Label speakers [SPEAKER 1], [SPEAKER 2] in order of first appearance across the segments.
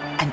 [SPEAKER 1] an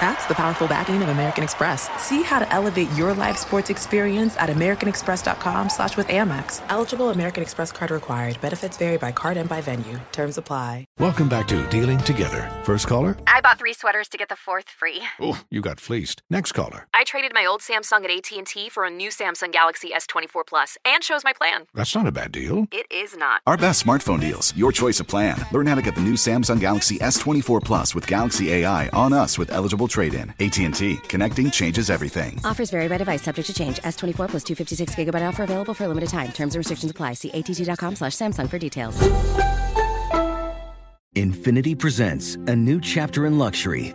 [SPEAKER 1] That's the powerful backing of American Express. See how to elevate your live sports experience at americanexpress.com slash with Amex. Eligible American Express card required. Benefits vary by card and by venue. Terms apply.
[SPEAKER 2] Welcome back to Dealing Together. First caller?
[SPEAKER 3] I bought three sweaters to get the fourth free.
[SPEAKER 2] Oh, you got fleeced. Next caller.
[SPEAKER 4] I traded my old Samsung at AT&T for a new Samsung Galaxy S24 Plus and chose my plan.
[SPEAKER 2] That's not a bad deal.
[SPEAKER 4] It is not.
[SPEAKER 5] Our best smartphone deals. Your choice of plan. Learn how to get the new Samsung Galaxy S24 Plus with Galaxy AI on us with eligible trade-in. AT&T. Connecting changes everything.
[SPEAKER 6] Offers vary by device. Subject to change. S24 plus 256 gigabyte offer available for a limited time. Terms and restrictions apply. See att.com slash Samsung for details.
[SPEAKER 7] Infinity presents a new chapter in luxury.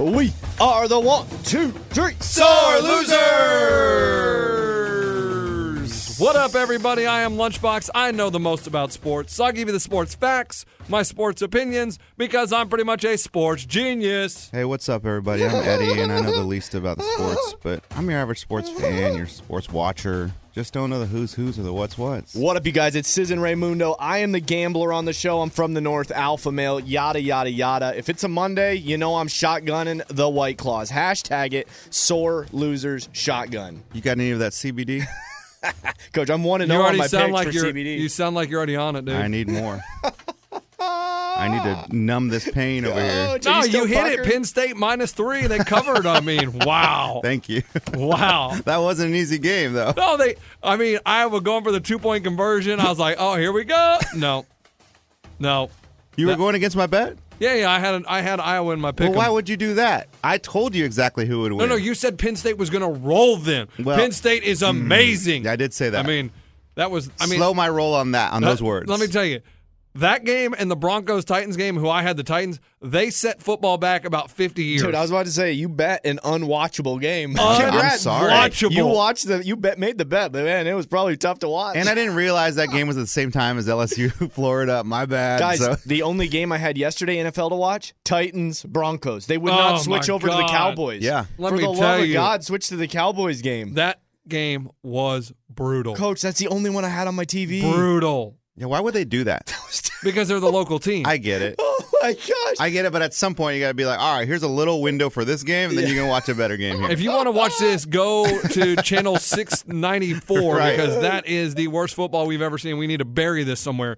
[SPEAKER 8] We are the one, two, three, sore losers.
[SPEAKER 9] What up, everybody? I am Lunchbox. I know the most about sports, so I give you the sports facts, my sports opinions, because I'm pretty much a sports genius.
[SPEAKER 8] Hey, what's up, everybody? I'm Eddie, and I know the least about the sports, but I'm your average sports fan, your sports watcher. Just don't know the who's who's or the what's what's.
[SPEAKER 10] What up, you guys? It's Susan Raymundo. I am the gambler on the show. I'm from the North, alpha male, yada, yada, yada. If it's a Monday, you know I'm shotgunning the White Claws. Hashtag it, sore losers shotgun.
[SPEAKER 8] You got any of that CBD?
[SPEAKER 10] Coach, I'm 1 and
[SPEAKER 9] You
[SPEAKER 10] 0 on
[SPEAKER 9] already
[SPEAKER 10] my
[SPEAKER 9] sound
[SPEAKER 10] picks
[SPEAKER 9] like
[SPEAKER 10] for
[SPEAKER 9] you're
[SPEAKER 10] CBD.
[SPEAKER 9] you sound like you're already on it, dude.
[SPEAKER 8] I need more. I need to numb this pain over here.
[SPEAKER 10] Coach, are
[SPEAKER 9] No, you,
[SPEAKER 10] still
[SPEAKER 9] hit it.
[SPEAKER 10] puckered?
[SPEAKER 9] Penn State minus three. They covered. I mean, wow,
[SPEAKER 8] Thank you.
[SPEAKER 9] wow.
[SPEAKER 8] that wasn't an easy game, though.
[SPEAKER 9] No, they. I mean, Iowa going for the two point conversion. I was like, oh, here we go. No, no.
[SPEAKER 8] You were going against my bet?
[SPEAKER 9] Yeah, yeah. I had an, I had Iowa in my pick.
[SPEAKER 8] Well, why would you do that? I told you exactly who would
[SPEAKER 9] no,
[SPEAKER 8] win.
[SPEAKER 9] no. You said Penn State was going to roll them.
[SPEAKER 8] Well, mm,
[SPEAKER 9] Penn State is amazing.
[SPEAKER 8] I did say that.
[SPEAKER 9] I mean, that was. I mean,
[SPEAKER 8] slow my roll on that on those
[SPEAKER 9] Let-
[SPEAKER 8] words.
[SPEAKER 9] Let me tell you, that game and the Broncos Titans game, who I had the Titans, they set football back about fifty years.
[SPEAKER 10] Dude, I was about to say you bet an unwatchable game.
[SPEAKER 8] I'm sorry.
[SPEAKER 9] Unwatchable.
[SPEAKER 10] You watched the you bet made the bet, but man, it was probably tough to watch.
[SPEAKER 8] And I didn't realize that game was at the same time as LSU Florida. My bad.
[SPEAKER 10] Guys,
[SPEAKER 8] So-
[SPEAKER 10] the only game I had yesterday NFL to watch Titans Broncos. They would
[SPEAKER 9] Oh,
[SPEAKER 10] not switch
[SPEAKER 9] my
[SPEAKER 10] over to the
[SPEAKER 9] God.
[SPEAKER 10] Cowboys.
[SPEAKER 8] Yeah.
[SPEAKER 9] Let
[SPEAKER 10] for
[SPEAKER 9] me
[SPEAKER 10] the
[SPEAKER 9] tell
[SPEAKER 10] love of
[SPEAKER 9] you.
[SPEAKER 10] God, switch to the Cowboys game.
[SPEAKER 9] that game was brutal.
[SPEAKER 10] Coach, that's the only one I had on my TV.
[SPEAKER 9] brutal
[SPEAKER 8] yeah, why would they do that?
[SPEAKER 9] because they're the local team.
[SPEAKER 8] I get it.
[SPEAKER 10] Oh my gosh!
[SPEAKER 8] I get it, but at some point you got to be like, all right, here's a little window for this game, and then you can watch a better game here.
[SPEAKER 9] if you want to watch this, go to channel 694
[SPEAKER 8] Right.
[SPEAKER 9] because that is the worst football we've ever seen. We need to bury this somewhere.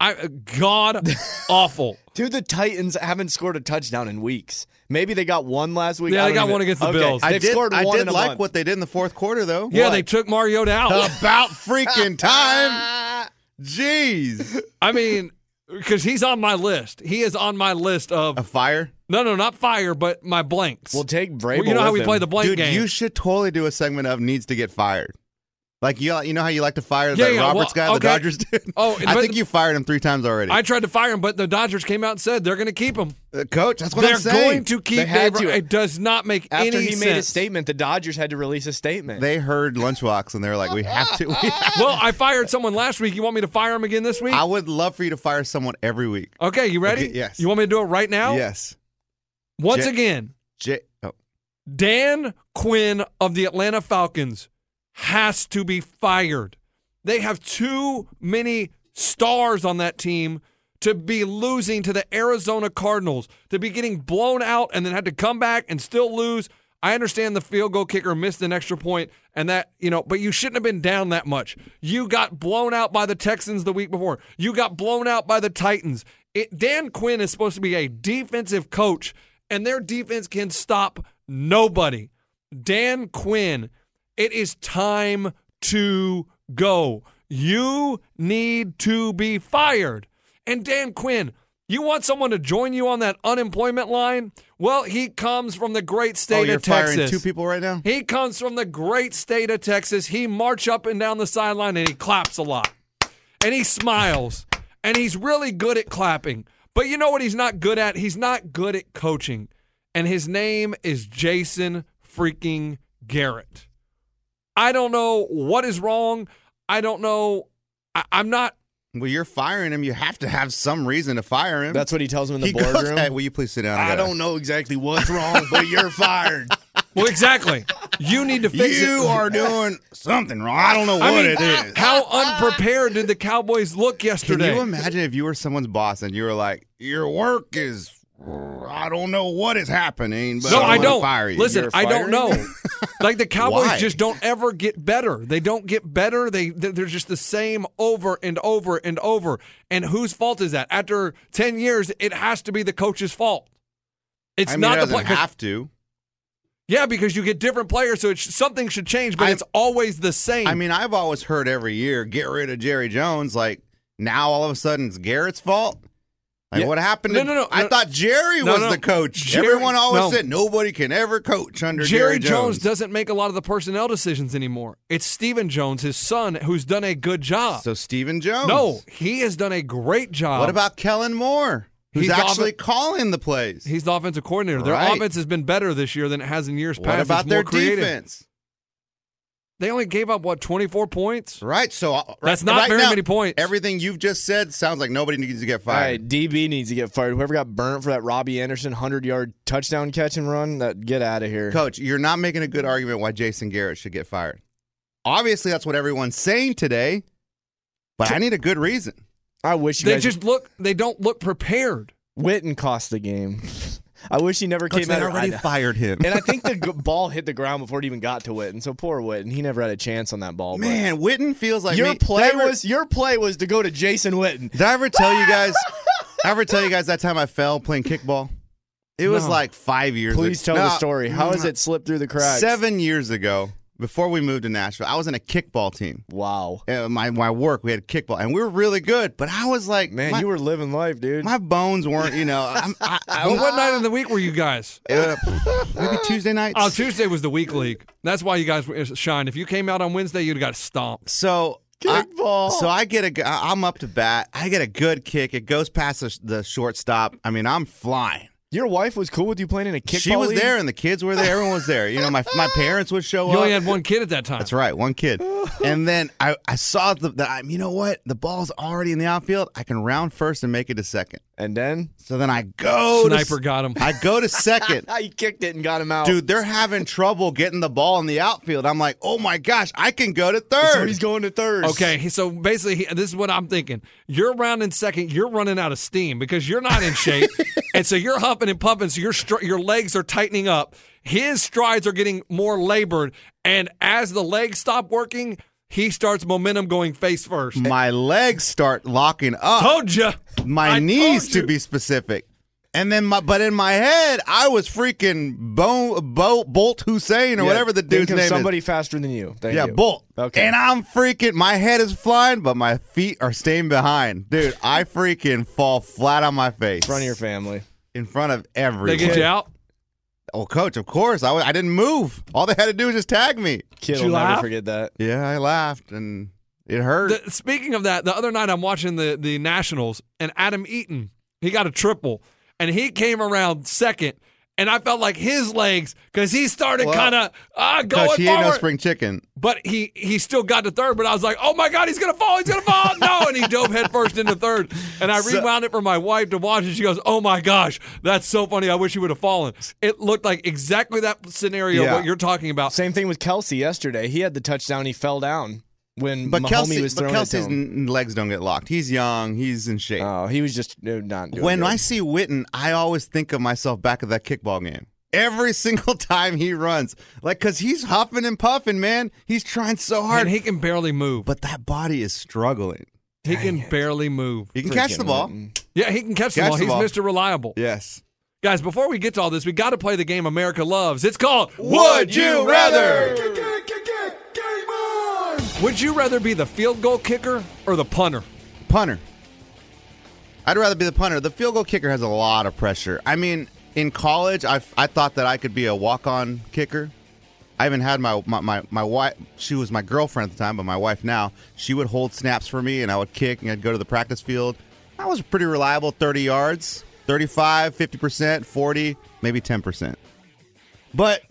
[SPEAKER 9] I God awful.
[SPEAKER 10] Dude, the Titans haven't scored a touchdown in weeks. Maybe they got one last week.
[SPEAKER 9] Yeah,
[SPEAKER 10] I
[SPEAKER 9] they
[SPEAKER 10] don't
[SPEAKER 9] got
[SPEAKER 10] even-
[SPEAKER 9] one against the
[SPEAKER 10] Okay,
[SPEAKER 9] Bills.
[SPEAKER 10] They've
[SPEAKER 8] I did,
[SPEAKER 10] scored
[SPEAKER 8] I
[SPEAKER 10] one
[SPEAKER 8] did
[SPEAKER 10] in a
[SPEAKER 8] like
[SPEAKER 10] month.
[SPEAKER 8] what they did in the fourth quarter, though.
[SPEAKER 9] Yeah, they took Mario out.
[SPEAKER 8] about freaking time. Jeez,
[SPEAKER 9] I mean, because he's on my list. He is on my list of
[SPEAKER 8] a fire,
[SPEAKER 9] No, no, not fire, but my blanks.
[SPEAKER 10] We'll take Vrabel.
[SPEAKER 9] Well, you know how
[SPEAKER 10] with
[SPEAKER 9] we play
[SPEAKER 10] him.
[SPEAKER 9] the blank
[SPEAKER 8] dude.
[SPEAKER 9] game.
[SPEAKER 8] You should totally do a segment of needs to get fired. Like you, you know how you like to fire
[SPEAKER 9] Yeah,
[SPEAKER 8] that
[SPEAKER 9] yeah,
[SPEAKER 8] Roberts guy,
[SPEAKER 9] well,
[SPEAKER 8] the
[SPEAKER 9] okay.
[SPEAKER 8] Dodgers dude.
[SPEAKER 9] Oh,
[SPEAKER 8] I
[SPEAKER 9] but-
[SPEAKER 8] think you fired him three times already.
[SPEAKER 9] I tried to fire him, but the Dodgers came out and said they're going to keep him.
[SPEAKER 8] Uh, Coach, that's what
[SPEAKER 9] they're
[SPEAKER 8] I'm saying.
[SPEAKER 9] going to keep
[SPEAKER 10] They had
[SPEAKER 9] Dave-
[SPEAKER 10] to.
[SPEAKER 9] It does not make any
[SPEAKER 10] After he
[SPEAKER 9] sense.
[SPEAKER 10] made a statement, the Dodgers had to release a statement.
[SPEAKER 8] They heard Lunchbox and they were like, "We have to." We have to.
[SPEAKER 9] Well, I fired someone last week. You want me to fire him again this week?
[SPEAKER 8] I would love for you to fire someone every week.
[SPEAKER 9] okay, you ready?
[SPEAKER 8] Okay, yes.
[SPEAKER 9] You want me to do it right now?
[SPEAKER 8] Yes,
[SPEAKER 9] Once
[SPEAKER 8] J-
[SPEAKER 9] again,
[SPEAKER 8] J- oh,
[SPEAKER 9] Dan Quinn of the Atlanta Falcons has to be fired. They have too many stars on that team to be losing to the Arizona Cardinals, to be getting blown out and then had to come back and still lose. I understand the field goal kicker missed an extra point and that, you know, but you shouldn't have been down that much. You got blown out by the Texans the week before. You got blown out by the Titans. It, Dan Quinn is supposed to be a defensive coach and their defense can stop nobody. Dan Quinn, it is time to go. You need to be fired. And Dan Quinn, you want someone to join you on that unemployment line? Well, he comes from the great state
[SPEAKER 8] oh, you're
[SPEAKER 9] of Texas.
[SPEAKER 8] firing two people right now.
[SPEAKER 9] He comes from the great state of Texas. He march up and down the sideline and he claps a lot. And he smiles. And he's really good at clapping. But you know what he's not good at? He's not good at coaching. And his name is Jason freaking Garrett. I don't know what is wrong. I don't know. I, I'm not
[SPEAKER 8] Well, you're firing him. You have to have some reason to fire him.
[SPEAKER 10] That's what he tells him in the
[SPEAKER 8] he goes,
[SPEAKER 10] boardroom.
[SPEAKER 8] "Hey, will you please sit down?
[SPEAKER 10] I
[SPEAKER 8] gotta-
[SPEAKER 10] don't know exactly what's wrong, but you're fired.
[SPEAKER 9] Well, exactly. You need to fix it.
[SPEAKER 8] You are doing something wrong. I don't know what
[SPEAKER 9] I mean,
[SPEAKER 8] it is.
[SPEAKER 9] How unprepared did the Cowboys look
[SPEAKER 8] Can
[SPEAKER 9] yesterday?
[SPEAKER 8] you imagine if you were someone's boss and you were like, "Your work is, I don't know what is happening." But
[SPEAKER 9] no, I
[SPEAKER 8] wanna
[SPEAKER 9] don't.
[SPEAKER 8] Fire you.
[SPEAKER 9] Listen,
[SPEAKER 8] You're
[SPEAKER 9] I
[SPEAKER 8] fired?
[SPEAKER 9] don't know. like the Cowboys
[SPEAKER 8] Why?
[SPEAKER 9] just don't ever get better. They don't get better. They they- they're just the same over and over and over. And whose fault is that? After 10 years, it has to be the coach's fault. It's
[SPEAKER 8] I mean,
[SPEAKER 9] not
[SPEAKER 8] it
[SPEAKER 9] the
[SPEAKER 8] doesn't
[SPEAKER 9] play- 'cause-
[SPEAKER 8] have to.
[SPEAKER 9] Yeah, because you get different players, so it sh- something should change, but
[SPEAKER 8] I-
[SPEAKER 9] it's always the same.
[SPEAKER 8] I mean, I've always heard every year, get rid of Jerry Jones. Like now, all of a sudden, it's Garrett's fault. Like
[SPEAKER 10] Yeah.
[SPEAKER 8] what happened?
[SPEAKER 9] No,
[SPEAKER 8] to-
[SPEAKER 9] no, no,
[SPEAKER 8] I
[SPEAKER 9] no.
[SPEAKER 8] thought Jerry
[SPEAKER 9] No,
[SPEAKER 8] was
[SPEAKER 9] no.
[SPEAKER 8] the coach.
[SPEAKER 9] Jerry-
[SPEAKER 8] Everyone always
[SPEAKER 9] no.
[SPEAKER 8] said nobody can ever coach under Jerry,
[SPEAKER 9] Jerry, Jones doesn't make a lot of the personnel decisions anymore. It's Steven Jones, his son, who's done a good job.
[SPEAKER 8] So Stephen Jones.
[SPEAKER 9] no, he has done a great job.
[SPEAKER 8] What about Kellen Moore, who's
[SPEAKER 9] He's
[SPEAKER 8] actually
[SPEAKER 9] often-
[SPEAKER 8] calling the plays?
[SPEAKER 9] He's the offensive coordinator. Their
[SPEAKER 8] Right.
[SPEAKER 9] offense has been better this year than it has in years
[SPEAKER 8] what
[SPEAKER 9] past.
[SPEAKER 8] about
[SPEAKER 9] It's
[SPEAKER 8] their
[SPEAKER 9] more creative.
[SPEAKER 8] defense?
[SPEAKER 9] They only gave up what twenty four points.
[SPEAKER 8] Right. So uh,
[SPEAKER 9] That's
[SPEAKER 8] right-
[SPEAKER 9] not
[SPEAKER 8] right
[SPEAKER 9] very
[SPEAKER 8] now,
[SPEAKER 9] many points.
[SPEAKER 8] Everything you've just said sounds like nobody needs to get
[SPEAKER 10] All right,
[SPEAKER 8] fired.
[SPEAKER 10] DB needs to get fired. Whoever got burnt for that Robbie Anderson hundred yard touchdown catch and run, that get out of here.
[SPEAKER 8] Coach, you're not making a good argument why Jason Garrett should get fired. Obviously, that's what everyone's saying today, but I need a good reason.
[SPEAKER 10] I wish you
[SPEAKER 9] They
[SPEAKER 10] guys
[SPEAKER 9] just look. They don't look prepared.
[SPEAKER 10] Witten cost the game. I wish he never
[SPEAKER 8] Coach,
[SPEAKER 10] came
[SPEAKER 8] they
[SPEAKER 10] out.
[SPEAKER 8] already
[SPEAKER 10] I-
[SPEAKER 8] fired him.
[SPEAKER 10] and I think the g- ball hit the ground before it even got to Witten. So poor Witten, he never had a chance on that ball. but-
[SPEAKER 8] Man, Witten feels like
[SPEAKER 10] your
[SPEAKER 8] me.
[SPEAKER 10] play
[SPEAKER 8] Did I ever-
[SPEAKER 10] was your play was to go to Jason Witten.
[SPEAKER 8] Did I ever tell you guys? did I ever tell you guys that time I fell playing kickball? It was
[SPEAKER 9] No.
[SPEAKER 8] like five years.
[SPEAKER 10] Please
[SPEAKER 8] ago.
[SPEAKER 10] tell the
[SPEAKER 8] No,
[SPEAKER 10] story. How
[SPEAKER 8] Mm.
[SPEAKER 10] has it slipped through the cracks?
[SPEAKER 8] Seven years ago, before we moved to Nashville, I was in a kickball team.
[SPEAKER 10] Wow,
[SPEAKER 8] Uh, my my work, we had kickball, and we were really good. But I was like,
[SPEAKER 10] man,
[SPEAKER 8] my-
[SPEAKER 10] you were living life, dude.
[SPEAKER 8] my bones weren't, you know. I'm, I, I,
[SPEAKER 9] Well, what night of the week were you guys?
[SPEAKER 8] Uh, maybe Tuesday nights.
[SPEAKER 9] Oh, Tuesday was the week league. That's why you guys were- uh, shined. If you came out on Wednesday, you'd have got stomped.
[SPEAKER 8] so
[SPEAKER 10] Kickball.
[SPEAKER 8] I, so I get a. g- I- I'm up to bat. I get a good kick. It goes past the, the shortstop. I mean, I'm flying.
[SPEAKER 10] your wife was cool with you playing in a kickball.
[SPEAKER 8] she was
[SPEAKER 10] league?
[SPEAKER 8] there, and the kids were there. Everyone was there. You know, my my parents would show
[SPEAKER 9] You
[SPEAKER 8] up.
[SPEAKER 9] only had one kid at that time.
[SPEAKER 8] That's right, one kid. And then I, I saw the, the I, you know what? The ball's already in the outfield. I can round first and make it to second.
[SPEAKER 10] and then
[SPEAKER 8] So then I go to
[SPEAKER 9] Sniper
[SPEAKER 8] s-
[SPEAKER 9] got him.
[SPEAKER 8] I go to second.
[SPEAKER 10] I kicked it and got him out,
[SPEAKER 8] Dude, they're having trouble getting the ball in the outfield. I'm like, oh my gosh, I can go to third.
[SPEAKER 10] So he's going to third.
[SPEAKER 9] Okay, he- so basically, he- this is what I'm thinking. You're rounding second. You're running out of steam because you're not in shape, and so you're humping and pumping. So your str- your legs are tightening up. His strides are getting more labored, and as the legs stop working, he starts momentum going face first.
[SPEAKER 8] my legs start locking up.
[SPEAKER 9] told you.
[SPEAKER 8] my
[SPEAKER 9] I
[SPEAKER 8] knees
[SPEAKER 9] told
[SPEAKER 8] to
[SPEAKER 9] you.
[SPEAKER 8] be specific. And then my but in my head, I was freaking Bo, Bo Bolt Hussein or
[SPEAKER 10] Yeah,
[SPEAKER 8] whatever the dude's
[SPEAKER 10] think of
[SPEAKER 8] name
[SPEAKER 10] somebody
[SPEAKER 8] is.
[SPEAKER 10] faster than you. Thank
[SPEAKER 8] yeah,
[SPEAKER 10] you.
[SPEAKER 8] Bolt.
[SPEAKER 10] Okay.
[SPEAKER 8] And I'm freaking my head is flying, but my feet are staying behind. Dude, I freaking fall flat on my face.
[SPEAKER 10] in front of your family.
[SPEAKER 8] in front of everyone.
[SPEAKER 9] They get you out.
[SPEAKER 8] Oh, coach, of course. I, wa- I didn't move. All they had to do was just tag me.
[SPEAKER 10] Kid
[SPEAKER 9] you
[SPEAKER 10] will never
[SPEAKER 9] laugh?
[SPEAKER 10] forget that.
[SPEAKER 8] Yeah, I laughed and it hurt.
[SPEAKER 9] The- speaking of that, the other night I'm watching the the Nationals and Adam Eaton, he got a triple and he came around second. And I felt like his legs, because he started
[SPEAKER 8] Well,
[SPEAKER 9] kind of ah, going
[SPEAKER 8] Coach, he ain't
[SPEAKER 9] forward.
[SPEAKER 8] no spring chicken.
[SPEAKER 9] but he he still got to third. But I was like, oh my god, he's gonna fall, he's gonna fall, no! And he dove headfirst into third. And I rewound it for my wife to watch, and she goes, oh my gosh, that's so funny. I wish he would have fallen. It looked like exactly that scenario
[SPEAKER 8] Yeah.
[SPEAKER 9] what you're talking about.
[SPEAKER 10] Same thing with Kelsey yesterday. He had the touchdown. He fell down when
[SPEAKER 8] But
[SPEAKER 10] Mahomie
[SPEAKER 8] Kelsey,
[SPEAKER 10] was
[SPEAKER 8] but
[SPEAKER 10] throwing
[SPEAKER 8] Kelsey's
[SPEAKER 10] it to him.
[SPEAKER 8] n- legs don't get locked. He's young. He's in shape.
[SPEAKER 10] Oh, he was just uh, not. Doing
[SPEAKER 8] when
[SPEAKER 10] good.
[SPEAKER 8] I see Witten, I always think of myself back at that kickball game. Every single time he runs, like, cause he's huffing and puffing, man. He's trying so hard,
[SPEAKER 9] And he can barely move.
[SPEAKER 8] but that body is struggling.
[SPEAKER 9] he can barely move.
[SPEAKER 8] He can catch the ball.
[SPEAKER 9] Yeah, he can catch the
[SPEAKER 8] Catch
[SPEAKER 9] ball.
[SPEAKER 8] the
[SPEAKER 9] He's
[SPEAKER 8] ball.
[SPEAKER 9] Mr. Reliable.
[SPEAKER 8] Yes.
[SPEAKER 9] Guys, before we get to all this, we got to play the game America loves. It's called
[SPEAKER 8] Would you rather?
[SPEAKER 9] Would you rather be the field goal kicker or the punter?
[SPEAKER 8] Punter. I'd rather be the punter. The field goal kicker has a lot of pressure. I mean, in college, I, I thought that I could be a walk on kicker. I even had my, Oh, my, my, my wife, she was my girlfriend at the time, but my wife now, she would hold snaps for me and I would kick and I'd go to the practice field. I was pretty reliable 30 yards, 35, 50%, 40, maybe 10%. But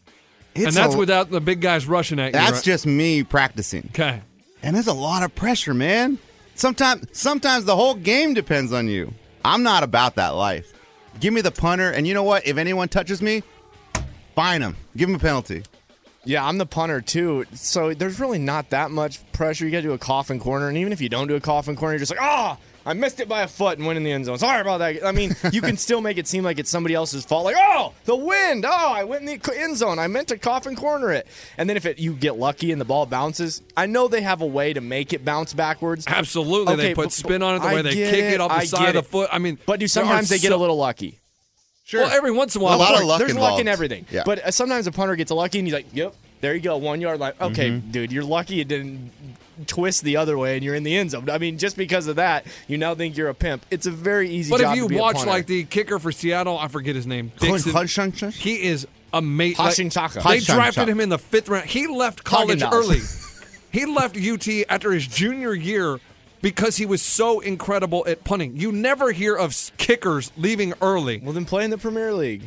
[SPEAKER 8] it's
[SPEAKER 9] and that's
[SPEAKER 8] a-
[SPEAKER 9] without the big guys rushing at you.
[SPEAKER 8] that's
[SPEAKER 9] right?
[SPEAKER 8] just me practicing.
[SPEAKER 9] okay.
[SPEAKER 8] And there's a lot of pressure, man. Sometimes sometimes the whole game depends on you. I'm not about that life. Give me the punter, and you know what? If anyone touches me, fine him. Give him a penalty.
[SPEAKER 10] Yeah, I'm the punter too. So there's really not that much pressure. You got to do a coffin corner, and even if you don't do a coffin corner, you're just like, ah, I missed it by a foot and went in the end zone. Sorry about that. I mean, you can still make it seem like it's somebody else's fault. Like, oh, the wind. Oh, I went in the end zone. I meant to coffin corner it. And then if it, you get lucky and the ball bounces, I know they have a way to make it bounce backwards.
[SPEAKER 9] Absolutely.
[SPEAKER 10] Okay,
[SPEAKER 9] they put
[SPEAKER 10] but-
[SPEAKER 9] spin on it the
[SPEAKER 10] I
[SPEAKER 9] way they
[SPEAKER 10] get
[SPEAKER 9] kick it, off the
[SPEAKER 10] I
[SPEAKER 9] side of
[SPEAKER 10] get
[SPEAKER 9] the
[SPEAKER 10] it.
[SPEAKER 9] foot. I mean,
[SPEAKER 10] but do
[SPEAKER 9] there
[SPEAKER 10] sometimes
[SPEAKER 9] are
[SPEAKER 10] they get a
[SPEAKER 9] so-
[SPEAKER 10] little lucky?
[SPEAKER 8] Sure.
[SPEAKER 9] Well, every once in a while,
[SPEAKER 8] A lot
[SPEAKER 9] of
[SPEAKER 8] of luck
[SPEAKER 10] There's luck in
[SPEAKER 8] involved.
[SPEAKER 10] everything.
[SPEAKER 8] Yeah.
[SPEAKER 10] But uh, sometimes a punter gets lucky and he's like, yep, there you go, one yard line. Okay,
[SPEAKER 8] Mm-hmm.
[SPEAKER 10] dude, you're lucky it didn't twist the other way and you're in the end zone. I mean, just because of that, you now think you're a pimp. It's a very easy
[SPEAKER 9] But
[SPEAKER 10] job
[SPEAKER 9] if you
[SPEAKER 10] to be a
[SPEAKER 9] watch
[SPEAKER 10] punter.
[SPEAKER 9] like the kicker for Seattle, I forget his name.
[SPEAKER 8] Clint
[SPEAKER 9] Dixon,
[SPEAKER 8] Hutchinson?
[SPEAKER 9] He is amazing.
[SPEAKER 10] Hutchinson.
[SPEAKER 9] They
[SPEAKER 8] Hutchinson.
[SPEAKER 9] drafted him in the fifth round. He left college
[SPEAKER 10] Haagen-Dazs.
[SPEAKER 9] early. he left UT after his junior year because he was so incredible at punting. You never hear of s- kickers leaving early.
[SPEAKER 10] Well, then play in the Premier League.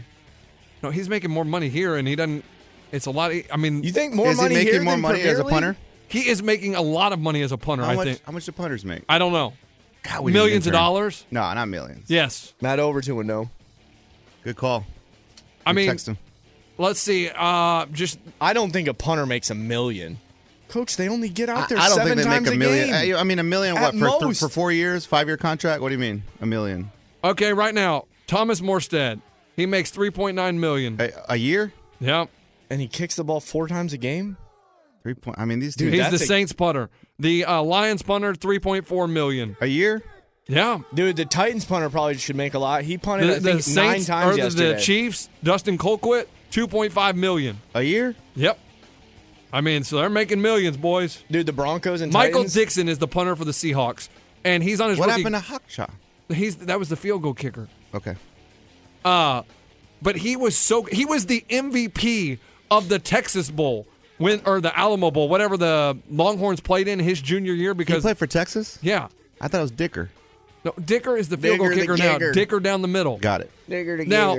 [SPEAKER 9] No, he's making more money here, and he doesn't. It's a lot. Of, I mean,
[SPEAKER 10] You think more
[SPEAKER 8] Is he
[SPEAKER 10] money
[SPEAKER 8] making
[SPEAKER 10] here
[SPEAKER 8] more
[SPEAKER 10] than
[SPEAKER 8] money
[SPEAKER 10] Premier
[SPEAKER 8] as a
[SPEAKER 10] League?
[SPEAKER 8] punter?
[SPEAKER 9] he is making a lot of money as a punter.
[SPEAKER 8] How
[SPEAKER 9] I
[SPEAKER 8] much?
[SPEAKER 9] think.
[SPEAKER 8] How much do punters make?
[SPEAKER 9] I don't know.
[SPEAKER 8] God, we need an
[SPEAKER 9] Millions of
[SPEAKER 8] intern.
[SPEAKER 9] dollars.
[SPEAKER 8] No, not millions.
[SPEAKER 9] Yes.
[SPEAKER 10] Matt Overton would know.
[SPEAKER 8] Good call.
[SPEAKER 9] I mean,
[SPEAKER 8] text him.
[SPEAKER 9] let's see. Uh, just
[SPEAKER 10] I don't think a punter makes a million. Coach, they only get
[SPEAKER 8] I,
[SPEAKER 10] out there
[SPEAKER 8] I don't
[SPEAKER 10] seven
[SPEAKER 8] think they
[SPEAKER 10] times
[SPEAKER 8] make a million.
[SPEAKER 10] game.
[SPEAKER 8] I- I mean, a million
[SPEAKER 10] At
[SPEAKER 8] what for? th-
[SPEAKER 10] most.
[SPEAKER 8] for four years, five year contract. What do you mean? A million
[SPEAKER 9] okay right now. Thomas Morstead. He makes three point nine million.
[SPEAKER 8] a, a year?
[SPEAKER 9] Yep.
[SPEAKER 10] and he kicks the ball four times a game?
[SPEAKER 8] Three point. I mean, these
[SPEAKER 10] Dude,
[SPEAKER 8] dudes.
[SPEAKER 9] He's
[SPEAKER 10] that's
[SPEAKER 9] the
[SPEAKER 10] a-
[SPEAKER 9] Saints punter. The uh, Lions punter, three point four million.
[SPEAKER 8] a year?
[SPEAKER 9] Yeah.
[SPEAKER 10] Dude, the Titans punter probably should make a lot. He punted,
[SPEAKER 9] The,
[SPEAKER 10] I
[SPEAKER 9] the
[SPEAKER 10] think, nine
[SPEAKER 9] Saints
[SPEAKER 10] times
[SPEAKER 9] or the,
[SPEAKER 10] yesterday.
[SPEAKER 9] the Chiefs. Dustin Colquitt, two point five million.
[SPEAKER 8] A year?
[SPEAKER 9] Yep. I mean, so they're making millions, boys.
[SPEAKER 10] Dude, the Broncos and
[SPEAKER 9] Michael
[SPEAKER 10] Titans.
[SPEAKER 9] Dixon is the punter for the Seahawks, and he's on his
[SPEAKER 8] What
[SPEAKER 9] rookie.
[SPEAKER 8] happened to Hawkshaw?
[SPEAKER 9] He's that was the field goal kicker.
[SPEAKER 8] Okay.
[SPEAKER 9] Uh, but he was so he was the MVP of the Texas Bowl when or the Alamo Bowl, whatever the Longhorns played in his junior year
[SPEAKER 8] He
[SPEAKER 9] because
[SPEAKER 8] played for Texas?
[SPEAKER 9] yeah.
[SPEAKER 8] I thought it was Dicker.
[SPEAKER 9] No, Dicker is the field goal
[SPEAKER 10] Digger
[SPEAKER 9] kicker
[SPEAKER 10] the
[SPEAKER 9] now.
[SPEAKER 10] kicker.
[SPEAKER 9] Dicker down the middle.
[SPEAKER 8] Got it.
[SPEAKER 9] now,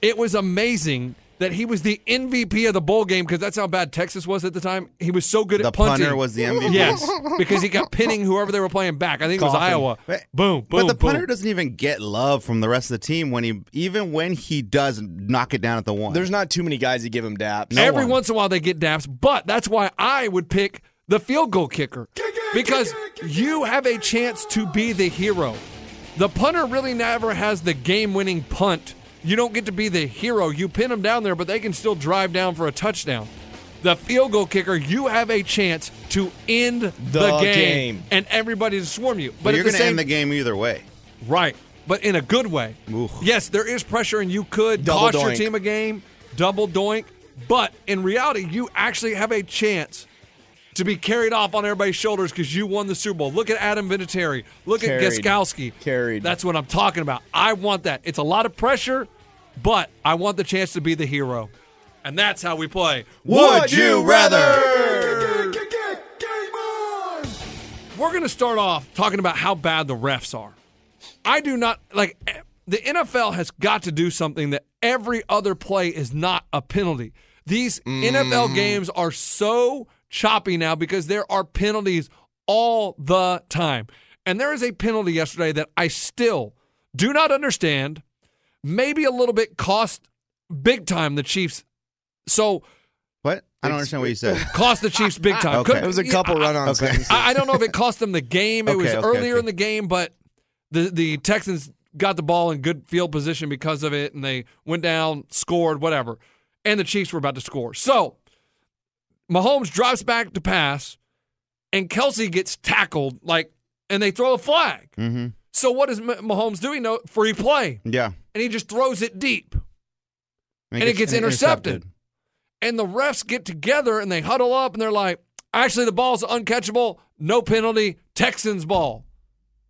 [SPEAKER 9] it was amazing that he was the MVP of the bowl game because that's how bad Texas was at the time. He was so good
[SPEAKER 8] The
[SPEAKER 9] at punting.
[SPEAKER 8] punter was the MVP.
[SPEAKER 9] yes, because he kept pinning whoever they were playing back. I think it was
[SPEAKER 10] Coffin.
[SPEAKER 9] Iowa.
[SPEAKER 8] But-
[SPEAKER 9] boom, boom.
[SPEAKER 8] But the
[SPEAKER 9] boom.
[SPEAKER 8] punter doesn't even get love from the rest of the team when he, even when he does knock it down at the one.
[SPEAKER 10] There's not too many guys that give him daps.
[SPEAKER 9] Every
[SPEAKER 8] one.
[SPEAKER 9] once in a while they get daps, but that's why I would pick the field goal kicker because you have a chance to be the hero. The punter really never has the game winning punt. You don't get to be the hero. You pin them down there, but they can still drive down for a touchdown. The field goal kicker, you have a chance to end the,
[SPEAKER 10] The
[SPEAKER 9] game,
[SPEAKER 10] game.
[SPEAKER 9] and everybody to swarm you. But,
[SPEAKER 8] but
[SPEAKER 9] at
[SPEAKER 8] you're
[SPEAKER 9] the
[SPEAKER 8] going to
[SPEAKER 9] same
[SPEAKER 8] end the game either way.
[SPEAKER 9] Right, but in a good way.
[SPEAKER 8] Oof.
[SPEAKER 9] Yes, there is pressure, and you could
[SPEAKER 10] Double
[SPEAKER 9] cost your
[SPEAKER 10] doink.
[SPEAKER 9] team a game, double doink. But in reality, you actually have a chance to be carried off on everybody's shoulders because you won the Super Bowl. Look at Adam Vinatieri. Look at
[SPEAKER 10] Carried.
[SPEAKER 9] Gaskowski.
[SPEAKER 10] Carried.
[SPEAKER 9] That's what I'm talking about. I want that. It's a lot of pressure, but I want the chance to be the hero, and that's how we play.
[SPEAKER 8] Would you rather?
[SPEAKER 9] We're going to start off talking about how bad the refs are. I do not like the NFL has got to do something that every other play is not a penalty. These
[SPEAKER 8] Mm.
[SPEAKER 9] NFL games are so choppy now because there are penalties all the time. And there is a penalty yesterday that I still do not understand. Maybe a little bit cost big time the Chiefs. So
[SPEAKER 8] What? I don't understand what you said.
[SPEAKER 9] cost the Chiefs big time.
[SPEAKER 8] Okay.
[SPEAKER 10] It was a couple
[SPEAKER 9] I-
[SPEAKER 10] run-on
[SPEAKER 8] Okay.
[SPEAKER 10] sentences.
[SPEAKER 9] I, I don't know if it cost them the game. It was
[SPEAKER 8] Okay, okay,
[SPEAKER 9] earlier
[SPEAKER 8] okay.
[SPEAKER 9] in the game, but the the Texans got the ball in good field position because of it, and they went down, scored, whatever. And the Chiefs were about to score. So Mahomes drives back to pass, and Kelsey gets tackled like, and they throw a flag. So what does Ma- Mahomes do? He know free play,
[SPEAKER 8] Mm-hmm. Yeah.
[SPEAKER 9] and he just throws it deep. And it gets intercepted. and the refs get together and they huddle up and they're like, Actually, the ball's uncatchable. No penalty. Texans ball.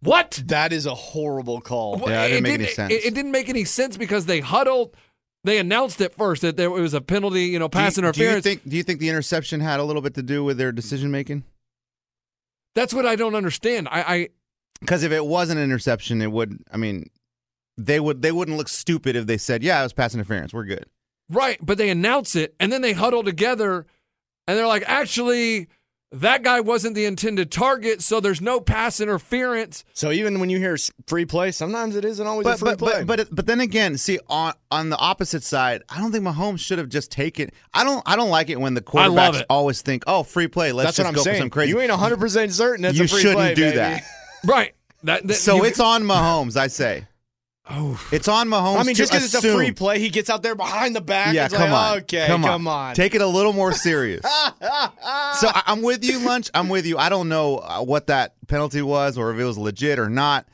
[SPEAKER 9] What?
[SPEAKER 10] That is a horrible call.
[SPEAKER 8] Yeah, that didn't make any
[SPEAKER 9] it-
[SPEAKER 8] sense.
[SPEAKER 9] It, it didn't make any sense because they huddled. They announced it first that there was a penalty, you know, pass
[SPEAKER 8] do you, do you
[SPEAKER 9] interference.
[SPEAKER 8] think? Do you think the interception had a little bit to do with their decision making?
[SPEAKER 9] That's what I don't understand. I, I
[SPEAKER 8] Because if it was an interception, it would. I mean, they would. They wouldn't look stupid if they said, "Yeah, it was pass interference. We're good."
[SPEAKER 9] Right, but they announce it and then they huddle together and they're like, actually, that guy wasn't the intended target, so there's no pass interference.
[SPEAKER 10] So even when you hear s- free play, sometimes it isn't always a
[SPEAKER 8] But
[SPEAKER 10] free
[SPEAKER 8] but,
[SPEAKER 10] play.
[SPEAKER 8] but but but then again, see on on the opposite side, I don't think Mahomes should have just taken. I don't. I don't like it when the
[SPEAKER 9] I love
[SPEAKER 8] quarterbacks
[SPEAKER 9] it.
[SPEAKER 8] always think, "Oh, free play. Let's
[SPEAKER 10] that's
[SPEAKER 8] just
[SPEAKER 10] what I'm
[SPEAKER 8] go
[SPEAKER 10] saying.
[SPEAKER 8] for some crazy."
[SPEAKER 10] You ain't 100 percent certain that's
[SPEAKER 8] You
[SPEAKER 10] a free
[SPEAKER 8] shouldn't
[SPEAKER 10] play,
[SPEAKER 8] do
[SPEAKER 10] baby.
[SPEAKER 8] that.
[SPEAKER 9] Right. That, that-
[SPEAKER 8] so
[SPEAKER 9] you-
[SPEAKER 8] it's on Mahomes. I say. Oh, it's on Mahomes.
[SPEAKER 10] I mean,
[SPEAKER 8] to
[SPEAKER 10] just because it's a free
[SPEAKER 8] assume-
[SPEAKER 10] play, he gets out there behind the back.
[SPEAKER 8] Yeah,
[SPEAKER 10] it's
[SPEAKER 8] come
[SPEAKER 10] like,
[SPEAKER 8] on.
[SPEAKER 10] Okay,
[SPEAKER 8] come on.
[SPEAKER 10] Take
[SPEAKER 8] Take it a little more serious. so I, I'm with you, Lunch. I'm with you. I don't know uh, what that penalty was or if it was legit or not,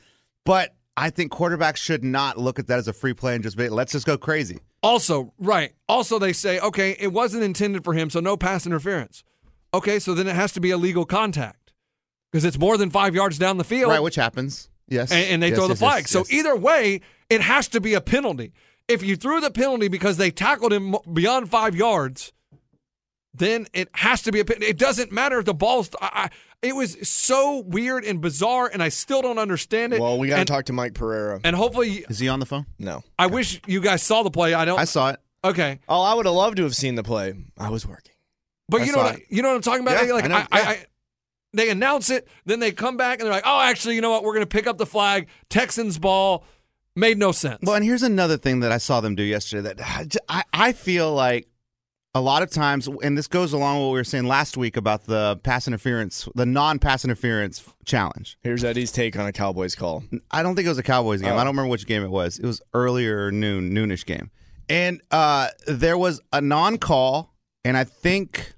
[SPEAKER 8] but I think quarterbacks should not look at that as a free play and just be, let's just go crazy.
[SPEAKER 9] also, right. Also, they say, okay, it wasn't intended for him, so no pass interference. Okay, so then it has to be illegal contact because it's more than five yards down the field.
[SPEAKER 8] Right, which happens. Yes.
[SPEAKER 9] and, and they
[SPEAKER 8] Yes,
[SPEAKER 9] throw the
[SPEAKER 8] yes, yes,
[SPEAKER 9] flag. so
[SPEAKER 8] yes.
[SPEAKER 9] either way, it has to be a penalty. If you threw the penalty because they tackled him mo- beyond five yards, then it has to be a penalty. It doesn't matter if the ball's. I, I, it was so weird and bizarre, and I still don't understand it.
[SPEAKER 10] well, we got to
[SPEAKER 9] And-
[SPEAKER 10] talk to Mike Pereira.
[SPEAKER 9] And hopefully,
[SPEAKER 8] Is he on the phone?
[SPEAKER 10] No.
[SPEAKER 9] I wish you guys saw the play. I don't.
[SPEAKER 8] I saw it.
[SPEAKER 9] okay,
[SPEAKER 10] Oh, I would have loved to have seen the play. I was working.
[SPEAKER 9] but
[SPEAKER 8] I
[SPEAKER 9] you know
[SPEAKER 8] saw
[SPEAKER 9] what? I,
[SPEAKER 8] it.
[SPEAKER 9] you know what I'm talking about.
[SPEAKER 8] Yeah,
[SPEAKER 9] like
[SPEAKER 8] I know,
[SPEAKER 9] I, I,
[SPEAKER 8] yeah.
[SPEAKER 9] I, they announce it, then they come back and they're like, "Oh, actually, you know what? We're going to pick up the flag. Texans ball." Made no sense.
[SPEAKER 8] Well, and here's another thing that I saw them do yesterday that I j- I, I feel like a lot of times, and this goes along with what we were saying last week about the pass interference, the non pass interference challenge.
[SPEAKER 10] Here's Eddie's take on a Cowboys call.
[SPEAKER 8] I don't think it was a Cowboys game.
[SPEAKER 10] Oh.
[SPEAKER 8] I don't remember which game it was. It was earlier noon, noonish game. And uh, there was a non call, and I think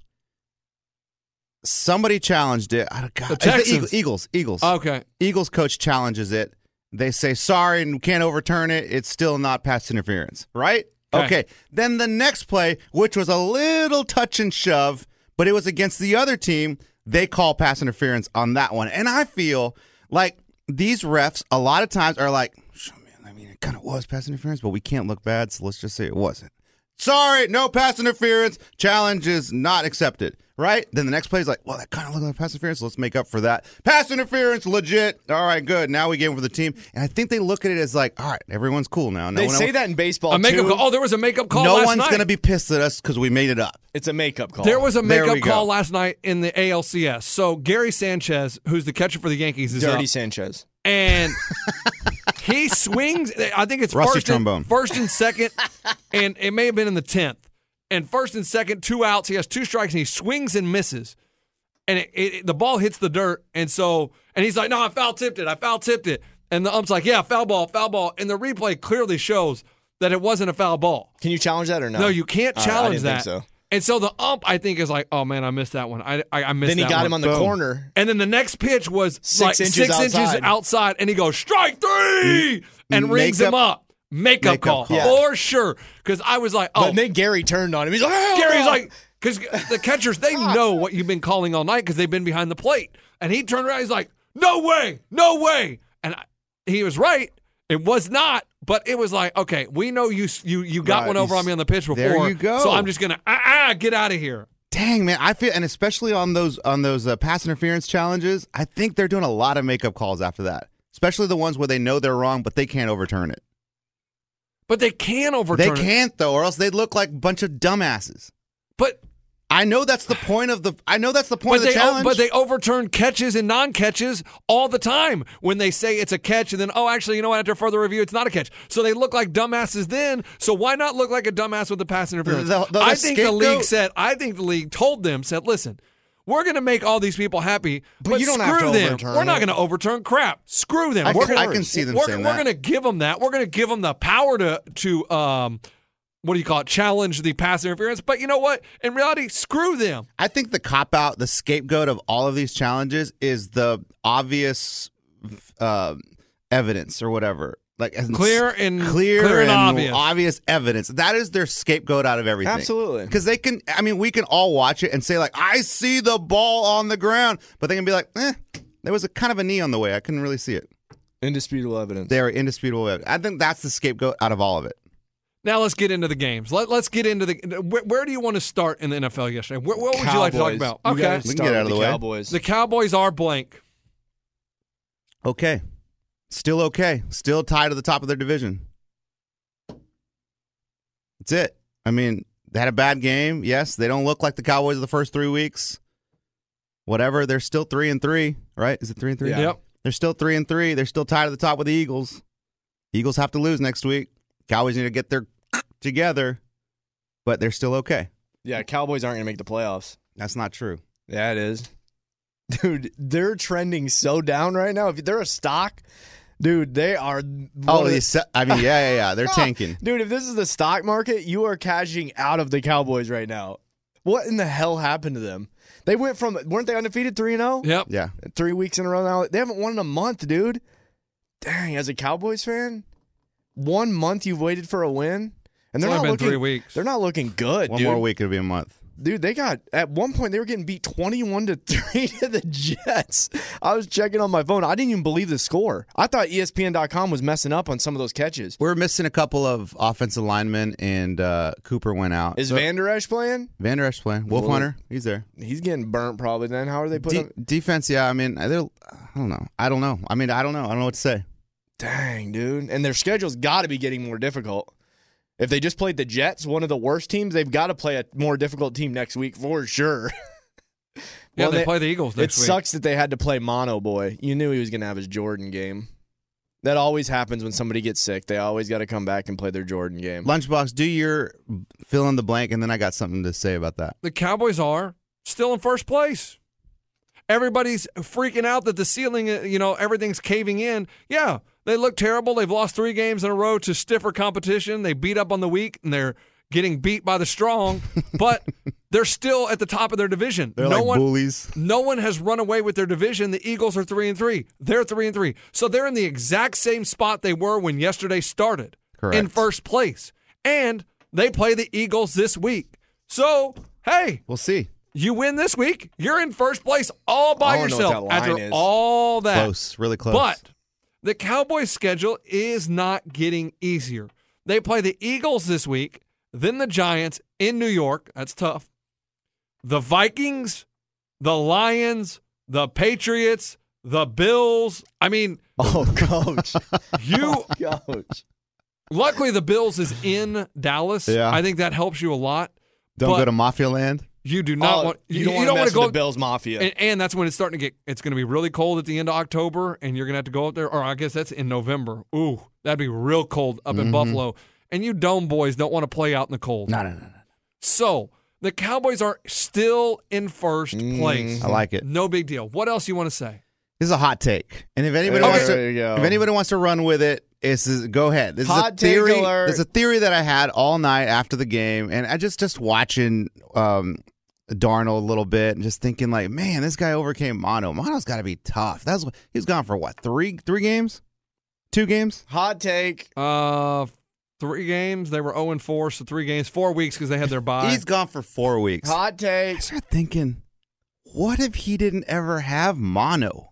[SPEAKER 8] somebody challenged it. I don't, God,
[SPEAKER 9] The
[SPEAKER 8] it's Eagle-
[SPEAKER 9] Texans.
[SPEAKER 8] Eagles, Eagles.
[SPEAKER 9] okay.
[SPEAKER 8] Eagles coach challenges it. They say sorry and can't overturn it. It's still not pass interference, right?
[SPEAKER 9] Okay.
[SPEAKER 8] Okay. Then the next play, which was a little touch and shove, but it was against the other team, they call pass interference on that one. And I feel like these refs a lot of times are like, "Sure, man, I mean, it kind of was pass interference, but we can't look bad, so let's just say it wasn't. Sorry, no pass interference. Challenge is not accepted. Right? Then the next play is like, well, that kind of looked like pass interference. so let's make up for that. Pass interference, legit. All right, good. Now we game for the team. And I think they look at it as like, all right, everyone's cool now. No
[SPEAKER 10] They
[SPEAKER 8] one-
[SPEAKER 10] say that in baseball
[SPEAKER 9] a makeup
[SPEAKER 10] too.
[SPEAKER 9] call. Oh, there was a makeup call.
[SPEAKER 8] No
[SPEAKER 9] last
[SPEAKER 8] one's
[SPEAKER 9] night.
[SPEAKER 8] going to be pissed at us because we made it up.
[SPEAKER 10] It's a makeup call.
[SPEAKER 9] There was a
[SPEAKER 8] There
[SPEAKER 9] makeup
[SPEAKER 8] we go.
[SPEAKER 9] call last night in the ALCS. So Gary Sanchez, who's the catcher for the Yankees, is
[SPEAKER 10] Dirty
[SPEAKER 9] up,
[SPEAKER 10] Sanchez.
[SPEAKER 9] and he swings. I think it's
[SPEAKER 8] Rusty
[SPEAKER 9] first and-
[SPEAKER 8] trombone.
[SPEAKER 9] first and second, and it may have been in the tenth. And first and second, two outs. He has two strikes, and he swings and misses. And it, it, it- the ball hits the dirt, and so and he's like, "No, I foul tipped it. I foul tipped it." And the ump's like, "Yeah, foul ball, foul ball." And the replay clearly shows that it wasn't a foul ball.
[SPEAKER 10] Can you challenge that or no?
[SPEAKER 9] No, you can't
[SPEAKER 10] All right, I
[SPEAKER 9] challenge
[SPEAKER 10] didn't
[SPEAKER 9] that.
[SPEAKER 10] think so.
[SPEAKER 9] And so the ump, I think, is like, oh man, I missed that one. I I, I missed.
[SPEAKER 10] Then he
[SPEAKER 9] that
[SPEAKER 10] got
[SPEAKER 9] one.
[SPEAKER 10] him on the
[SPEAKER 9] Boom.
[SPEAKER 10] corner.
[SPEAKER 9] And then the next pitch was
[SPEAKER 10] Six
[SPEAKER 9] like
[SPEAKER 10] inches
[SPEAKER 9] six inches
[SPEAKER 10] outside.
[SPEAKER 9] outside, and he goes strike three and rings
[SPEAKER 8] Makeup-
[SPEAKER 9] him up. Makeup,
[SPEAKER 8] Makeup
[SPEAKER 9] call,
[SPEAKER 8] call.
[SPEAKER 10] Yeah.
[SPEAKER 9] for sure. Because I was like, oh,
[SPEAKER 10] But then Gary turned on him. He's like, "Oh,
[SPEAKER 9] Gary's
[SPEAKER 10] no."
[SPEAKER 9] like, because the catchers they know what you've been calling all night because they've been behind the plate. And he turned around, he's like, no way, no way. And I, he was right. It was not, but it was like, okay, we know you s- you you got
[SPEAKER 8] Right,
[SPEAKER 9] one over
[SPEAKER 8] you
[SPEAKER 9] on me
[SPEAKER 8] s-
[SPEAKER 9] on the pitch before.
[SPEAKER 8] there you go.
[SPEAKER 9] So I'm just gonna ah, ah get out of here.
[SPEAKER 8] Dang man, I feel, and especially on those on those uh, pass interference challenges, I think they're doing a lot of makeup calls after that, especially the ones where they know they're wrong but they can't overturn it.
[SPEAKER 9] But they can overturn.
[SPEAKER 8] they
[SPEAKER 9] it.
[SPEAKER 8] can't though, or else they'd look like a bunch of dumbasses.
[SPEAKER 9] But
[SPEAKER 8] I know that's the point of the. I know that's the point
[SPEAKER 9] but
[SPEAKER 8] of the
[SPEAKER 9] they o-
[SPEAKER 8] challenge.
[SPEAKER 9] but they overturn catches and non-catches all the time when they say it's a catch and then oh actually you know what after further review it's not a catch so they look like dumbasses then so why not look like a dumbass with the pass interference
[SPEAKER 8] The- the-
[SPEAKER 9] I
[SPEAKER 8] the
[SPEAKER 9] think the
[SPEAKER 8] scapegoat-
[SPEAKER 9] league said I think the league told them said listen we're going to make all these people happy but,
[SPEAKER 10] you don't
[SPEAKER 9] screw
[SPEAKER 10] have to
[SPEAKER 9] them
[SPEAKER 10] overturn
[SPEAKER 9] we're not
[SPEAKER 10] it."
[SPEAKER 9] going to overturn crap screw them
[SPEAKER 8] I
[SPEAKER 9] we're
[SPEAKER 8] can-
[SPEAKER 9] gonna-
[SPEAKER 8] I can see them
[SPEAKER 9] we're,
[SPEAKER 8] saying
[SPEAKER 9] we're
[SPEAKER 8] that.
[SPEAKER 9] going to give them that we're going to give them the power to to um what do you call it challenge the pass interference but you know what in reality screw them
[SPEAKER 8] I think the cop out, the scapegoat of all of these challenges is the obvious uh, evidence or whatever. like as
[SPEAKER 9] Clear and- clear and obvious.
[SPEAKER 8] evidence. That is their scapegoat out of everything.
[SPEAKER 10] Absolutely.
[SPEAKER 8] because they can. I mean, we can all watch it and say like, "I see the ball on the ground," but they can be like, "Eh, there was a kind of a knee on the way. I couldn't really see it."
[SPEAKER 10] "Ah!" Indisputable evidence.
[SPEAKER 8] They are indisputable. evidence. I think that's the scapegoat out of all of it.
[SPEAKER 9] Now let's get into the games. Let, let's get into the. Where, where do you want to start in the NFL yesterday? Where, what would you like to talk
[SPEAKER 10] Cowboys.
[SPEAKER 9] about?
[SPEAKER 10] You
[SPEAKER 9] Okay.
[SPEAKER 10] gotta
[SPEAKER 8] We can
[SPEAKER 10] start
[SPEAKER 8] get out
[SPEAKER 10] with
[SPEAKER 8] of the way.
[SPEAKER 10] Cowboys.
[SPEAKER 9] The Cowboys are blank.
[SPEAKER 8] Okay, still okay, still tied to the top of their division. That's it. I mean, they had a bad game. Yes, they don't look like the Cowboys of the first three weeks. Whatever, they're still three and three, right? Is it three and three?
[SPEAKER 10] Yeah.
[SPEAKER 9] Yep.
[SPEAKER 8] They're still three and three. They're still tied at the top with the Eagles. Eagles have to lose next week. Cowboys need to get their together, but they're still okay.
[SPEAKER 10] yeah, Cowboys aren't gonna make the playoffs.
[SPEAKER 8] That's not true.
[SPEAKER 10] Yeah, it is. Dude, they're trending so down right now. If they're a stock, dude, they are.
[SPEAKER 8] Oh,
[SPEAKER 10] one of
[SPEAKER 8] they
[SPEAKER 10] the-
[SPEAKER 8] se- I mean, yeah, yeah, yeah. They're
[SPEAKER 10] Oh.
[SPEAKER 8] tanking.
[SPEAKER 10] Dude, if this is the stock market, you are cashing out of the Cowboys right now. What in the hell happened to them? They went from weren't they undefeated three and oh? zero?
[SPEAKER 9] Yep.
[SPEAKER 8] Yeah.
[SPEAKER 10] three weeks in a row now. They haven't won in a month, dude. Dang, as a Cowboys fan, one month you've waited for a win, and
[SPEAKER 9] It's
[SPEAKER 10] they're
[SPEAKER 9] only
[SPEAKER 10] not
[SPEAKER 9] been
[SPEAKER 10] looking.
[SPEAKER 9] three weeks.
[SPEAKER 10] They're not looking good,
[SPEAKER 8] One
[SPEAKER 10] dude.
[SPEAKER 8] more week, it'll be a month.
[SPEAKER 10] Dude, they got at one point they were getting beat twenty-one to three to the Jets. I was checking on my phone. I didn't even believe the score. I thought E ESPN.com was messing up on some of those catches.
[SPEAKER 8] We're missing a couple of offensive linemen, and uh, Cooper went out.
[SPEAKER 10] Is
[SPEAKER 8] So-
[SPEAKER 10] Van Der Esch playing?
[SPEAKER 8] Van Der Esch playing? Wolf
[SPEAKER 10] Well,
[SPEAKER 8] Hunter, he's there.
[SPEAKER 10] He's getting burnt probably. Then how are they
[SPEAKER 8] De-
[SPEAKER 10] putting? him-
[SPEAKER 8] defense, yeah. I mean, they're. I don't know. I don't know. I mean, I don't know. I don't know what to say.
[SPEAKER 10] Dang, dude. And their schedule's got to be getting more difficult. If they just played the Jets, one of the worst teams, they've got to play a more difficult team next week for sure.
[SPEAKER 9] Yeah,
[SPEAKER 10] Well,
[SPEAKER 9] they,
[SPEAKER 10] they-
[SPEAKER 9] play the Eagles
[SPEAKER 10] it
[SPEAKER 9] next week.
[SPEAKER 10] sucks that they had to play Mono Boy. You knew he was going to have his Jordan game. That always happens when somebody gets sick. They always got to come back and play their Jordan game.
[SPEAKER 8] Lunchbox, do your fill in the blank, and then I got something to say about that.
[SPEAKER 9] The Cowboys are still in first place. Everybody's freaking out that the ceiling, uh, you know, everything's caving in. Yeah, they look terrible. They've lost three games in a row to stiffer competition. They beat up on the weak and they're getting beat by the strong, but they're still at the top of their division.
[SPEAKER 8] They're
[SPEAKER 9] no
[SPEAKER 8] like
[SPEAKER 9] one,
[SPEAKER 8] bullies.
[SPEAKER 9] No one has run away with their division. The Eagles are three and three. They're three and three. So they're in the exact same spot they were when yesterday started. In
[SPEAKER 8] Correct.
[SPEAKER 9] first place. And they play the Eagles this week. So, hey,
[SPEAKER 8] We'll see.
[SPEAKER 9] you win this week, you're in first place all by
[SPEAKER 10] I don't know what
[SPEAKER 9] yourself
[SPEAKER 10] that line
[SPEAKER 9] after
[SPEAKER 10] is.
[SPEAKER 9] all that.
[SPEAKER 8] Close, really close.
[SPEAKER 9] But the Cowboys' schedule is not getting easier. They play the Eagles this week, then the Giants in New York. That's tough. The Vikings, the Lions, the Patriots, the Bills. I mean,
[SPEAKER 10] Oh, coach. Oh,
[SPEAKER 9] you
[SPEAKER 10] coach.
[SPEAKER 9] luckily the Bills is in Dallas.
[SPEAKER 8] Yeah.
[SPEAKER 9] I think that helps you a lot.
[SPEAKER 8] don't
[SPEAKER 9] but
[SPEAKER 8] go to Mafia Land.
[SPEAKER 9] you do not
[SPEAKER 10] Oh,
[SPEAKER 9] want
[SPEAKER 10] you don't want to
[SPEAKER 9] want
[SPEAKER 10] mess
[SPEAKER 9] to go
[SPEAKER 10] with the Bills Mafia.
[SPEAKER 9] And, and that's when it's starting to get. It's going to be really cold at the end of October, and you're going to have to go up there. Or I guess that's in November. Ooh, that'd be real cold up in Buffalo. And you dome boys don't want to play out in the cold.
[SPEAKER 8] Mm-hmm. No, no, no, no.
[SPEAKER 9] So the Cowboys are still in first place.
[SPEAKER 8] Mm-hmm. I like it.
[SPEAKER 9] No big deal. What else you want to say?
[SPEAKER 8] This is a hot take, and if anybody
[SPEAKER 10] There
[SPEAKER 8] wants to,
[SPEAKER 10] you go.
[SPEAKER 8] if anybody wants to run with it, it's is- go ahead. This
[SPEAKER 10] Hot
[SPEAKER 8] is a
[SPEAKER 10] take
[SPEAKER 8] theory.
[SPEAKER 10] alert.
[SPEAKER 8] It's a theory that I had all night after the game, and I just just watching um, Darnold a little bit, and just thinking like, man, this guy overcame Mono. Mono's got to be tough. That's what he was gone for. What three three games, two games?
[SPEAKER 10] Hot take.
[SPEAKER 9] Uh, three games. They were zero and four, so three games, four weeks because they had their bye.
[SPEAKER 8] He's gone for four weeks.
[SPEAKER 10] Hot
[SPEAKER 8] I
[SPEAKER 10] take.
[SPEAKER 8] started thinking, what if he didn't ever have Mono?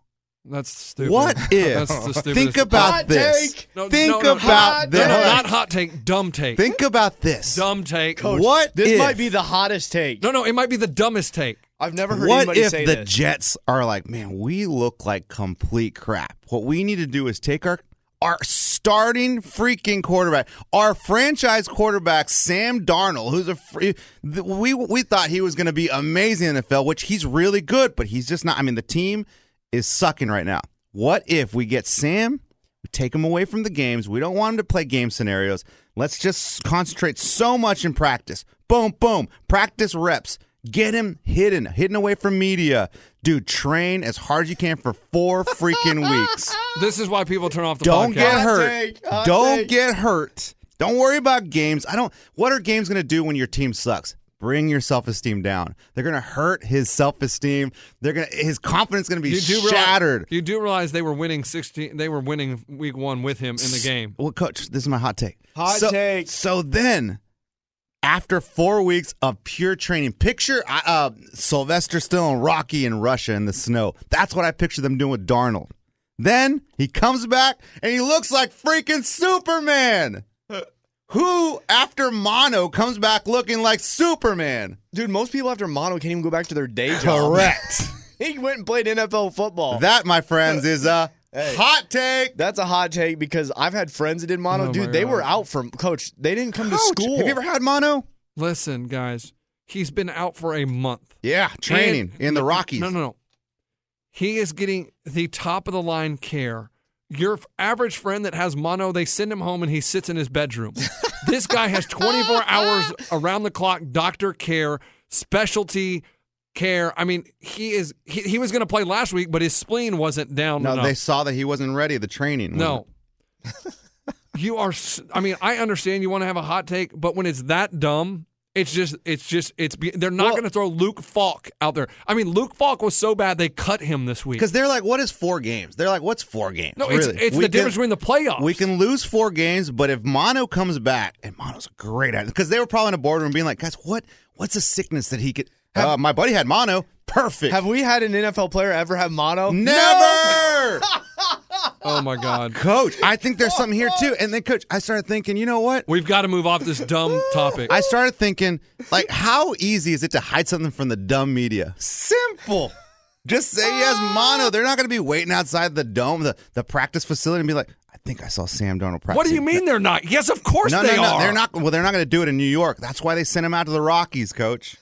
[SPEAKER 9] That's stupid.
[SPEAKER 8] What if?
[SPEAKER 9] That's the stupidest.
[SPEAKER 8] Think about
[SPEAKER 10] Hot
[SPEAKER 8] this.
[SPEAKER 10] take.
[SPEAKER 9] No,
[SPEAKER 8] Think
[SPEAKER 9] no, no,
[SPEAKER 8] about
[SPEAKER 9] no,
[SPEAKER 8] this.
[SPEAKER 9] no, not hot take. Dumb take.
[SPEAKER 8] Think about this.
[SPEAKER 9] dumb take.
[SPEAKER 8] What
[SPEAKER 10] This
[SPEAKER 8] if-
[SPEAKER 10] might be the hottest take.
[SPEAKER 9] No, no, it might be the dumbest take.
[SPEAKER 10] I've never heard
[SPEAKER 8] what
[SPEAKER 10] anybody
[SPEAKER 8] if
[SPEAKER 10] say
[SPEAKER 8] the
[SPEAKER 10] this.
[SPEAKER 8] Jets are like, man, we look like complete crap. What we need to do is take our our starting freaking quarterback, our franchise quarterback Sam Darnold, who's a free, we we thought he was going to be amazing in the NFL, which he's really good, but he's just not. I mean, the team is sucking right now. What if we get Sam? We take him away from the games. We don't want him to play game scenarios. Let's just concentrate so much in practice. Boom, boom. Practice reps. Get him hidden, hidden away from media. Dude, train as hard as you can for four freaking weeks.
[SPEAKER 9] This is why people turn off the
[SPEAKER 8] Don't
[SPEAKER 9] podcast.
[SPEAKER 8] get
[SPEAKER 10] Hot
[SPEAKER 8] hurt.
[SPEAKER 10] take, hot
[SPEAKER 8] Don't
[SPEAKER 10] take.
[SPEAKER 8] get hurt. Don't worry about games. I don't. What are games going to do when your team sucks? bring your self esteem down. They're gonna hurt his self esteem. They're gonna his confidence is gonna be
[SPEAKER 9] You do realize-
[SPEAKER 8] shattered.
[SPEAKER 9] you do realize they were winning sixteen. They were winning week one with him in the game.
[SPEAKER 8] Well, coach, this is my hot take.
[SPEAKER 10] Hot
[SPEAKER 8] so,
[SPEAKER 10] take.
[SPEAKER 8] So then, after four weeks of pure training, picture I- uh, Sylvester Stallone, Rocky, and Russia in the snow. That's what I picture them doing with Darnold. Then he comes back and he looks like freaking Superman. Who, after mono, comes back looking like Superman?
[SPEAKER 10] Dude, most people after mono can't even go back to their day job.
[SPEAKER 8] Correct.
[SPEAKER 10] he went and played NFL football.
[SPEAKER 8] that, my friends, is a hot take.
[SPEAKER 10] That's a hot take because I've had friends that did mono.
[SPEAKER 9] Oh my
[SPEAKER 10] Dude, they
[SPEAKER 9] God.
[SPEAKER 10] were out from coach. They didn't come
[SPEAKER 8] Ouch.
[SPEAKER 10] to school.
[SPEAKER 8] Have you ever had mono?
[SPEAKER 9] Listen, guys, he's been out for a month.
[SPEAKER 8] Yeah, training
[SPEAKER 9] And-
[SPEAKER 8] in the Rockies.
[SPEAKER 9] No, no, no. He is getting the top of the line care. Your f- average friend that has mono, they send him home and he sits in his bedroom. this guy has 24 hours around the clock doctor care, specialty care. I mean, he is he, he was going to play last week, but his spleen wasn't down.
[SPEAKER 8] No,
[SPEAKER 9] enough.
[SPEAKER 8] they saw that he wasn't ready. The training.
[SPEAKER 9] No. you are s- I mean, I understand you want to have a hot take, but when it's that dumb, it's just it's just it's be, they're not
[SPEAKER 8] Well-
[SPEAKER 9] going to throw Luke Falk out there. I mean, Luke Falk was so bad they cut him this week.
[SPEAKER 8] because they're like, what is four games? They're like, what's four games?
[SPEAKER 9] No, it's,
[SPEAKER 8] Really?
[SPEAKER 9] it's
[SPEAKER 8] We
[SPEAKER 9] the
[SPEAKER 8] can-
[SPEAKER 9] difference between the playoffs.
[SPEAKER 8] We can lose four games, but if Mono comes back, and Mono's a great at because they were probably in a boardroom being like, guys, what what's a sickness that he could? uh, my buddy had Mono, perfect.
[SPEAKER 10] Have we had an NFL player ever have mono?
[SPEAKER 8] Never,
[SPEAKER 9] Oh my god.
[SPEAKER 8] coach. I think there's something here too. And then, coach, I started thinking, you know what?
[SPEAKER 9] We've got to move off this dumb topic.
[SPEAKER 8] I started thinking, like, how easy is it to hide something from the dumb media? Simple. Just say he has mono. They're not going to be waiting outside the dome, the, the practice facility, and be like, I think I saw Sam Darnold practice.
[SPEAKER 9] what do you mean they're not? Yes, of course
[SPEAKER 8] No,
[SPEAKER 9] they
[SPEAKER 8] no, no.
[SPEAKER 9] are.
[SPEAKER 8] They're not. Well, they're not going to do it in New York. That's why they sent him out to the Rockies, coach.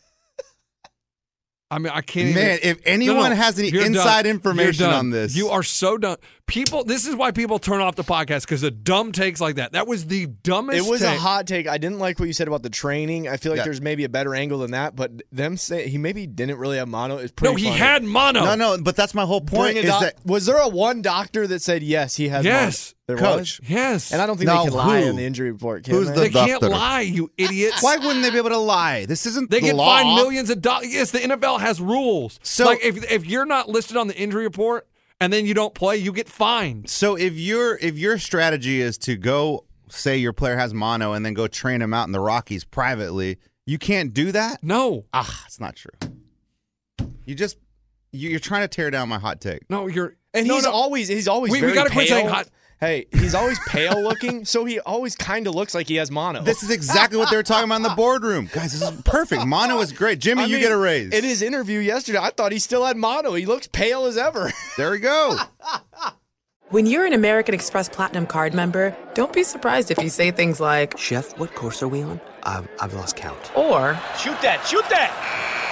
[SPEAKER 9] I mean, I can't.
[SPEAKER 8] Man,
[SPEAKER 9] even,
[SPEAKER 8] if
[SPEAKER 9] No, no,
[SPEAKER 8] anyone has any
[SPEAKER 9] you're done.
[SPEAKER 8] inside
[SPEAKER 9] You're
[SPEAKER 8] information
[SPEAKER 9] done.
[SPEAKER 8] on this,
[SPEAKER 9] You are so dumb. People, this is why people turn off the podcast because the dumb takes like that. That was the dumbest.
[SPEAKER 10] It was a
[SPEAKER 9] take.
[SPEAKER 10] hot take. I didn't like what you said about the training. I feel like
[SPEAKER 8] Yeah.
[SPEAKER 10] there's maybe a better angle than that, but them say he maybe didn't really have mono. It's pretty
[SPEAKER 9] No, he
[SPEAKER 10] funny.
[SPEAKER 9] had mono.
[SPEAKER 8] No, no. But that's my whole
[SPEAKER 10] Bring
[SPEAKER 8] point.
[SPEAKER 10] a
[SPEAKER 8] Is
[SPEAKER 10] doc-
[SPEAKER 8] that
[SPEAKER 10] was there a one doctor that said yes he has
[SPEAKER 9] Yes.
[SPEAKER 10] mono? There
[SPEAKER 8] Coach.
[SPEAKER 10] was?
[SPEAKER 9] Yes.
[SPEAKER 10] And I don't think
[SPEAKER 8] Now
[SPEAKER 10] they can lie
[SPEAKER 8] who?
[SPEAKER 10] in the injury report. Can
[SPEAKER 8] Who's
[SPEAKER 10] they?
[SPEAKER 8] the
[SPEAKER 9] they can't
[SPEAKER 8] doctor.
[SPEAKER 9] lie, you idiots.
[SPEAKER 8] why wouldn't they be able to lie? This isn't
[SPEAKER 9] They
[SPEAKER 8] the
[SPEAKER 9] get
[SPEAKER 8] law.
[SPEAKER 9] fined millions of dollars. Yes, the NFL has rules.
[SPEAKER 8] So-
[SPEAKER 9] like if if you're not listed on the injury report and then you don't play, you get fined.
[SPEAKER 8] So if your if your strategy is to go say your player has mono and then go train him out in the Rockies privately, you can't do that.
[SPEAKER 9] No,
[SPEAKER 8] Ah, it's not true. You just you- you're trying to tear down my hot take.
[SPEAKER 9] no, you're
[SPEAKER 10] And
[SPEAKER 9] no,
[SPEAKER 10] he's
[SPEAKER 9] no.
[SPEAKER 10] always he's always
[SPEAKER 9] We- we
[SPEAKER 10] very
[SPEAKER 9] gotta quit
[SPEAKER 10] pale.
[SPEAKER 9] saying hot-
[SPEAKER 10] Hey, he's always pale looking, so he always kind of looks like he has mono.
[SPEAKER 8] This is exactly what they were talking about in the boardroom, guys. This is perfect. Mono is great. Jimmy,
[SPEAKER 10] I
[SPEAKER 8] you
[SPEAKER 10] mean,
[SPEAKER 8] get a raise.
[SPEAKER 10] In his interview yesterday, I thought he still had mono. He looks pale as ever.
[SPEAKER 8] There we go.
[SPEAKER 1] When you're an American Express Platinum card member, don't be surprised if you say things like,
[SPEAKER 11] Chef, what course are we on? I've, I've lost count.
[SPEAKER 1] or,
[SPEAKER 11] Shoot that! Shoot that!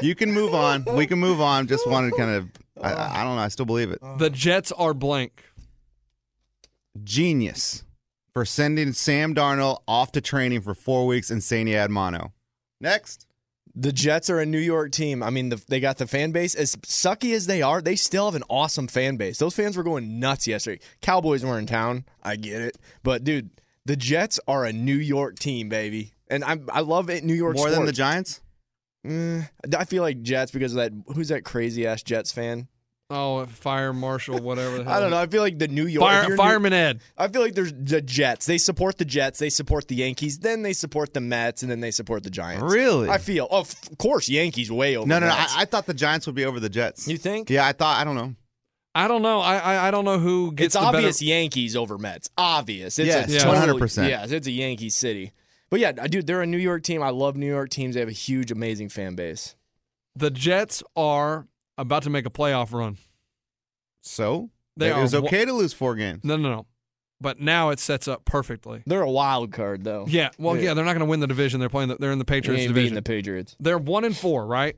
[SPEAKER 8] You can move on. We can move on. Just wanted to kind of. I- I, I don't know. I still believe it.
[SPEAKER 9] The Jets are blank.
[SPEAKER 8] Genius for sending Sam Darnold off to training for four weeks in Sania Admano. Next.
[SPEAKER 10] The Jets are a New York team. I mean, the, they got the fan base. As sucky as they are, they still have an awesome fan base. Those fans were going nuts yesterday. Cowboys were in town. I get it. But, dude, the Jets are a New York team, baby. And I, I love it, New York
[SPEAKER 8] More than the
[SPEAKER 10] sports.
[SPEAKER 8] Giants?
[SPEAKER 10] Mm, I feel like Jets because of that. Who's that crazy ass Jets fan?
[SPEAKER 9] Oh, fire marshal, whatever. The hell.
[SPEAKER 10] I don't know. I feel like the New York
[SPEAKER 9] Fire-
[SPEAKER 10] if you're
[SPEAKER 9] Fireman
[SPEAKER 10] New,
[SPEAKER 9] Ed.
[SPEAKER 10] I feel like there's the Jets. They support the Jets. They support the Yankees. Then they support the Mets, and then they support the Giants.
[SPEAKER 8] Really?
[SPEAKER 10] I feel. Of course, Yankees way over.
[SPEAKER 8] No, no, no. I,
[SPEAKER 10] Mets.
[SPEAKER 8] I thought the Giants would be over the Jets. You
[SPEAKER 10] think?
[SPEAKER 8] Yeah, I thought. I don't know.
[SPEAKER 9] I don't know. I I, I don't know who gets
[SPEAKER 10] it's
[SPEAKER 9] the
[SPEAKER 10] obvious
[SPEAKER 9] Better...
[SPEAKER 10] Yankees over Mets. Obvious. It's
[SPEAKER 8] Yes,
[SPEAKER 10] a
[SPEAKER 8] yeah.
[SPEAKER 10] total-
[SPEAKER 8] 100%.
[SPEAKER 10] Yes, it's a Yankee city. But yeah, dude, they're a New York team. I love New York teams. They have a huge, amazing fan base.
[SPEAKER 9] The Jets are about to make a playoff run.
[SPEAKER 8] So
[SPEAKER 9] They
[SPEAKER 8] it
[SPEAKER 9] are
[SPEAKER 8] was
[SPEAKER 9] wa-
[SPEAKER 8] okay to lose four games.
[SPEAKER 9] No, no, no. But now it sets up perfectly.
[SPEAKER 10] They're a wild card, though.
[SPEAKER 9] Yeah. Well, yeah. they're not going to win the division. They're playing. The, they're in the Patriots
[SPEAKER 10] ain't
[SPEAKER 9] division.
[SPEAKER 10] beating the Patriots.
[SPEAKER 9] They're one and four, right?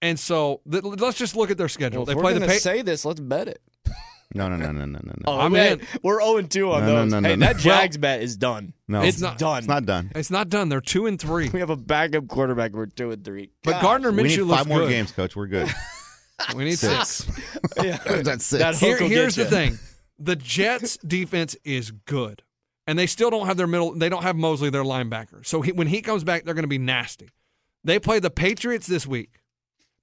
[SPEAKER 9] And so th- let's just look at their schedule.
[SPEAKER 10] Well, if
[SPEAKER 9] they
[SPEAKER 10] we're
[SPEAKER 9] play the
[SPEAKER 10] gonna
[SPEAKER 9] Pa-
[SPEAKER 10] say this. Let's bet it.
[SPEAKER 8] No, no, no, no, no, no, no.
[SPEAKER 10] Oh,
[SPEAKER 9] I'm
[SPEAKER 10] man,
[SPEAKER 9] in.
[SPEAKER 10] We're 0 2 on
[SPEAKER 8] No, no,
[SPEAKER 10] those.
[SPEAKER 8] no, no,
[SPEAKER 10] hey,
[SPEAKER 8] no.
[SPEAKER 10] that Jags bet is done.
[SPEAKER 8] No.
[SPEAKER 10] it's,
[SPEAKER 8] It's not-
[SPEAKER 10] not done.
[SPEAKER 8] It's not done.
[SPEAKER 9] It's not done. They're two and three.
[SPEAKER 10] We have a backup quarterback. We're two and three.
[SPEAKER 9] But Gardner
[SPEAKER 8] we
[SPEAKER 9] Minshew
[SPEAKER 8] need
[SPEAKER 9] looks
[SPEAKER 8] five more
[SPEAKER 9] good.
[SPEAKER 8] games, coach. We're good.
[SPEAKER 9] We need six.
[SPEAKER 10] yeah,
[SPEAKER 8] that's six.
[SPEAKER 10] That
[SPEAKER 9] Here-
[SPEAKER 10] hook will
[SPEAKER 9] here's
[SPEAKER 10] get
[SPEAKER 9] the
[SPEAKER 10] ya.
[SPEAKER 9] thing: the Jets' defense is good, and they still don't have their middle. They don't have Mosley, their linebacker. So he, when he comes back, they're going to be nasty. They play the Patriots this week.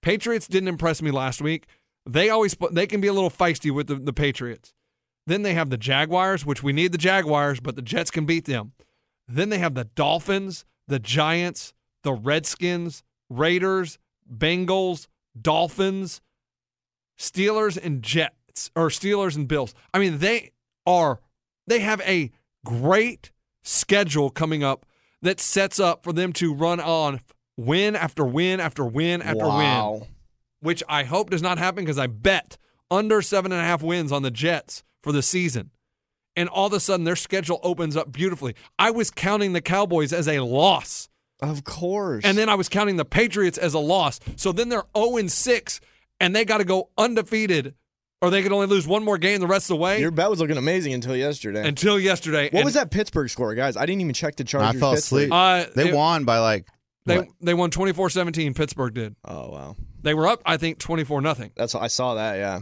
[SPEAKER 9] Patriots didn't impress me last week. They always they can be a little feisty with the, the Patriots. Then they have the Jaguars, which we need the Jaguars, but the Jets can beat them. Then they have the Dolphins, the Giants, the Redskins, Raiders, Bengals, Dolphins, Steelers and Jets or Steelers and Bills. I mean, they are they have a great schedule coming up that sets up for them to run on win after win after win after
[SPEAKER 10] Wow.
[SPEAKER 9] win. Which I hope does not happen because I bet under seven and a half wins on the Jets for the season. And all of a sudden their schedule opens up beautifully. I was counting the Cowboys as a loss.
[SPEAKER 10] Of course.
[SPEAKER 9] And then I was counting the Patriots as a loss. So then they're 0 and 6, and they got to go undefeated, or they could only lose one more game the rest of the way
[SPEAKER 10] Your bet was looking amazing until yesterday.
[SPEAKER 9] until yesterday.
[SPEAKER 10] what
[SPEAKER 9] And
[SPEAKER 10] was that Pittsburgh score, guys? I didn't even check the
[SPEAKER 8] I
[SPEAKER 10] Chargers.
[SPEAKER 8] fell asleep.
[SPEAKER 9] Uh,
[SPEAKER 8] they
[SPEAKER 9] it-
[SPEAKER 8] won by like.
[SPEAKER 9] They,
[SPEAKER 8] what?
[SPEAKER 9] they won 24 17, Pittsburgh did.
[SPEAKER 10] Oh wow,
[SPEAKER 9] They were up, I think, 24 nothing.
[SPEAKER 10] that's I saw that. Yeah,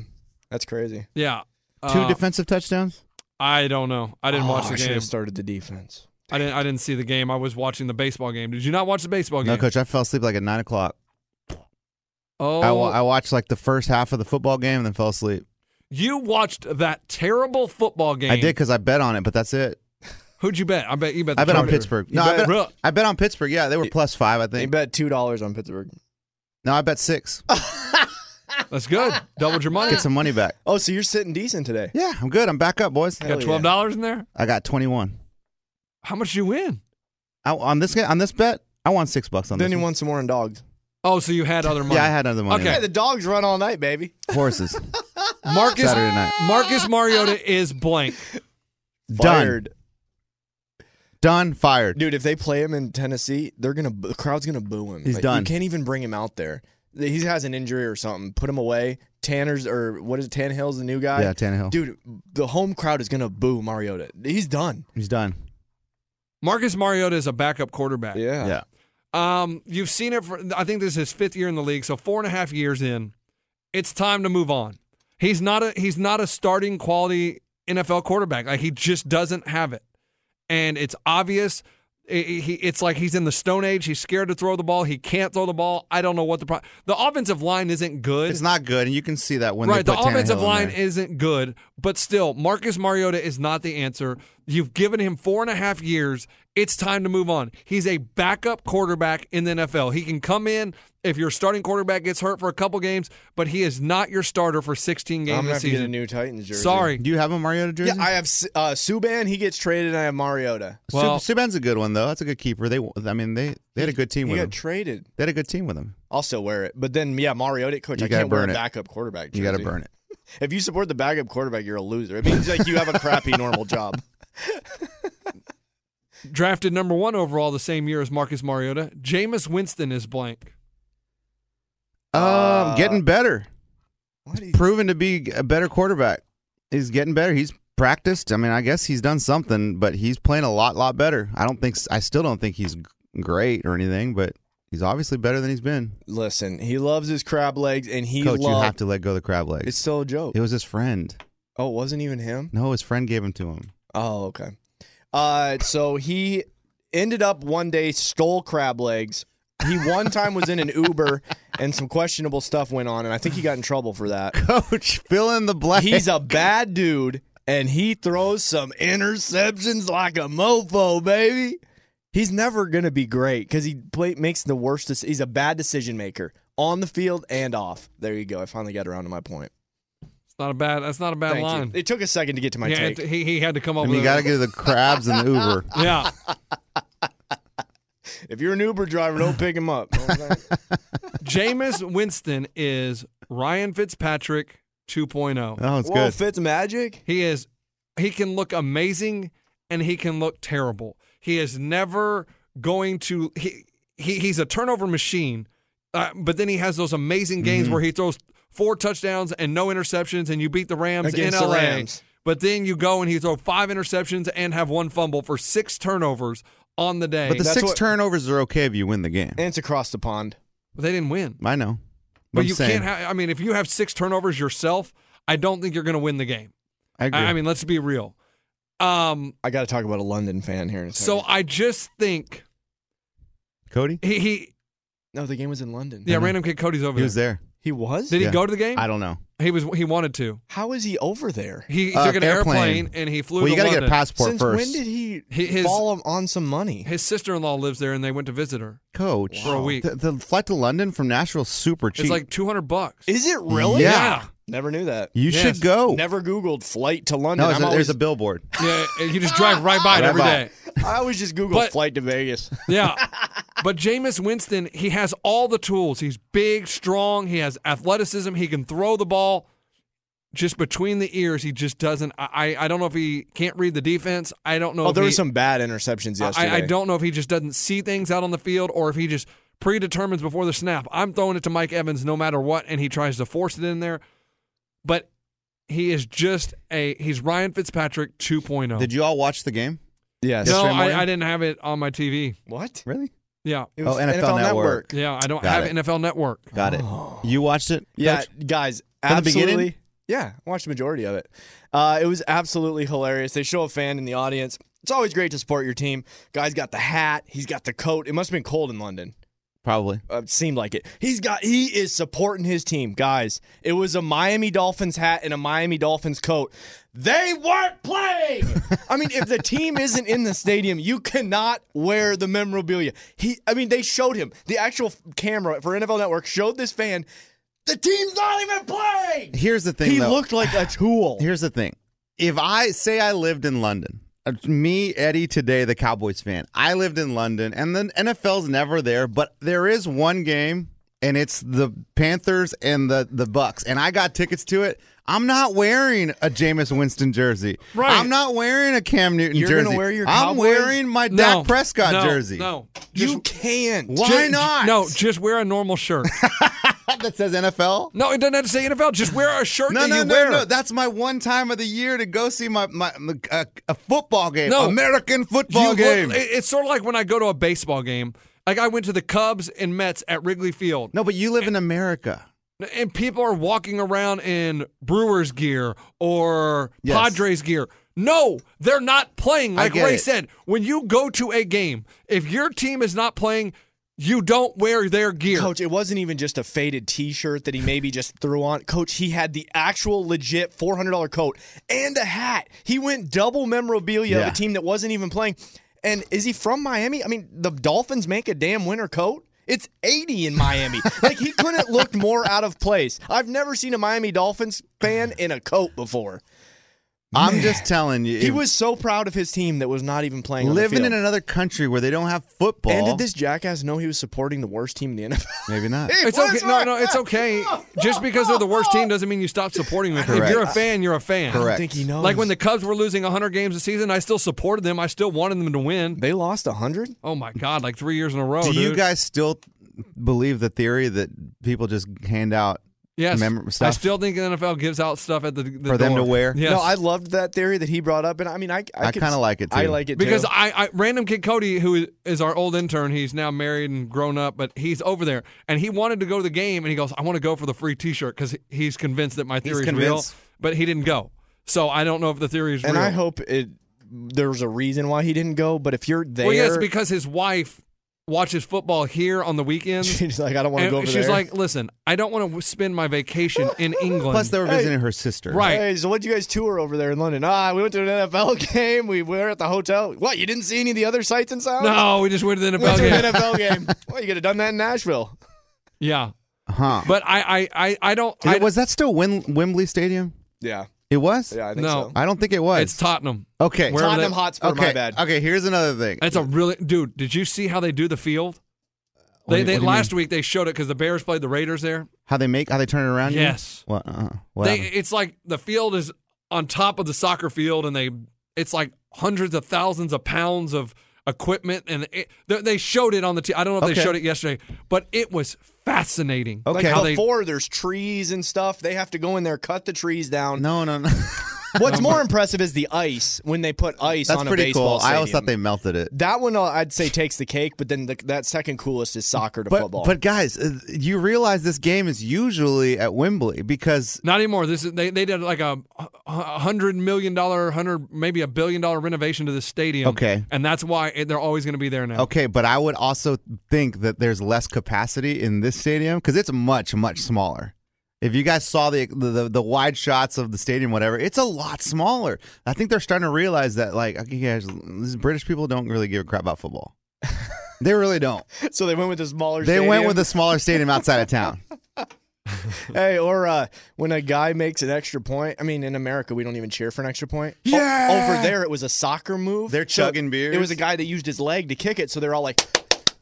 [SPEAKER 10] that's crazy.
[SPEAKER 9] Yeah.
[SPEAKER 8] Two
[SPEAKER 9] Uh,
[SPEAKER 8] defensive touchdowns.
[SPEAKER 9] I don't know. I didn't
[SPEAKER 10] Oh,
[SPEAKER 9] watch
[SPEAKER 10] I
[SPEAKER 9] the
[SPEAKER 10] should
[SPEAKER 9] game.
[SPEAKER 10] have started the defense.
[SPEAKER 9] I didn't I didn't see the game. I was watching the baseball game. Did you not watch the baseball game?
[SPEAKER 8] No, coach. I fell asleep like at nine o'clock.
[SPEAKER 9] Oh,
[SPEAKER 8] I, wa- I watched like the first half of the football game and then fell asleep.
[SPEAKER 9] you watched that terrible football game.
[SPEAKER 8] I did because I bet on it, but that's it.
[SPEAKER 9] Who'd you bet? I bet you bet the
[SPEAKER 8] I bet on
[SPEAKER 9] Chargers.
[SPEAKER 8] Pittsburgh.
[SPEAKER 9] You
[SPEAKER 8] No, I
[SPEAKER 9] bet-
[SPEAKER 8] bet, I bet on Pittsburgh. Yeah, they were plus five, I
[SPEAKER 10] They
[SPEAKER 8] think.
[SPEAKER 10] bet two dollars on Pittsburgh.
[SPEAKER 8] No, I bet six.
[SPEAKER 9] That's good. Doubled your money.
[SPEAKER 8] Get some money back.
[SPEAKER 10] Oh, so you're sitting decent today.
[SPEAKER 8] Yeah, I'm good. I'm back up, boys.
[SPEAKER 9] Got twelve dollars in there.
[SPEAKER 8] I got twenty one.
[SPEAKER 9] How much you win?
[SPEAKER 8] I, on this ga- on this bet, I won six bucks on
[SPEAKER 10] Then
[SPEAKER 8] this.
[SPEAKER 10] you
[SPEAKER 8] one.
[SPEAKER 10] won some more on dogs.
[SPEAKER 9] Oh, so you had other money?
[SPEAKER 8] Yeah, I had other money.
[SPEAKER 9] Okay.
[SPEAKER 10] Yeah, the dogs run all night, baby.
[SPEAKER 8] Horses.
[SPEAKER 9] Marcus
[SPEAKER 8] Saturday night.
[SPEAKER 9] Marcus Mariota is blank.
[SPEAKER 10] Fired.
[SPEAKER 8] Done. Fired.
[SPEAKER 10] Dude, if they play him in Tennessee, they're gonna the crowd's gonna boo him.
[SPEAKER 8] He's
[SPEAKER 10] Like, You
[SPEAKER 8] done.
[SPEAKER 10] can't even bring him out there. He has an injury or something. Put him away. Tanner's or what is it? Tannehill's the new guy.
[SPEAKER 8] Yeah, Tannehill.
[SPEAKER 10] Dude, the home crowd is gonna boo Mariota. He's done.
[SPEAKER 8] He's done.
[SPEAKER 9] Marcus Mariota is a backup quarterback.
[SPEAKER 10] Yeah.
[SPEAKER 8] Yeah.
[SPEAKER 9] Um, you've seen it for I think this is his fifth year in the league, so four and a half years in. It's time to move on. He's not a he's not a starting quality NFL quarterback. Like he just doesn't have it. And it's obvious He- he- it's like he's in the Stone Age. He's scared to throw the ball. He can't throw the ball. I don't know what the pro- the offensive line isn't good.
[SPEAKER 8] It's not good, and you can see that when
[SPEAKER 9] right,
[SPEAKER 8] They
[SPEAKER 9] the
[SPEAKER 8] put
[SPEAKER 9] offensive
[SPEAKER 8] Tannehill in
[SPEAKER 9] line
[SPEAKER 8] there.
[SPEAKER 9] isn't good, but still, Marcus Mariota is not the answer. You've given him four and a half years. It's time to move on. He's a backup quarterback in the NFL. He can come in if your starting quarterback gets hurt for a couple games, but he is not your starter for 16 games
[SPEAKER 10] I'm gonna
[SPEAKER 9] this
[SPEAKER 10] have to get
[SPEAKER 9] season.
[SPEAKER 10] a new Titans jersey.
[SPEAKER 9] Sorry.
[SPEAKER 8] Do you have a Mariota jersey?
[SPEAKER 10] Yeah, I have S- uh, Subban. He gets traded, and I have Mariota.
[SPEAKER 8] Sub- Subban's a good one though. That's a good keeper. They, I mean, they they had a good team
[SPEAKER 10] he
[SPEAKER 8] with
[SPEAKER 10] got
[SPEAKER 8] him.
[SPEAKER 10] traded.
[SPEAKER 8] They had a good team with him.
[SPEAKER 10] I'll still wear it. But then, yeah, Mariota, coach,
[SPEAKER 8] You
[SPEAKER 10] I
[SPEAKER 8] gotta
[SPEAKER 10] can't wear
[SPEAKER 8] burn
[SPEAKER 10] a
[SPEAKER 8] it.
[SPEAKER 10] backup quarterback.
[SPEAKER 8] You got to
[SPEAKER 10] jersey.
[SPEAKER 8] burn it.
[SPEAKER 10] If you support the backup quarterback, you're a loser. It means like you have a crappy normal job.
[SPEAKER 9] Drafted number one overall the same year as Marcus Mariota. Jameis Winston is blank.
[SPEAKER 8] Um,
[SPEAKER 9] Uh,
[SPEAKER 8] getting better.
[SPEAKER 10] What
[SPEAKER 8] He's proven to be a better quarterback. He's getting better. He's practiced. I mean, I guess he's done something, but he's playing a lot, lot better. I don't think. I still don't think he's g- great or anything, but he's obviously better than he's been.
[SPEAKER 10] Listen, he loves his crab legs, and he
[SPEAKER 8] Coach,
[SPEAKER 10] loved.
[SPEAKER 8] you have to let go of the crab legs.
[SPEAKER 10] It's still a joke.
[SPEAKER 8] It was his friend.
[SPEAKER 10] oh, it wasn't even him.
[SPEAKER 8] No, his friend gave him to him.
[SPEAKER 10] Oh, okay. Uh, so he ended up one day stole crab legs. He one time was in an Uber, and some questionable stuff went on, and I think he got in trouble for that.
[SPEAKER 8] Coach, fill in the blank.
[SPEAKER 10] He's a bad dude, and he throws some interceptions like a mofo, baby. He's never gonna be great because he play, makes the worst. dec- He's a bad decision maker on the field and off. There you go. I finally got around to my point.
[SPEAKER 9] It's not a bad. That's not a bad
[SPEAKER 10] Thank you.
[SPEAKER 9] line.
[SPEAKER 10] It took a second to get to my
[SPEAKER 9] Yeah,
[SPEAKER 10] take.
[SPEAKER 9] it- he, he had to come
[SPEAKER 8] I
[SPEAKER 9] up
[SPEAKER 8] mean, you
[SPEAKER 9] with a-
[SPEAKER 8] got to give the crabs and the Uber.
[SPEAKER 9] Yeah.
[SPEAKER 10] If you're an Uber driver, don't pick him up.
[SPEAKER 9] Jameis Winston is Ryan Fitzpatrick 2.0.
[SPEAKER 8] Oh, it's
[SPEAKER 10] Whoa, good. Fitz magic.
[SPEAKER 9] He is. He can look amazing, and he can look terrible. He is never going to. He, he he's a turnover machine, uh, but then he has those amazing games
[SPEAKER 8] Mm-hmm.
[SPEAKER 10] Mhm.
[SPEAKER 9] where he throws four touchdowns and no interceptions, and you beat the Rams
[SPEAKER 10] Against
[SPEAKER 9] in
[SPEAKER 10] the
[SPEAKER 9] LA.
[SPEAKER 10] Rams.
[SPEAKER 9] But then you go and he throw five interceptions and have one fumble for six turnovers on the day.
[SPEAKER 8] But the
[SPEAKER 9] That's
[SPEAKER 8] six
[SPEAKER 9] what-
[SPEAKER 8] turnovers are okay if you win the game.
[SPEAKER 10] And it's across the pond.
[SPEAKER 9] But they didn't win.
[SPEAKER 8] I know.
[SPEAKER 9] But
[SPEAKER 8] I'm
[SPEAKER 9] you
[SPEAKER 8] saying,
[SPEAKER 9] can't have. I mean, if you have six turnovers yourself, I don't think you're going to win the game.
[SPEAKER 8] I agree.
[SPEAKER 9] I mean, let's be real. Um,
[SPEAKER 10] I got to talk about a London fan here in a second.
[SPEAKER 9] so I just think
[SPEAKER 8] Cody?
[SPEAKER 9] he, he
[SPEAKER 10] no, the game was in London.
[SPEAKER 9] yeah, random kid Cody's over
[SPEAKER 8] He
[SPEAKER 9] there.
[SPEAKER 8] was there.
[SPEAKER 10] He was.
[SPEAKER 9] Did
[SPEAKER 8] Yeah.
[SPEAKER 9] he go to the game?
[SPEAKER 8] I don't know.
[SPEAKER 9] He was. He wanted to.
[SPEAKER 10] How is he over there?
[SPEAKER 9] He, he
[SPEAKER 8] Uh,
[SPEAKER 9] took an
[SPEAKER 8] airplane.
[SPEAKER 9] airplane. and he flew.
[SPEAKER 8] Well, you
[SPEAKER 9] got
[SPEAKER 8] gotta
[SPEAKER 9] to
[SPEAKER 8] get a passport
[SPEAKER 10] Since
[SPEAKER 8] first.
[SPEAKER 10] when did he,
[SPEAKER 9] He- his-
[SPEAKER 10] fall on- on some money?
[SPEAKER 9] His sister-in-law lives there, and they went to visit her.
[SPEAKER 8] Coach
[SPEAKER 9] For a week.
[SPEAKER 8] The, the flight to London from Nashville is super cheap.
[SPEAKER 9] It's like two hundred bucks.
[SPEAKER 10] Is it really?
[SPEAKER 8] Yeah.
[SPEAKER 10] Never knew that.
[SPEAKER 8] you
[SPEAKER 9] Yes.
[SPEAKER 8] should go.
[SPEAKER 10] Never Googled flight to London.
[SPEAKER 8] no, it's
[SPEAKER 10] I'm
[SPEAKER 8] a,
[SPEAKER 10] always,
[SPEAKER 8] there's a billboard.
[SPEAKER 9] Yeah, and you just drive right by it
[SPEAKER 8] Right
[SPEAKER 9] every
[SPEAKER 8] by
[SPEAKER 9] day.
[SPEAKER 8] it.
[SPEAKER 10] I always just Google
[SPEAKER 9] But-
[SPEAKER 10] flight to Vegas.
[SPEAKER 9] Yeah. But Jameis Winston, he has all the tools. He's big, strong. He has athleticism. He can throw the ball just between the ears. He just doesn't. I, I I don't know if he can't read the defense. I don't know.
[SPEAKER 10] Oh,
[SPEAKER 9] if
[SPEAKER 10] there
[SPEAKER 9] he,
[SPEAKER 10] were some bad interceptions yesterday.
[SPEAKER 9] I, I don't know if he just doesn't see things out on the field or if he just predetermines before the snap. I'm throwing it to Mike Evans no matter what, and he tries to force it in there. But he is just a he's Ryan Fitzpatrick 2.0.
[SPEAKER 8] Did you all watch the game?
[SPEAKER 10] Yes.
[SPEAKER 9] no,
[SPEAKER 8] yesterday morning?
[SPEAKER 9] I, I didn't have it on my TV.
[SPEAKER 10] What?
[SPEAKER 8] Really?
[SPEAKER 9] Yeah.
[SPEAKER 10] It
[SPEAKER 8] Oh, NFL Network.
[SPEAKER 9] Yeah, I don't
[SPEAKER 8] Got
[SPEAKER 9] have
[SPEAKER 8] it.
[SPEAKER 9] NFL Network.
[SPEAKER 8] Got it. You watched it?
[SPEAKER 10] Yeah,
[SPEAKER 8] Coach?
[SPEAKER 10] guys,
[SPEAKER 8] From the beginning?
[SPEAKER 10] absolutely. Yeah, I watched the majority of it. Uh, it was absolutely hilarious. They show a fan in the audience. It's always great to support your team. Guy's got the hat. He's got the coat. It must have been cold in London.
[SPEAKER 8] Probably.
[SPEAKER 10] Uh, it seemed like it. He's got. He is supporting his team, guys. It was a Miami Dolphins hat and a Miami Dolphins coat. They weren't playing. I mean, if the team isn't in the stadium, you cannot wear the memorabilia. He. I mean, they showed him the actual f- camera for NFL Network showed this fan. The team's not even playing.
[SPEAKER 8] Here's the thing.
[SPEAKER 10] he
[SPEAKER 8] though.
[SPEAKER 10] looked like a tool.
[SPEAKER 8] Here's the thing. If I say I lived in London, uh, me, Eddie, today, the Cowboys fan, I lived in London, and the NFL's never there, but there is one game, and it's the Panthers and the, the Bucks, and I got tickets to it. I'm not wearing a Jameis Winston jersey.
[SPEAKER 9] Right.
[SPEAKER 8] I'm not wearing a Cam Newton
[SPEAKER 10] You're
[SPEAKER 8] jersey.
[SPEAKER 10] gonna wear your
[SPEAKER 8] I'm
[SPEAKER 10] Cowboys?
[SPEAKER 8] wearing my
[SPEAKER 9] No,
[SPEAKER 8] Dak Prescott
[SPEAKER 9] no,
[SPEAKER 8] jersey.
[SPEAKER 9] No.
[SPEAKER 10] you can't.
[SPEAKER 8] Why
[SPEAKER 9] Ju-
[SPEAKER 8] not?
[SPEAKER 9] No, just wear a normal shirt.
[SPEAKER 8] that says NFL.
[SPEAKER 9] no, it doesn't have to say NFL. Just wear a shirt
[SPEAKER 8] No,
[SPEAKER 9] that
[SPEAKER 8] no,
[SPEAKER 9] you
[SPEAKER 8] no,
[SPEAKER 9] wear.
[SPEAKER 8] no. That's my one time of the year to go see my my, my a, a football game,
[SPEAKER 9] No.
[SPEAKER 8] American
[SPEAKER 9] You
[SPEAKER 8] football
[SPEAKER 9] look-
[SPEAKER 8] game.
[SPEAKER 9] it- it's sort of like when I go to a baseball game. Like I went to the Cubs and Mets at Wrigley Field,
[SPEAKER 8] no, but you live in America.
[SPEAKER 9] and people are walking around in Brewers gear or
[SPEAKER 8] Yes.
[SPEAKER 9] Padres gear. No, they're not playing. Like
[SPEAKER 8] get
[SPEAKER 9] Ray
[SPEAKER 8] it.
[SPEAKER 9] said, when you go to a game, if your team is not playing, you don't wear their gear.
[SPEAKER 10] Coach, it wasn't even just a faded T-shirt that he maybe just threw on. Coach, he had the actual legit four hundred dollar coat and a hat. He went double memorabilia
[SPEAKER 8] Yeah.
[SPEAKER 10] of a team that wasn't even playing. And is he from Miami? I mean, the Dolphins make a damn winter coat. It's eighty in Miami. like he couldn't look more out of place. I've never seen a Miami Dolphins fan in a coat before.
[SPEAKER 8] I'm just telling you.
[SPEAKER 10] He was so proud of his team that was not even playing. on the
[SPEAKER 8] living
[SPEAKER 10] field.
[SPEAKER 8] in another country where they don't have football.
[SPEAKER 10] And did this jackass know he was supporting the worst team in the NFL?
[SPEAKER 8] Maybe not.
[SPEAKER 9] It's okay. No, no, it's okay. Just because they're the worst team doesn't mean you stop supporting them. If you're a
[SPEAKER 10] Correct.
[SPEAKER 9] fan, you're a fan.
[SPEAKER 10] I don't Correct. think he knows.
[SPEAKER 9] Like when the Cubs were losing 100 games a season, I still supported them. I still wanted them to win.
[SPEAKER 10] They lost 100?
[SPEAKER 9] Oh my god, like 3 years in a row,
[SPEAKER 8] Do you
[SPEAKER 9] Oh, dude.
[SPEAKER 8] guys still believe the theory that people just hand out
[SPEAKER 9] Yes.
[SPEAKER 8] mem-
[SPEAKER 9] I
[SPEAKER 8] stuff?
[SPEAKER 9] still think the NFL gives out stuff at the, the
[SPEAKER 8] For them to
[SPEAKER 9] door.
[SPEAKER 8] wear?
[SPEAKER 9] Yes.
[SPEAKER 10] No, I loved that theory that he brought up, and I mean, I I,
[SPEAKER 8] I
[SPEAKER 10] could-
[SPEAKER 8] kinda like it,
[SPEAKER 10] I
[SPEAKER 8] too.
[SPEAKER 10] like it
[SPEAKER 9] because
[SPEAKER 10] too.
[SPEAKER 9] I, I random kid Cody, who is our old intern, he's now married and grown up, but he's over there, and he wanted to go to the game, and he goes, "I want to go for the free T-shirt" because he's convinced that my theory is real,
[SPEAKER 10] convinced.
[SPEAKER 9] but he didn't go, so I don't know if the theory is
[SPEAKER 10] and
[SPEAKER 9] real.
[SPEAKER 10] I hope it there was a reason why he didn't go. But if you're there,
[SPEAKER 9] Well, yes, because his wife watches football here on the weekends.
[SPEAKER 10] She's like, I don't wanna
[SPEAKER 9] And
[SPEAKER 10] go over
[SPEAKER 9] She's
[SPEAKER 10] there.
[SPEAKER 9] like, listen, I don't want to spend my vacation in England.
[SPEAKER 8] Plus, they were visiting her sister.
[SPEAKER 9] Right.
[SPEAKER 10] Hey, so what'd you guys tour over there in London? Ah, we went to an NFL game. We were at the hotel. What? You didn't see any of the other sights and sounds?
[SPEAKER 9] No, we just went to the NFL
[SPEAKER 10] Went to
[SPEAKER 9] game.
[SPEAKER 10] an NFL game. Well, you could have done that in Nashville.
[SPEAKER 9] Yeah,
[SPEAKER 8] Huh.
[SPEAKER 9] but I, I, I, I don't.
[SPEAKER 8] Did
[SPEAKER 9] I,
[SPEAKER 8] it- was that still Wim, Wembley Stadium?
[SPEAKER 10] Yeah.
[SPEAKER 8] It was?
[SPEAKER 10] Yeah, I think
[SPEAKER 9] No. so.
[SPEAKER 8] I don't think it was.
[SPEAKER 9] It's Tottenham.
[SPEAKER 8] Okay.
[SPEAKER 9] Wherever
[SPEAKER 10] Tottenham
[SPEAKER 9] they-
[SPEAKER 10] Hotspur,
[SPEAKER 8] okay.
[SPEAKER 10] my bad.
[SPEAKER 8] Okay, here's another thing.
[SPEAKER 9] That's a really dude. Did you see how they do the field?
[SPEAKER 8] What
[SPEAKER 9] They,
[SPEAKER 8] do you-
[SPEAKER 9] they
[SPEAKER 8] what do you
[SPEAKER 9] last week they showed it because the Bears played the Raiders there.
[SPEAKER 8] How they make, how they turn it around? you mean?
[SPEAKER 9] Yes.
[SPEAKER 8] What? Uh, what
[SPEAKER 9] They,
[SPEAKER 8] happened?
[SPEAKER 9] it's like the field is on top of the soccer field, and they it's like hundreds of thousands of pounds of equipment, and it, they, they showed it on the. T- I don't know if they
[SPEAKER 10] Okay.
[SPEAKER 9] showed it yesterday, but it was fascinating.
[SPEAKER 10] Like
[SPEAKER 9] how they-
[SPEAKER 10] before, there's trees and stuff. They have to go in there, cut the trees down.
[SPEAKER 8] no, no, no.
[SPEAKER 10] What's more impressive is the ice when they put ice
[SPEAKER 8] That's
[SPEAKER 10] on a
[SPEAKER 8] pretty
[SPEAKER 10] baseball
[SPEAKER 8] cool. I always
[SPEAKER 10] stadium.
[SPEAKER 8] thought they melted it.
[SPEAKER 10] That one uh, I'd say takes the cake, but then the, that second coolest is soccer to
[SPEAKER 8] But,
[SPEAKER 10] football.
[SPEAKER 8] but guys, uh, you realize this game is usually at Wembley because
[SPEAKER 9] not anymore. This is they, they did like a h- h- hundred million dollar, hundred maybe a billion dollar renovation to the stadium.
[SPEAKER 8] Okay.
[SPEAKER 9] and that's why it, they're always going to be there now.
[SPEAKER 8] Okay, but I would also think that there's less capacity in this stadium because it's much much smaller. If you guys saw the, the the wide shots of the stadium, whatever, it's a lot smaller. I think they're starting to realize that, like, okay, guys, these British people don't really give a crap about football. they really don't.
[SPEAKER 10] so they went with the smaller.
[SPEAKER 8] They went
[SPEAKER 10] stadium.
[SPEAKER 8] with a smaller stadium outside of town.
[SPEAKER 10] hey, or uh, when a guy makes an extra point. I mean, in America, we don't even cheer for an extra point. O-
[SPEAKER 8] Yeah.
[SPEAKER 10] over there, it was a soccer move.
[SPEAKER 8] They're
[SPEAKER 10] So
[SPEAKER 8] chugging beers.
[SPEAKER 10] It was a guy that used his leg to kick it, so they're all like,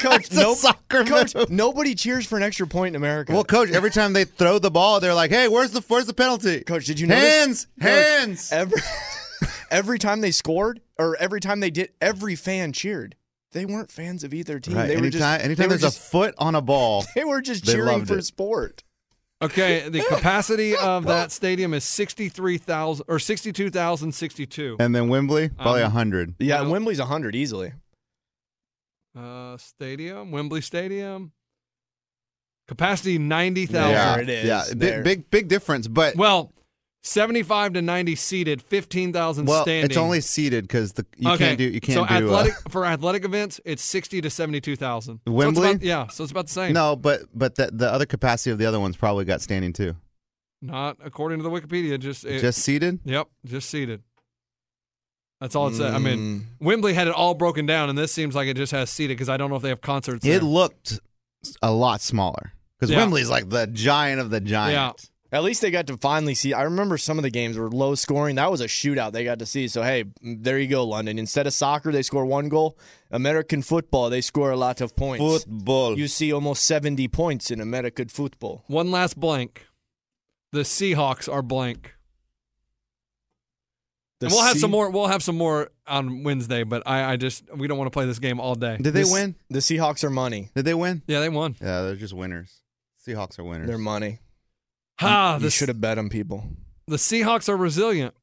[SPEAKER 10] "Coach,
[SPEAKER 8] a
[SPEAKER 10] no
[SPEAKER 8] soccer
[SPEAKER 10] coach,
[SPEAKER 8] move.
[SPEAKER 10] nobody cheers for an extra point in America."
[SPEAKER 8] Well, coach, every time they throw the ball, Oh, they're like, "Hey, where's the where's the penalty?"
[SPEAKER 10] Coach, did you notice?
[SPEAKER 8] hands,
[SPEAKER 10] Coach,
[SPEAKER 8] hands?
[SPEAKER 10] Every every time they scored, or every time they did, every fan cheered. They weren't fans of either team.
[SPEAKER 8] Right,
[SPEAKER 10] They were
[SPEAKER 8] anytime,
[SPEAKER 10] just they
[SPEAKER 8] anytime
[SPEAKER 10] were
[SPEAKER 8] there's
[SPEAKER 10] just,
[SPEAKER 8] a foot on a ball,
[SPEAKER 10] They were just
[SPEAKER 8] They
[SPEAKER 10] cheering
[SPEAKER 8] loved
[SPEAKER 10] for
[SPEAKER 8] it.
[SPEAKER 10] sport.
[SPEAKER 9] Okay, the capacity of that stadium is 63,000 or 62,062.
[SPEAKER 8] and then Wembley, probably a
[SPEAKER 9] Um,
[SPEAKER 8] hundred.
[SPEAKER 10] Yeah, and Wembley's 100 easily.
[SPEAKER 9] Uh, stadium, Wembley Stadium. Capacity 90,000.
[SPEAKER 8] Yeah,
[SPEAKER 10] There it is,
[SPEAKER 8] Yeah,
[SPEAKER 10] there.
[SPEAKER 8] big, big, big difference. But well,
[SPEAKER 9] Well, 75 to 90 seated, 15,000 standing.
[SPEAKER 8] it's only seated because the you
[SPEAKER 9] okay.
[SPEAKER 8] can't do you can't
[SPEAKER 9] so
[SPEAKER 8] do uh,
[SPEAKER 9] athletic for athletic events, it's 60 to 72,000. So it's
[SPEAKER 8] Wembley?
[SPEAKER 9] about- yeah, so it's about the same.
[SPEAKER 8] no, but but the, the other capacity of the other ones probably got standing too.
[SPEAKER 9] Not according to the Wikipedia, just it,
[SPEAKER 8] Just seated.
[SPEAKER 9] Yep, just seated. That's all it said. I
[SPEAKER 8] Mm.
[SPEAKER 9] mean, Wembley had it all broken down, and this seems like it just has seated because I don't know if they have concerts.
[SPEAKER 8] It
[SPEAKER 9] there.
[SPEAKER 8] looked a lot smaller because
[SPEAKER 9] Yeah.
[SPEAKER 8] Wembley's like the giant of the giant.
[SPEAKER 10] At least they got to finally see. I remember some of the games were low scoring. That was a shootout they got to see. So, hey, there you go, London. Instead of soccer, they score one goal. American football, they score a lot of points.
[SPEAKER 8] Football.
[SPEAKER 10] You see almost 70 points in American football.
[SPEAKER 9] One last blank. The Seahawks are blank.
[SPEAKER 10] The
[SPEAKER 9] and we'll have
[SPEAKER 10] Se-
[SPEAKER 9] some more. We'll have some more on Wednesday, but I, I just we don't want to play this game all day.
[SPEAKER 8] Did they
[SPEAKER 10] The Se-
[SPEAKER 8] win?
[SPEAKER 10] The Seahawks are money.
[SPEAKER 8] Did they win?
[SPEAKER 9] Yeah, they won.
[SPEAKER 8] Yeah, they're just winners. Seahawks are winners.
[SPEAKER 10] They're money.
[SPEAKER 9] Ha!
[SPEAKER 10] you
[SPEAKER 9] The,
[SPEAKER 10] should have bet them, people.
[SPEAKER 9] the Seahawks are resilient.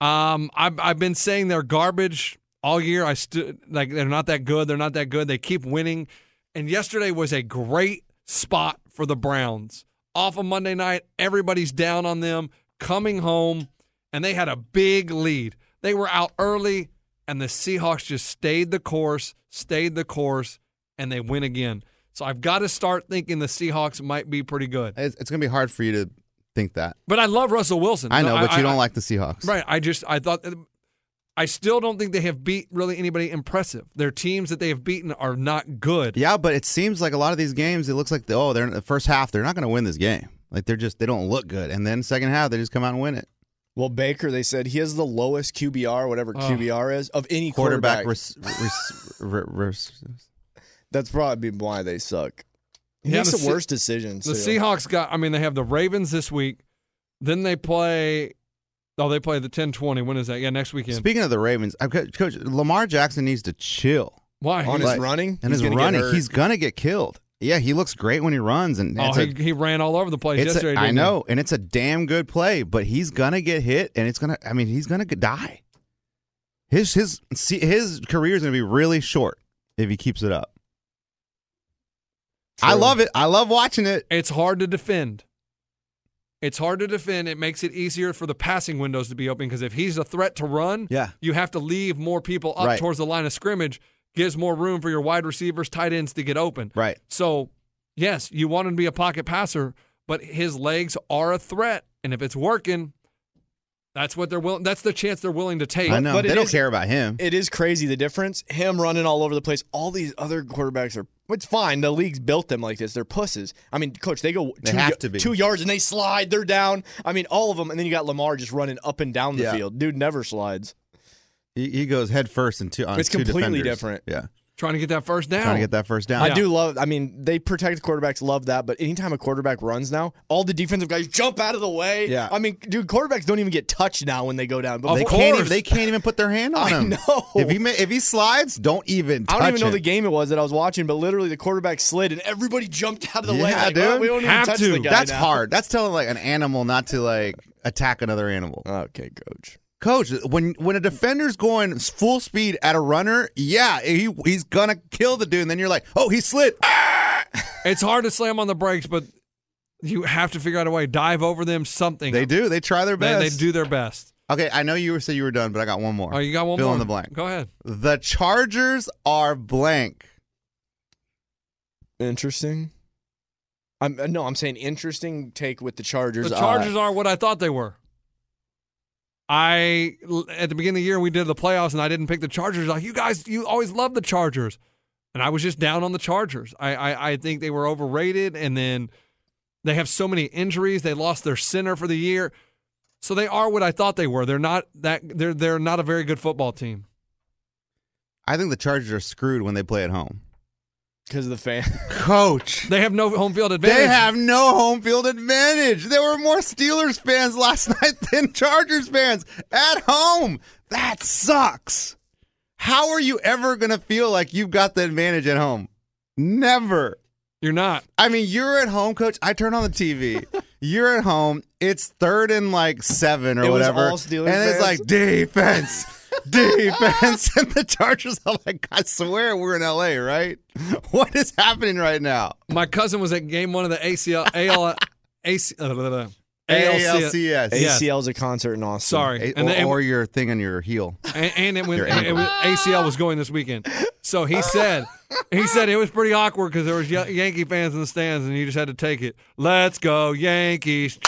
[SPEAKER 9] Um, I've I've been saying they're garbage all year. I stu- like they're not that good. They're not that good. They keep winning, and yesterday was a great spot for the Browns. Off of Monday night, everybody's down on them. Coming home and they had a big lead. They were out early, and the Seahawks just stayed the course, stayed the course, and they win again. So I've got to start thinking the Seahawks might be pretty good.
[SPEAKER 8] It's, going to be hard for you to think that.
[SPEAKER 9] But I love Russell Wilson.
[SPEAKER 8] I know,
[SPEAKER 9] No,
[SPEAKER 8] but you don't like the Seahawks.
[SPEAKER 9] Right. I just I thought I still don't think they have beat really anybody impressive. Their teams that they have beaten are not good.
[SPEAKER 8] Yeah, but it seems like a lot of these games, it looks like the, oh, they're in the first half, they're not going to win this game. Like they're just they don't look good, and then second half they just come out and win it.
[SPEAKER 10] Well, Baker, they said he has the lowest QBR, whatever
[SPEAKER 8] Oh.
[SPEAKER 10] QBR is, of any quarterback.
[SPEAKER 8] Quarterback, res, res, re- res-
[SPEAKER 10] That's probably why they suck. He
[SPEAKER 9] Yeah,
[SPEAKER 10] makes
[SPEAKER 9] the
[SPEAKER 10] the,
[SPEAKER 9] Se-
[SPEAKER 10] worst decisions.
[SPEAKER 9] The
[SPEAKER 10] too.
[SPEAKER 9] Seahawks got I mean they have the Ravens this week. Then they play Oh, they play the 10-20. When is that? Yeah, next weekend.
[SPEAKER 8] Speaking of the Ravens, I've got, Coach Lamar Jackson needs to chill.
[SPEAKER 9] Why? On his running?
[SPEAKER 8] And
[SPEAKER 9] He's
[SPEAKER 8] his
[SPEAKER 9] gonna get
[SPEAKER 8] running,
[SPEAKER 9] hurt.
[SPEAKER 8] he's gonna get killed. Yeah, he looks great when he runs, and
[SPEAKER 9] oh,
[SPEAKER 8] it's a-
[SPEAKER 9] he, he ran all over the place
[SPEAKER 8] it's a-
[SPEAKER 9] Oh, yesterday.
[SPEAKER 8] I
[SPEAKER 9] didn't he?
[SPEAKER 8] know, and it's a damn good play, but he's gonna get hit, and it's gonna. I mean, he's gonna g- die. His his see, his career is gonna be really short if he keeps it up. I love it. I love watching it.
[SPEAKER 9] It's hard to defend. It's hard to defend. It makes it easier for the passing windows to be open because if he's a threat to run,
[SPEAKER 8] Yeah.
[SPEAKER 9] you have to leave more people up
[SPEAKER 8] Right.
[SPEAKER 9] towards the line of scrimmage, gives more room for your wide receivers, tight ends to get open.
[SPEAKER 8] Right.
[SPEAKER 9] So, yes, you want him to be a pocket passer, but his legs are a threat, and if it's working, that's what they're willing. That's the chance they're willing to take.
[SPEAKER 10] But it is-
[SPEAKER 8] him.
[SPEAKER 10] It is crazy the difference. Him running all over the place. All these other quarterbacks are. It's fine. The league's built them like this. They're pusses. I mean, coach, they go
[SPEAKER 8] They
[SPEAKER 10] two,
[SPEAKER 8] have
[SPEAKER 10] ya-
[SPEAKER 8] to be.
[SPEAKER 10] two yards and they slide. They're down. I mean, all of them. And then you got Lamar just running up and down the
[SPEAKER 8] Yeah.
[SPEAKER 10] field. Dude never slides.
[SPEAKER 8] He, he goes head first and two on
[SPEAKER 10] It's
[SPEAKER 8] two defenders.
[SPEAKER 10] completely different.
[SPEAKER 8] Yeah,
[SPEAKER 9] Trying to get that first down.
[SPEAKER 8] trying to get that first down.
[SPEAKER 10] I do love. I mean, they protect quarterbacks. Love that. But anytime a quarterback runs now, all the defensive guys jump out of the way.
[SPEAKER 8] Yeah.
[SPEAKER 10] I mean, dude, quarterbacks don't even get touched now when they go down. But
[SPEAKER 8] they can't even they can't even put their hand on
[SPEAKER 10] I
[SPEAKER 8] him.
[SPEAKER 10] know.
[SPEAKER 8] If he ma- if he slides, don't even.
[SPEAKER 10] I
[SPEAKER 8] touch
[SPEAKER 10] don't even know
[SPEAKER 8] him.
[SPEAKER 10] the game it was that I was watching, but literally the quarterback slid and everybody jumped out of the way.
[SPEAKER 8] yeah,
[SPEAKER 10] like,
[SPEAKER 8] dude.
[SPEAKER 10] "Oh, we don't even touch the guy
[SPEAKER 8] That's
[SPEAKER 10] now."
[SPEAKER 8] hard. That's telling like an animal not to like attack another animal.
[SPEAKER 10] Okay, coach.
[SPEAKER 8] Coach, when when a defender's going full speed at a runner, yeah, he he's gonna kill the dude. And then you're like, oh, he slid.
[SPEAKER 9] It's hard to slam on the brakes, but you have to figure out a way. Dive over them, something.
[SPEAKER 8] They do. They try their
[SPEAKER 9] They,
[SPEAKER 8] best.
[SPEAKER 9] they do their best.
[SPEAKER 8] Okay, I know you were said you were done, but I got one more.
[SPEAKER 9] Oh, you got one
[SPEAKER 8] Fill
[SPEAKER 9] more.
[SPEAKER 8] in the blank.
[SPEAKER 9] Go ahead.
[SPEAKER 8] The Chargers are blank.
[SPEAKER 10] Interesting. I'm uh, no, I'm saying interesting take with the Chargers.
[SPEAKER 9] The Chargers
[SPEAKER 10] Uh,
[SPEAKER 9] are what I thought they were. I at the beginning of the year we did the playoffs and I didn't pick the Chargers. Like you guys, you always love the Chargers, and I was just down on the Chargers. I I, I think they were overrated, and then they have so many injuries. They lost their center for the year, so they are what I thought they were. They're not that they're they're not a very good football team.
[SPEAKER 8] I think the Chargers are screwed when they play at home.
[SPEAKER 10] Because of the fan.
[SPEAKER 8] Coach,
[SPEAKER 9] they have no home field advantage.
[SPEAKER 8] They have no home field advantage. There were more Steelers fans last night than Chargers fans at home. That sucks. How are you ever going to feel like you've got the advantage at home? Never.
[SPEAKER 9] You're not.
[SPEAKER 8] I mean, you're at home, coach. I turn on the TV. you're at home. It's third and like seven or
[SPEAKER 10] It was
[SPEAKER 8] whatever.
[SPEAKER 10] all Steelers
[SPEAKER 8] and
[SPEAKER 10] fans?
[SPEAKER 8] it's like defense. defense. And the Chargers are like, I swear we're in LA, right? What is happening right now?
[SPEAKER 9] My cousin was at game one of the ACL AL, AC, uh, blah, blah, blah.
[SPEAKER 8] ALCS.
[SPEAKER 9] Yes.
[SPEAKER 10] ACL is a concert in Austin.
[SPEAKER 9] Sorry.
[SPEAKER 8] A-
[SPEAKER 9] And
[SPEAKER 8] or,
[SPEAKER 9] they-
[SPEAKER 8] or your thing on your heel.
[SPEAKER 9] and, and it went.
[SPEAKER 8] Your
[SPEAKER 9] and it was, ACL was going this weekend, so he said, he said it was pretty awkward because there was Ya- Yankee fans in the stands, and you just had to take it. Let's go Yankees!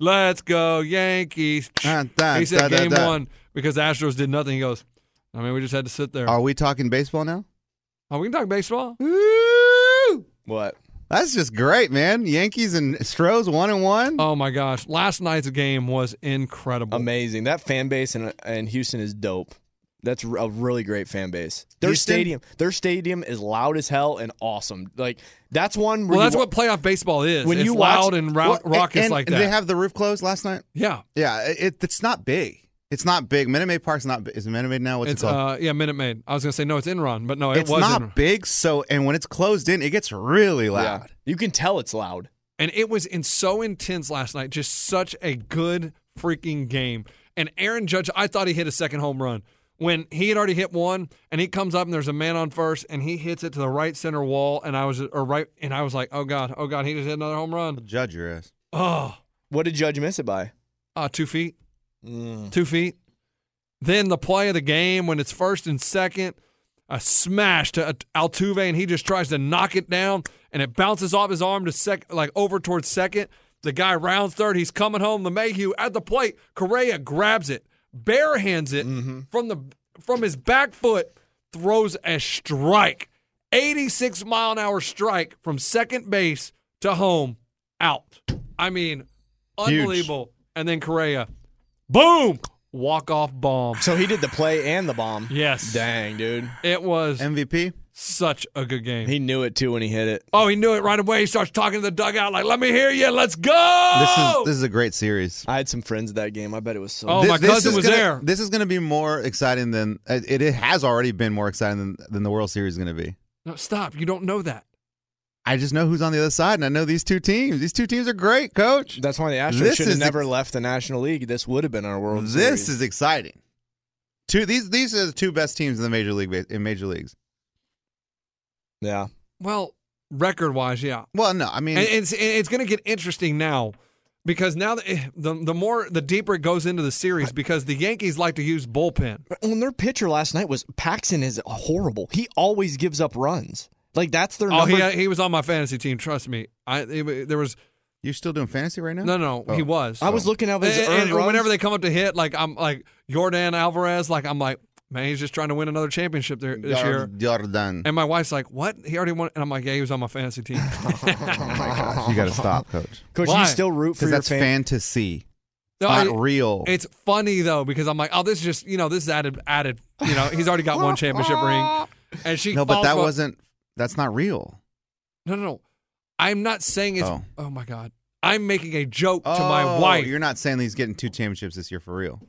[SPEAKER 9] Let's go Yankees!
[SPEAKER 8] Ah, da,
[SPEAKER 9] he said
[SPEAKER 8] da, da,
[SPEAKER 9] game
[SPEAKER 8] da.
[SPEAKER 9] one because the Astros did nothing. He goes, I mean, we just had to sit there.
[SPEAKER 8] Are we talking baseball now?
[SPEAKER 9] Oh, we can talk baseball.
[SPEAKER 10] What?
[SPEAKER 8] That's just great, man. Yankees and Stros one and one.
[SPEAKER 9] Oh my gosh! Last night's game was incredible.
[SPEAKER 10] Amazing. That fan base in, in Houston is dope. That's r- a really great fan base. Their
[SPEAKER 9] Houston?
[SPEAKER 10] stadium, their stadium is loud as hell and awesome. Like that's one.
[SPEAKER 9] Well,
[SPEAKER 10] Where you
[SPEAKER 9] that's
[SPEAKER 10] wa-
[SPEAKER 9] what playoff baseball is.
[SPEAKER 10] When
[SPEAKER 9] it's
[SPEAKER 10] you watch-
[SPEAKER 9] loud and rou-
[SPEAKER 10] Well, and-
[SPEAKER 9] raucous
[SPEAKER 8] and
[SPEAKER 9] like that.
[SPEAKER 8] They have the roof closed last night.
[SPEAKER 9] yeah.
[SPEAKER 8] Yeah, it, it's not big. It's not big. Minute Maid Park's not. bi- Is it Minute Maid now? What's
[SPEAKER 9] It's
[SPEAKER 8] it called?
[SPEAKER 9] uh yeah, Minute Maid. I was gonna say no, it's Enron, but no, it
[SPEAKER 8] it's
[SPEAKER 9] was
[SPEAKER 8] not
[SPEAKER 9] Enron.
[SPEAKER 8] big. So, and when it's closed in, it gets really loud.
[SPEAKER 10] You can tell it's loud.
[SPEAKER 9] And it was in so intense last night. Just such a good freaking game. And Aaron Judge, I thought he hit a second home run when he had already hit one, and he comes up and there's a man on first, and he hits it to the right center wall, and I was or right, and I was like, oh god, oh god, he just hit another home run.
[SPEAKER 8] Judge your ass.
[SPEAKER 9] Oh,
[SPEAKER 10] What did Judge miss it by?
[SPEAKER 9] Uh, two feet. Two feet. Then the play of the game when it's first and second, a smash to Altuve, and he just tries to knock it down, and it bounces off his arm to sec, like over towards second. The guy rounds third. He's coming home. The Mayhew at the plate. Correa grabs it, bare hands it from the from his back foot, throws a strike, 86 mile an hour strike from second base to home, out. I mean,
[SPEAKER 10] Huge.
[SPEAKER 9] unbelievable. And then Correa, boom, walk off bomb.
[SPEAKER 10] So he did the play and the bomb.
[SPEAKER 9] Yes.
[SPEAKER 10] Dang, dude.
[SPEAKER 9] It was
[SPEAKER 10] MVP.
[SPEAKER 9] Such a good game.
[SPEAKER 10] He knew it too when he hit it.
[SPEAKER 9] Oh, he knew it right away. He starts talking to the dugout like, "Let me hear you. Let's go."
[SPEAKER 8] This is this is a great series.
[SPEAKER 10] I had some friends at that game. I bet it was so.
[SPEAKER 9] Oh,
[SPEAKER 8] Thi-
[SPEAKER 9] my
[SPEAKER 8] this
[SPEAKER 9] cousin
[SPEAKER 8] is
[SPEAKER 9] was
[SPEAKER 8] gonna-
[SPEAKER 9] there.
[SPEAKER 8] This is going to be more exciting than it, it has already been more exciting than, than the World Series is going to be.
[SPEAKER 9] no, stop. You don't know that.
[SPEAKER 8] I just know who's on the other side, and I know these two teams. These two teams are great, Coach.
[SPEAKER 10] That's why the Astros
[SPEAKER 8] This
[SPEAKER 10] should have
[SPEAKER 8] is the-
[SPEAKER 10] never left the National League. This would have been our World Series.
[SPEAKER 8] This is exciting. Two these these are the two best teams in the major league in major leagues.
[SPEAKER 10] Yeah.
[SPEAKER 9] Well, record wise, yeah.
[SPEAKER 8] Well, no, I mean,
[SPEAKER 9] and it's and it's going to get interesting now because now the, eh, the the more the deeper it goes into the series because the Yankees like to use bullpen.
[SPEAKER 10] When their pitcher last night was Paxton is horrible. He always gives up runs. Like that's their
[SPEAKER 9] Oh,
[SPEAKER 10] number.
[SPEAKER 9] he, he was on my fantasy team. Trust me. I it, there was.
[SPEAKER 8] You still doing fantasy right now?
[SPEAKER 9] No, no,
[SPEAKER 8] Oh.
[SPEAKER 9] he was.
[SPEAKER 10] I was looking up his
[SPEAKER 9] And-
[SPEAKER 10] earned
[SPEAKER 9] and
[SPEAKER 10] runs.
[SPEAKER 9] whenever they come up to hit, like I'm like Jordan Alvarez, like I'm like man, he's just trying to win another championship there this year.
[SPEAKER 8] Jordan.
[SPEAKER 9] And my wife's like, "What? He already won?" And I'm like, "Yeah, he was on my fantasy team."
[SPEAKER 8] Ah, You got to stop, Coach.
[SPEAKER 10] Coach,
[SPEAKER 9] Why?
[SPEAKER 10] you still root for
[SPEAKER 8] Because
[SPEAKER 10] your
[SPEAKER 8] that's
[SPEAKER 10] fan-
[SPEAKER 8] fantasy. It's
[SPEAKER 9] No,
[SPEAKER 8] not
[SPEAKER 9] I-
[SPEAKER 8] real.
[SPEAKER 9] It's funny though because I'm like, oh, this is just you know this is added added. You know, he's already got one championship ring, and she
[SPEAKER 8] no, but
[SPEAKER 9] follows
[SPEAKER 8] that
[SPEAKER 9] up-
[SPEAKER 8] wasn't. That's not real.
[SPEAKER 9] no no no. I'm not saying it's. Oh,
[SPEAKER 8] Oh.
[SPEAKER 9] my god, I'm making a joke to
[SPEAKER 8] Oh,
[SPEAKER 9] my wife.
[SPEAKER 8] You're not saying that he's getting two championships this year for real.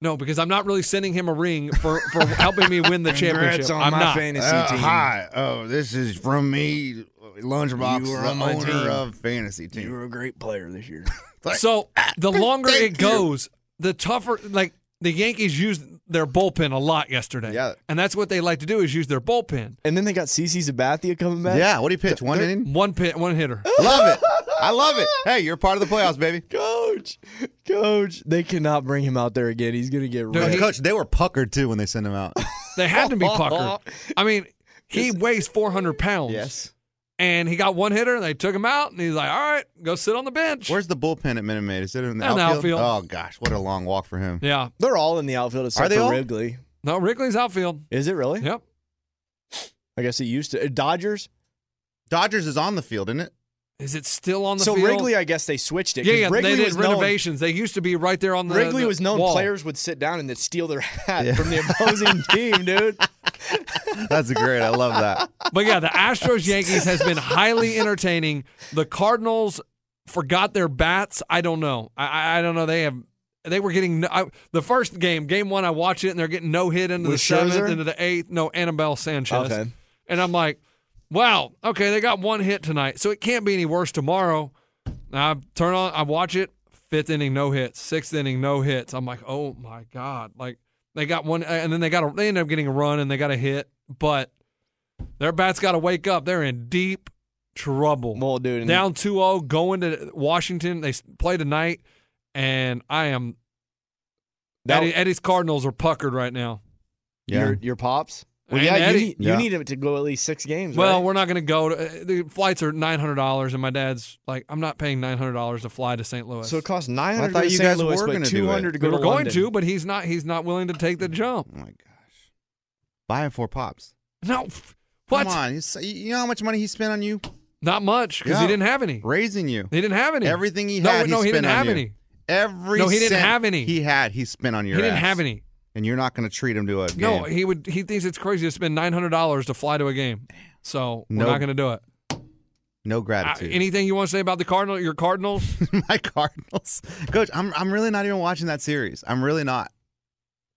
[SPEAKER 9] No, because I'm not really sending him a ring for for helping me win the championship. I'm not.
[SPEAKER 8] Uh, Hi. Oh, this is from me, Lunchbox,
[SPEAKER 10] You were
[SPEAKER 8] the
[SPEAKER 10] on my
[SPEAKER 8] owner
[SPEAKER 10] team.
[SPEAKER 8] of fantasy team.
[SPEAKER 10] You were a great player this year.
[SPEAKER 9] So
[SPEAKER 10] ah,
[SPEAKER 9] the longer it goes, the tougher. Like the Yankees used their bullpen a lot yesterday. Yeah, and that's what they like to do is use their bullpen.
[SPEAKER 10] and then they got CC Sabathia coming back.
[SPEAKER 8] Yeah, what do you pitch? One
[SPEAKER 10] They're-
[SPEAKER 8] inning?
[SPEAKER 9] One pit, one hitter.
[SPEAKER 8] Love it. I love it. Hey, you're part of the playoffs, baby.
[SPEAKER 10] Coach, coach, they cannot bring him out there again. He's gonna get
[SPEAKER 9] No, he-
[SPEAKER 10] wrecked.
[SPEAKER 8] Coach, they were puckered too when they sent him out.
[SPEAKER 9] They had to be puckered. I mean, he weighs 400 pounds. Yes. And he got one hitter, and they took him out, and he's like, "All right, go sit on the bench."
[SPEAKER 8] Where's the bullpen at Minute Maid? Is it in the
[SPEAKER 9] In the
[SPEAKER 8] outfield?
[SPEAKER 9] outfield.
[SPEAKER 8] Oh gosh, what a long walk for
[SPEAKER 10] Oh.
[SPEAKER 8] him.
[SPEAKER 9] Yeah.
[SPEAKER 10] They're all in the outfield except
[SPEAKER 8] Are they
[SPEAKER 10] for
[SPEAKER 8] all?
[SPEAKER 10] Wrigley.
[SPEAKER 9] No, Wrigley's outfield.
[SPEAKER 10] Is it really?
[SPEAKER 9] Yep.
[SPEAKER 10] I guess it used to. uh, Dodgers.
[SPEAKER 8] Dodgers is on the field, isn't it?
[SPEAKER 9] Is it still on the
[SPEAKER 10] so
[SPEAKER 9] field?
[SPEAKER 10] Wrigley, I guess they switched it.
[SPEAKER 9] yeah,
[SPEAKER 10] 'cause
[SPEAKER 9] yeah.
[SPEAKER 10] Wrigley
[SPEAKER 9] they did
[SPEAKER 10] was known-
[SPEAKER 9] renovations. They used to be right there on the
[SPEAKER 10] Wrigley
[SPEAKER 9] the
[SPEAKER 10] was known
[SPEAKER 9] wall.
[SPEAKER 10] players would sit down and then steal their hat from the opposing team, dude.
[SPEAKER 8] That's great. I love that.
[SPEAKER 9] But yeah, the Astros Yankees has been highly entertaining. The Cardinals forgot their bats. I don't know. I- I, I don't know. They have. They were getting no, I, the first game, game one. I watch it and they're getting no hit into
[SPEAKER 10] With
[SPEAKER 9] the seventh,
[SPEAKER 10] Scherzer?
[SPEAKER 9] into the eighth. No, Annabelle Sanchez.
[SPEAKER 10] Okay.
[SPEAKER 9] And I'm like, wow. Okay, they got one hit tonight, so it can't be any worse tomorrow. I turn on. I watch it. Fifth inning, no hits. Sixth inning, no hits. I'm like, oh my god. Like they got one, and then they got. A, they end up getting a run and they got a hit, but. Their bats got to wake up. They're in deep trouble.
[SPEAKER 10] Well, dude, and-
[SPEAKER 9] down 2-0, going to Washington. They s- play tonight, and I am.
[SPEAKER 10] That-
[SPEAKER 9] Eddie, Eddie's Cardinals are puckered right now.
[SPEAKER 8] Yeah.
[SPEAKER 10] Your your pops. Well,
[SPEAKER 9] And
[SPEAKER 10] yeah,
[SPEAKER 9] Eddie-
[SPEAKER 10] you need, you
[SPEAKER 9] Yeah.
[SPEAKER 10] need him to go at least six games.
[SPEAKER 9] Well,
[SPEAKER 10] right?
[SPEAKER 9] we're not going to go. To, uh, the flights are nine hundred dollars, and my dad's like, I'm not paying nine hundred dollars to fly to St. Louis.
[SPEAKER 10] so it costs
[SPEAKER 8] I
[SPEAKER 10] nine hundred.
[SPEAKER 8] thought you
[SPEAKER 10] St.
[SPEAKER 8] guys
[SPEAKER 10] Louis,
[SPEAKER 8] were
[SPEAKER 10] but
[SPEAKER 8] gonna do it.
[SPEAKER 10] 200 to go
[SPEAKER 9] we were
[SPEAKER 10] to
[SPEAKER 9] going
[SPEAKER 10] London. Mm.
[SPEAKER 9] to, but he's not. He's not willing to take the jump.
[SPEAKER 8] Oh my gosh. Buy him four pops.
[SPEAKER 9] No. f- What?
[SPEAKER 8] Come on. He's, you know how much money he spent on you?
[SPEAKER 9] Not much because
[SPEAKER 8] Yeah.
[SPEAKER 9] he didn't have any.
[SPEAKER 8] Raising you.
[SPEAKER 9] He didn't have any.
[SPEAKER 8] Everything he
[SPEAKER 9] No,
[SPEAKER 8] had,
[SPEAKER 9] no,
[SPEAKER 8] he,
[SPEAKER 9] he
[SPEAKER 8] spent
[SPEAKER 9] didn't
[SPEAKER 8] on
[SPEAKER 9] have
[SPEAKER 8] you.
[SPEAKER 9] any.
[SPEAKER 8] Every
[SPEAKER 9] No, he didn't
[SPEAKER 8] cent
[SPEAKER 9] have any.
[SPEAKER 8] He had, he spent on your.
[SPEAKER 9] He didn't
[SPEAKER 8] ass.
[SPEAKER 9] have any.
[SPEAKER 8] And you're not going to treat him to a
[SPEAKER 9] No,
[SPEAKER 8] game.
[SPEAKER 9] he would. He thinks it's crazy to spend nine hundred dollars to fly to a game. So we're
[SPEAKER 8] No
[SPEAKER 9] not going to do it.
[SPEAKER 8] no
[SPEAKER 9] Uh,
[SPEAKER 8] gratitude.
[SPEAKER 9] anything you want to say about the Cardinal? Your Cardinals?
[SPEAKER 8] my Cardinals. Coach, I'm I'm really not even watching that series. I'm really not.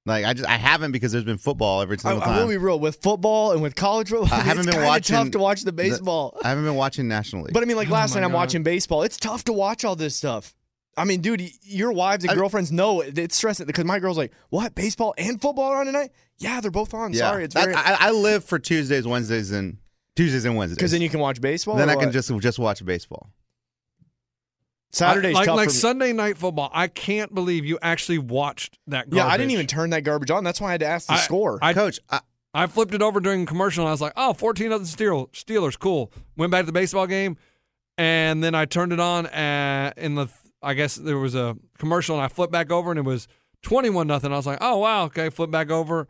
[SPEAKER 8] Like I just I haven't because there's been football every
[SPEAKER 10] I,
[SPEAKER 8] single
[SPEAKER 10] I
[SPEAKER 8] time.
[SPEAKER 10] will be real with football and with college football.
[SPEAKER 8] I
[SPEAKER 10] mean,
[SPEAKER 8] haven't
[SPEAKER 10] it's
[SPEAKER 8] been
[SPEAKER 10] kinda
[SPEAKER 8] watching
[SPEAKER 10] Tough to watch the baseball.
[SPEAKER 8] I haven't been watching National League.
[SPEAKER 10] But I mean, like last
[SPEAKER 8] my
[SPEAKER 10] night, I'm
[SPEAKER 8] God.
[SPEAKER 10] watching baseball. It's tough to watch all this stuff. I mean, dude, y- your wives and
[SPEAKER 8] I-
[SPEAKER 10] girlfriends know it- it's stressing because my girl's like, "What baseball and football are on tonight? Yeah, they're both on.
[SPEAKER 8] yeah,
[SPEAKER 10] Sorry, it's
[SPEAKER 8] That-
[SPEAKER 10] very
[SPEAKER 8] I, I live for Tuesdays, Wednesdays, and Tuesdays and Wednesdays.
[SPEAKER 10] because then you can watch baseball.
[SPEAKER 8] then
[SPEAKER 10] or
[SPEAKER 8] I can
[SPEAKER 10] what?
[SPEAKER 8] just just watch baseball.
[SPEAKER 10] Saturday's
[SPEAKER 9] I, like
[SPEAKER 10] tough
[SPEAKER 9] like
[SPEAKER 10] for me.
[SPEAKER 9] Sunday night football. I can't believe you actually watched that. Garbage.
[SPEAKER 10] Yeah, I didn't even turn that garbage on. That's why I had to ask the
[SPEAKER 9] I-
[SPEAKER 10] score.
[SPEAKER 9] I,
[SPEAKER 8] Coach, I,
[SPEAKER 9] I flipped it over during commercial and I was like, oh, 14 other Steel, Steelers, cool. Went back to the baseball game and then I turned it on at, in the, I guess there was a commercial and I flipped back over and it was 21 nothing. I was like, oh, wow, okay, flip back over.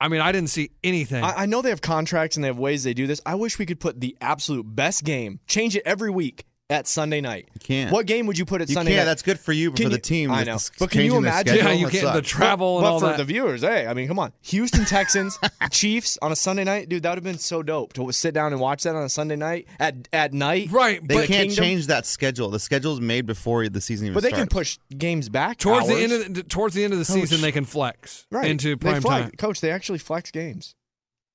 [SPEAKER 9] I mean, I didn't see anything.
[SPEAKER 10] I, I know they have contracts and they have ways they do this. I wish we could put the absolute best game, change it every week at Sunday night. You
[SPEAKER 8] can't.
[SPEAKER 10] What game would you put at
[SPEAKER 8] You
[SPEAKER 10] Sunday
[SPEAKER 8] can't.
[SPEAKER 10] night?
[SPEAKER 8] That's good for you, but
[SPEAKER 10] Can
[SPEAKER 8] for the team,
[SPEAKER 10] I
[SPEAKER 8] it's
[SPEAKER 10] know.
[SPEAKER 8] just
[SPEAKER 10] But can you
[SPEAKER 8] changing the
[SPEAKER 10] imagine?
[SPEAKER 8] schedule. Yeah, you That can't- the sucks. travel
[SPEAKER 10] But,
[SPEAKER 8] and
[SPEAKER 10] but
[SPEAKER 8] all
[SPEAKER 10] for
[SPEAKER 8] that.
[SPEAKER 10] the viewers, hey, I mean, come on, Houston Texans, Chiefs on a Sunday night, dude, that would have been so dope to sit down and watch that on a Sunday night at at night.
[SPEAKER 9] Right,
[SPEAKER 8] They can't change that schedule. The schedule's made before the season even
[SPEAKER 10] But they
[SPEAKER 8] starts.
[SPEAKER 10] can push games back
[SPEAKER 9] towards the
[SPEAKER 10] hours.
[SPEAKER 9] end of the, towards the end of the
[SPEAKER 10] Coach.
[SPEAKER 9] season, they can flex
[SPEAKER 10] right
[SPEAKER 9] into
[SPEAKER 10] they
[SPEAKER 9] prime
[SPEAKER 10] flex-
[SPEAKER 9] time.
[SPEAKER 10] Coach, they actually flex games.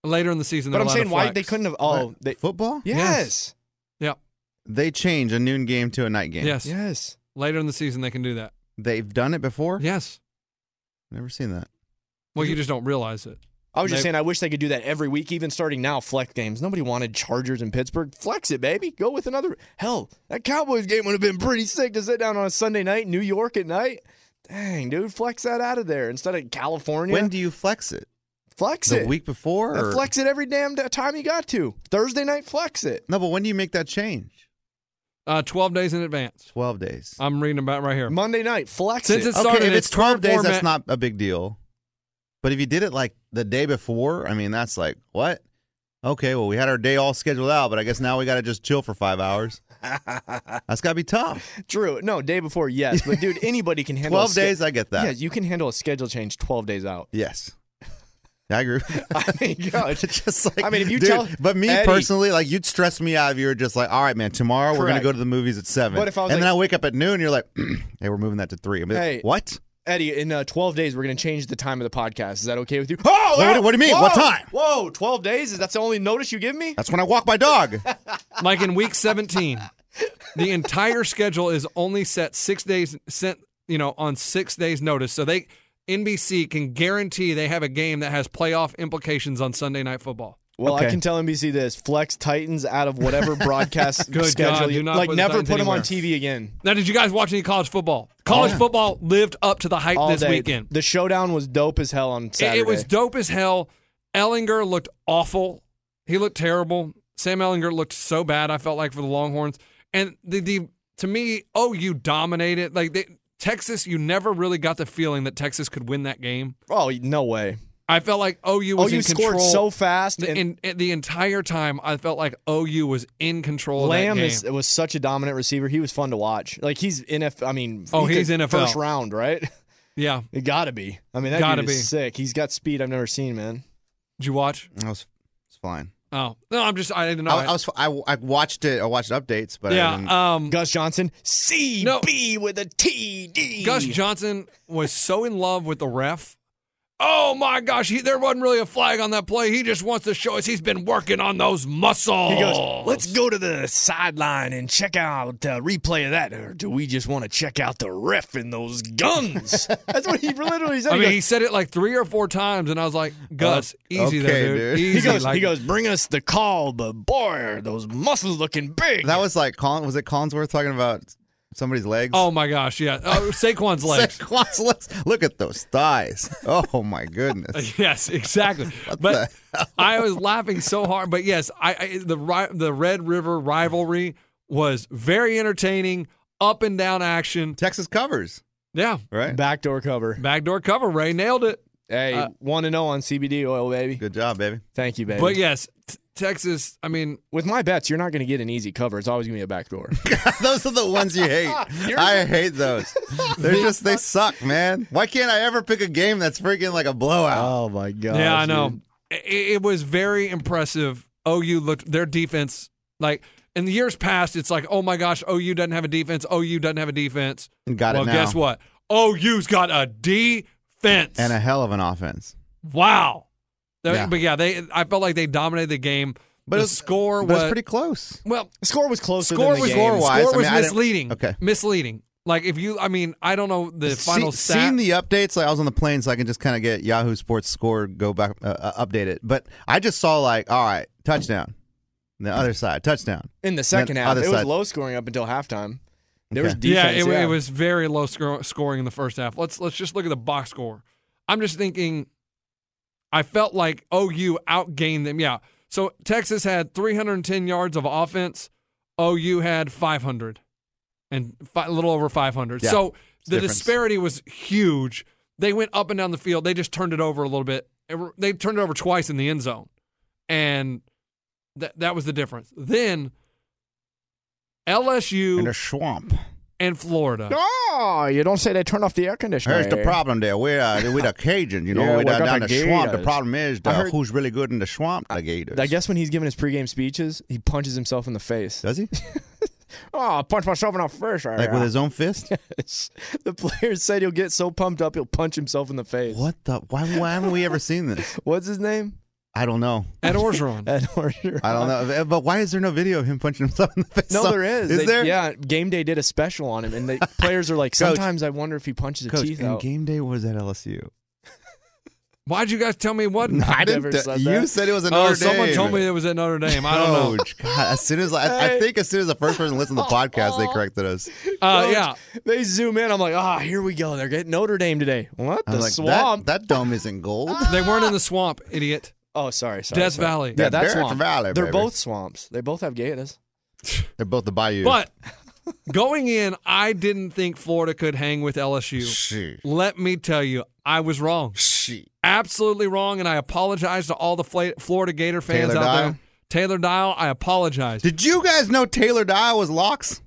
[SPEAKER 9] Later in the season,
[SPEAKER 10] But
[SPEAKER 9] they're
[SPEAKER 10] I'm
[SPEAKER 9] allowed
[SPEAKER 10] saying
[SPEAKER 9] to
[SPEAKER 10] why
[SPEAKER 9] flex.
[SPEAKER 10] they couldn't have. Oh, they,
[SPEAKER 8] football?
[SPEAKER 10] Yes.
[SPEAKER 9] Yep.
[SPEAKER 8] They change a noon game to a night game.
[SPEAKER 9] Yes.
[SPEAKER 10] Yes.
[SPEAKER 9] Later in the season, they can do that.
[SPEAKER 8] They've done it before?
[SPEAKER 9] Yes.
[SPEAKER 8] Never seen that.
[SPEAKER 9] Well, you just don't realize it.
[SPEAKER 10] I was
[SPEAKER 9] They-
[SPEAKER 10] just saying, I wish they could do that every week, even starting now. Flex games. Nobody wanted Chargers in Pittsburgh. Flex it, baby. Go with another. Hell, that Cowboys game would have been pretty sick to sit down on a Sunday night, New York at night. Dang, dude, flex that out of there instead of California.
[SPEAKER 8] When do you flex it?
[SPEAKER 10] flex
[SPEAKER 8] the
[SPEAKER 10] it?
[SPEAKER 8] week before?
[SPEAKER 10] Yeah,
[SPEAKER 8] or-
[SPEAKER 10] Flex it every damn da- time you got to. Thursday night, flex it.
[SPEAKER 8] No, but when do you make that change?
[SPEAKER 9] Uh, Twelve days in advance.
[SPEAKER 8] 12 days.
[SPEAKER 9] I'm reading about right here.
[SPEAKER 10] Monday night, flex
[SPEAKER 9] Since
[SPEAKER 10] it.
[SPEAKER 9] it started,
[SPEAKER 8] okay, if
[SPEAKER 9] it's
[SPEAKER 8] it's 12
[SPEAKER 9] current
[SPEAKER 8] days,
[SPEAKER 9] format-
[SPEAKER 8] that's not a big deal. But if you did it like the day before, I mean, that's like, what? Okay, well, we had our day all scheduled out, but I guess now we got to just chill for five hours. That's got to be tough.
[SPEAKER 10] True. No, day before, yes. But dude, anybody can handle a
[SPEAKER 8] 12
[SPEAKER 10] ske-
[SPEAKER 8] days, I get that.
[SPEAKER 10] Yeah, you can handle a schedule change 12 days out.
[SPEAKER 8] Yes. I agree.
[SPEAKER 10] I mean, gosh,
[SPEAKER 8] just like
[SPEAKER 10] I mean, if you
[SPEAKER 8] Dude,
[SPEAKER 10] tell,
[SPEAKER 8] but me
[SPEAKER 10] Eddie,
[SPEAKER 8] personally, like you'd stress me out if you were just like, "All right, man, tomorrow we're gonna
[SPEAKER 10] Correct.
[SPEAKER 8] go to the movies at 7.
[SPEAKER 10] But if I was
[SPEAKER 8] and
[SPEAKER 10] like-
[SPEAKER 8] then I wake up at noon, and you're like, "Hey, we're moving that to 3. I'm like,
[SPEAKER 10] Hey.
[SPEAKER 8] what?
[SPEAKER 10] Eddie, in uh, 12 days, we're going to change the time of the podcast. Is that okay with you? Oh,
[SPEAKER 8] What-
[SPEAKER 10] oh,
[SPEAKER 8] what do you mean? What
[SPEAKER 10] whoa,
[SPEAKER 8] time?
[SPEAKER 10] Whoa, 12 days? Is that the only notice you give me?
[SPEAKER 8] That's when I walk my dog.
[SPEAKER 9] like in week 17 the entire schedule is only set six days sent you know on six days notice so they nbc can guarantee they have a game that has playoff implications on sunday night football
[SPEAKER 10] Well, I
[SPEAKER 9] Okay.
[SPEAKER 10] can tell NBC this: flex Titans out of whatever broadcast
[SPEAKER 9] Good
[SPEAKER 10] schedule.
[SPEAKER 9] God,
[SPEAKER 10] you,
[SPEAKER 9] do not
[SPEAKER 10] like,
[SPEAKER 9] put the
[SPEAKER 10] never
[SPEAKER 9] Titans
[SPEAKER 10] put them on
[SPEAKER 9] anywhere.
[SPEAKER 10] TV again.
[SPEAKER 9] now did you guys watch any college football college
[SPEAKER 8] Oh,
[SPEAKER 10] yeah.
[SPEAKER 9] football lived up to the hype
[SPEAKER 10] All
[SPEAKER 9] this
[SPEAKER 10] day.
[SPEAKER 9] weekend
[SPEAKER 10] the showdown was dope as hell on
[SPEAKER 9] It-
[SPEAKER 10] Saturday.
[SPEAKER 9] It was dope as hell. Ellinger looked awful. He looked terrible. Sam Ellinger looked so bad. I felt like for the Longhorns and the the to me, oh, you dominated. Like they, Texas, you never really got the feeling that Texas could win that game.
[SPEAKER 10] Oh no way!
[SPEAKER 9] I felt like OU was
[SPEAKER 10] OU
[SPEAKER 9] in
[SPEAKER 10] scored
[SPEAKER 9] control
[SPEAKER 10] so fast,
[SPEAKER 9] The-
[SPEAKER 10] and-
[SPEAKER 9] in, in- the entire time, I felt like OU was in control.
[SPEAKER 10] Lamb
[SPEAKER 9] of that
[SPEAKER 10] is
[SPEAKER 9] game.
[SPEAKER 10] was such a dominant receiver. He was fun to watch. Like he's NF. I mean,
[SPEAKER 9] Oh,
[SPEAKER 10] he
[SPEAKER 9] he's
[SPEAKER 10] could-
[SPEAKER 9] NFL.
[SPEAKER 10] first round, right?
[SPEAKER 9] yeah.
[SPEAKER 10] It gotta be. I mean, that
[SPEAKER 9] Gotta
[SPEAKER 10] dude is
[SPEAKER 9] be.
[SPEAKER 10] sick. He's got speed I've never seen, man.
[SPEAKER 9] Did you watch?
[SPEAKER 8] I was, it's fine.
[SPEAKER 9] Oh no, I'm just I didn't know.
[SPEAKER 8] I, I was, I, I watched it. I watched updates, but I didn't-
[SPEAKER 9] yeah. Um,
[SPEAKER 10] Gus Johnson, CB
[SPEAKER 9] No.
[SPEAKER 10] with a TD.
[SPEAKER 9] Gus Johnson was so in love with the ref. Oh my gosh, he, there wasn't really a flag on that play. He just wants to show us he's been working on those muscles.
[SPEAKER 10] He
[SPEAKER 9] Oh.
[SPEAKER 10] goes, let's go to the sideline and check out the replay of that. Or do we just want to check out the ref and those guns? That's what he literally said.
[SPEAKER 9] I
[SPEAKER 10] He
[SPEAKER 9] mean,
[SPEAKER 10] goes-
[SPEAKER 9] he said it like three or four times, and I was like, Gus,
[SPEAKER 8] okay,
[SPEAKER 9] easy there, dude.
[SPEAKER 8] dude.
[SPEAKER 9] Easy,
[SPEAKER 10] Oh, he goes,
[SPEAKER 9] like-
[SPEAKER 10] he goes, bring us the call, but boy, are those muscles looking big.
[SPEAKER 8] that was like Colin. Was it Collinsworth talking about somebody's legs?
[SPEAKER 9] oh my gosh, yeah. Oh, Saquon's legs.
[SPEAKER 8] Saquon's legs. Look at those thighs. Oh my goodness.
[SPEAKER 9] yes, exactly. but I was laughing so hard. But yes, I, I the ri- the Red River rivalry was very entertaining, up and down action.
[SPEAKER 8] Texas covers,
[SPEAKER 9] Yeah,
[SPEAKER 8] right?
[SPEAKER 10] Backdoor cover.
[SPEAKER 9] backdoor cover. Ray nailed it.
[SPEAKER 10] Hey,
[SPEAKER 9] Uh,
[SPEAKER 10] one and zero on CBD oil, baby.
[SPEAKER 8] Good job, baby.
[SPEAKER 10] Thank you, baby.
[SPEAKER 9] But yes, t- Texas. I mean,
[SPEAKER 10] With my bets, you're not going to get an easy cover. It's always going to be a backdoor.
[SPEAKER 8] those are the ones you hate.
[SPEAKER 10] Yours-
[SPEAKER 8] I hate those. They're just they suck, man. Why can't I ever pick a game that's freaking like a blowout?
[SPEAKER 10] oh my god.
[SPEAKER 9] yeah, I know. I- It, was very impressive. OU looked their defense like in the years past. It's like, oh my gosh, OU doesn't have a defense. OU doesn't have a defense.
[SPEAKER 8] And got it
[SPEAKER 9] well,
[SPEAKER 8] now.
[SPEAKER 9] guess what? OU's got a defense.
[SPEAKER 8] And a hell of an offense.
[SPEAKER 9] wow. They-
[SPEAKER 8] Yeah.
[SPEAKER 9] But yeah, they. I felt like they dominated the game. But the
[SPEAKER 8] it was-
[SPEAKER 9] score
[SPEAKER 8] but
[SPEAKER 9] was
[SPEAKER 8] it pretty close.
[SPEAKER 9] well.
[SPEAKER 10] The score was closer.
[SPEAKER 9] Score
[SPEAKER 10] than the
[SPEAKER 9] was
[SPEAKER 10] game.
[SPEAKER 8] Score-wise,
[SPEAKER 9] score
[SPEAKER 8] I
[SPEAKER 9] was
[SPEAKER 8] mean, I didn't-
[SPEAKER 9] misleading.
[SPEAKER 8] okay.
[SPEAKER 9] misleading. Like if you, I mean, I don't know the final
[SPEAKER 8] See-
[SPEAKER 9] stat.
[SPEAKER 8] Seeing the updates, like I was on the plane, so I can just kind of get Yahoo Sports score, go back, uh, uh, update it. But I just saw like, all right, touchdown. And The other side, touchdown.
[SPEAKER 10] In the second
[SPEAKER 8] Then
[SPEAKER 10] half,
[SPEAKER 8] other
[SPEAKER 10] it was
[SPEAKER 8] side.
[SPEAKER 10] low scoring up until halftime. There was
[SPEAKER 9] Yeah,
[SPEAKER 10] defense.
[SPEAKER 9] it, it was very low scor- scoring in the first half. Let's let's just look at the box score. I'm just thinking, I felt like OU outgained them. Yeah, so Texas had 310 yards of offense. OU had 500 and fi- a little over 500.
[SPEAKER 12] Yeah,
[SPEAKER 9] so
[SPEAKER 12] it's
[SPEAKER 9] the
[SPEAKER 12] difference.
[SPEAKER 9] disparity was huge. They went up and down the field. They just turned it over a little bit. It re- They turned it over twice in the end zone, and that that was the difference. Then LSU
[SPEAKER 8] In a swamp.
[SPEAKER 9] and Florida.
[SPEAKER 10] Oh, you don't say they turn off the air conditioner.
[SPEAKER 8] Here's the problem there. We're uh, we're the Cajun, you know,
[SPEAKER 10] Yeah,
[SPEAKER 8] we're
[SPEAKER 10] we
[SPEAKER 8] down,
[SPEAKER 10] got
[SPEAKER 8] down
[SPEAKER 10] the
[SPEAKER 8] the, swamp. The
[SPEAKER 10] Gators.
[SPEAKER 8] problem is
[SPEAKER 10] I
[SPEAKER 8] the,
[SPEAKER 10] heard-
[SPEAKER 8] who's really good in the swamp, the Gators.
[SPEAKER 10] I guess when he's giving his pregame speeches, he punches himself in the face.
[SPEAKER 8] Does he?
[SPEAKER 10] oh, I punched myself in the face. right
[SPEAKER 8] Like with
[SPEAKER 10] now.
[SPEAKER 8] his own fist?
[SPEAKER 10] Yes. The players said he'll get so pumped up he'll punch himself in the face.
[SPEAKER 8] What the? Why, why haven't we ever seen this?
[SPEAKER 10] What's his name?
[SPEAKER 8] I don't know.
[SPEAKER 9] Ed Orgeron.
[SPEAKER 10] Ed Orgeron.
[SPEAKER 8] I don't know. But why is there no video of him punching himself in the face?
[SPEAKER 10] No,
[SPEAKER 8] So-
[SPEAKER 10] there is.
[SPEAKER 8] Is
[SPEAKER 10] They-
[SPEAKER 8] there?
[SPEAKER 10] Yeah, Game Day did a special on him, and the players are like,
[SPEAKER 8] Coach.
[SPEAKER 10] sometimes I wonder if he punches a
[SPEAKER 8] Coach,
[SPEAKER 10] teeth
[SPEAKER 8] and
[SPEAKER 10] out.
[SPEAKER 8] game day was at LSU.
[SPEAKER 9] Why'd you guys tell me what?
[SPEAKER 8] I didn't.
[SPEAKER 10] never said
[SPEAKER 8] you
[SPEAKER 10] that.
[SPEAKER 8] said it was
[SPEAKER 9] Oh,
[SPEAKER 8] another Notre
[SPEAKER 9] someone
[SPEAKER 8] Dame.
[SPEAKER 9] told me it was at Notre Dame. I don't know.
[SPEAKER 8] Coach, God, as soon as I, I think as soon as the first person listened to the podcast, they corrected us.
[SPEAKER 9] Uh,
[SPEAKER 10] Coach,
[SPEAKER 9] yeah.
[SPEAKER 10] They zoom in. I'm like, ah, here we go. They're getting Notre Dame today. What?
[SPEAKER 8] I
[SPEAKER 10] The
[SPEAKER 8] was like, that-
[SPEAKER 10] swamp.
[SPEAKER 8] That, dome isn't gold.
[SPEAKER 9] They weren't in the swamp, idiot.
[SPEAKER 10] Oh, sorry, sorry.
[SPEAKER 9] Death
[SPEAKER 10] sorry.
[SPEAKER 9] Valley.
[SPEAKER 10] Yeah, that's
[SPEAKER 8] Death
[SPEAKER 10] swamp.
[SPEAKER 8] Valley,
[SPEAKER 10] They're
[SPEAKER 8] baby.
[SPEAKER 10] both swamps. They both have gators.
[SPEAKER 8] They're both the Bayou.
[SPEAKER 9] But going in, I didn't think Florida could hang with LSU. Let me tell you, I was wrong. Absolutely wrong, and I apologize to all the Fla- Florida Gator fans
[SPEAKER 8] Taylor
[SPEAKER 9] out
[SPEAKER 8] Dial?
[SPEAKER 9] there. Taylor Dial, I apologize.
[SPEAKER 8] did you guys know Taylor Dial was locks?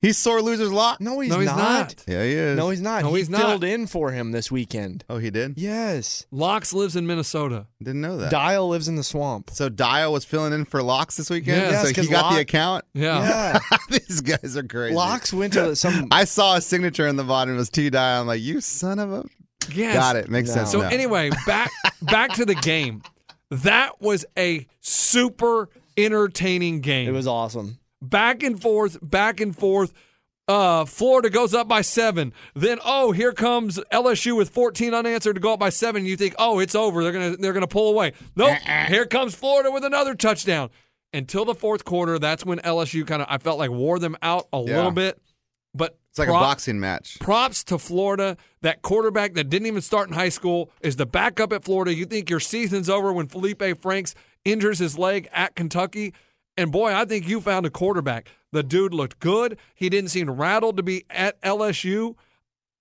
[SPEAKER 8] He's sore losers lock.
[SPEAKER 10] No, he's,
[SPEAKER 9] No, he's
[SPEAKER 10] not.
[SPEAKER 9] not.
[SPEAKER 8] Yeah, he is.
[SPEAKER 10] No, he's not.
[SPEAKER 9] No,
[SPEAKER 10] he
[SPEAKER 9] he's not.
[SPEAKER 10] filled in for him this weekend.
[SPEAKER 8] Oh, he did.
[SPEAKER 10] Yes.
[SPEAKER 9] Locks lives in Minnesota.
[SPEAKER 8] Didn't know that.
[SPEAKER 10] Dial lives in the swamp.
[SPEAKER 8] so Dial was filling in for locks this weekend.
[SPEAKER 9] Yes.
[SPEAKER 8] so
[SPEAKER 10] Yes,
[SPEAKER 8] he
[SPEAKER 10] 'cause
[SPEAKER 8] got
[SPEAKER 10] Lock-
[SPEAKER 8] the account.
[SPEAKER 9] Yeah.
[SPEAKER 10] Yeah.
[SPEAKER 8] These guys are crazy.
[SPEAKER 10] Locks went to some.
[SPEAKER 8] I saw a signature in the bottom. It was T Dial. I'm like, you son of a.
[SPEAKER 9] Yes.
[SPEAKER 8] Got it. Makes
[SPEAKER 10] No.
[SPEAKER 8] sense.
[SPEAKER 9] So
[SPEAKER 8] now.
[SPEAKER 9] anyway, back back to the game. That was a super entertaining game.
[SPEAKER 10] It was awesome.
[SPEAKER 9] back and forth, back and forth. Uh, Florida goes up by seven. Then oh, here comes LSU with 14 unanswered to go up by seven. You think oh, it's over. They're gonna they're gonna pull away. Nope.
[SPEAKER 8] Uh-uh.
[SPEAKER 9] Here comes Florida with another touchdown. Until the fourth quarter, that's when LSU kind of I felt like wore them out a
[SPEAKER 8] Yeah.
[SPEAKER 9] little bit. But
[SPEAKER 8] it's like a
[SPEAKER 9] prop-
[SPEAKER 8] boxing match.
[SPEAKER 9] Props to Florida. That quarterback that didn't even start in high school is the backup at Florida. You think your season's over when Felipe Franks injures his leg at Kentucky. And boy, I think you found a quarterback. The dude looked good. He didn't seem rattled to be at LSU.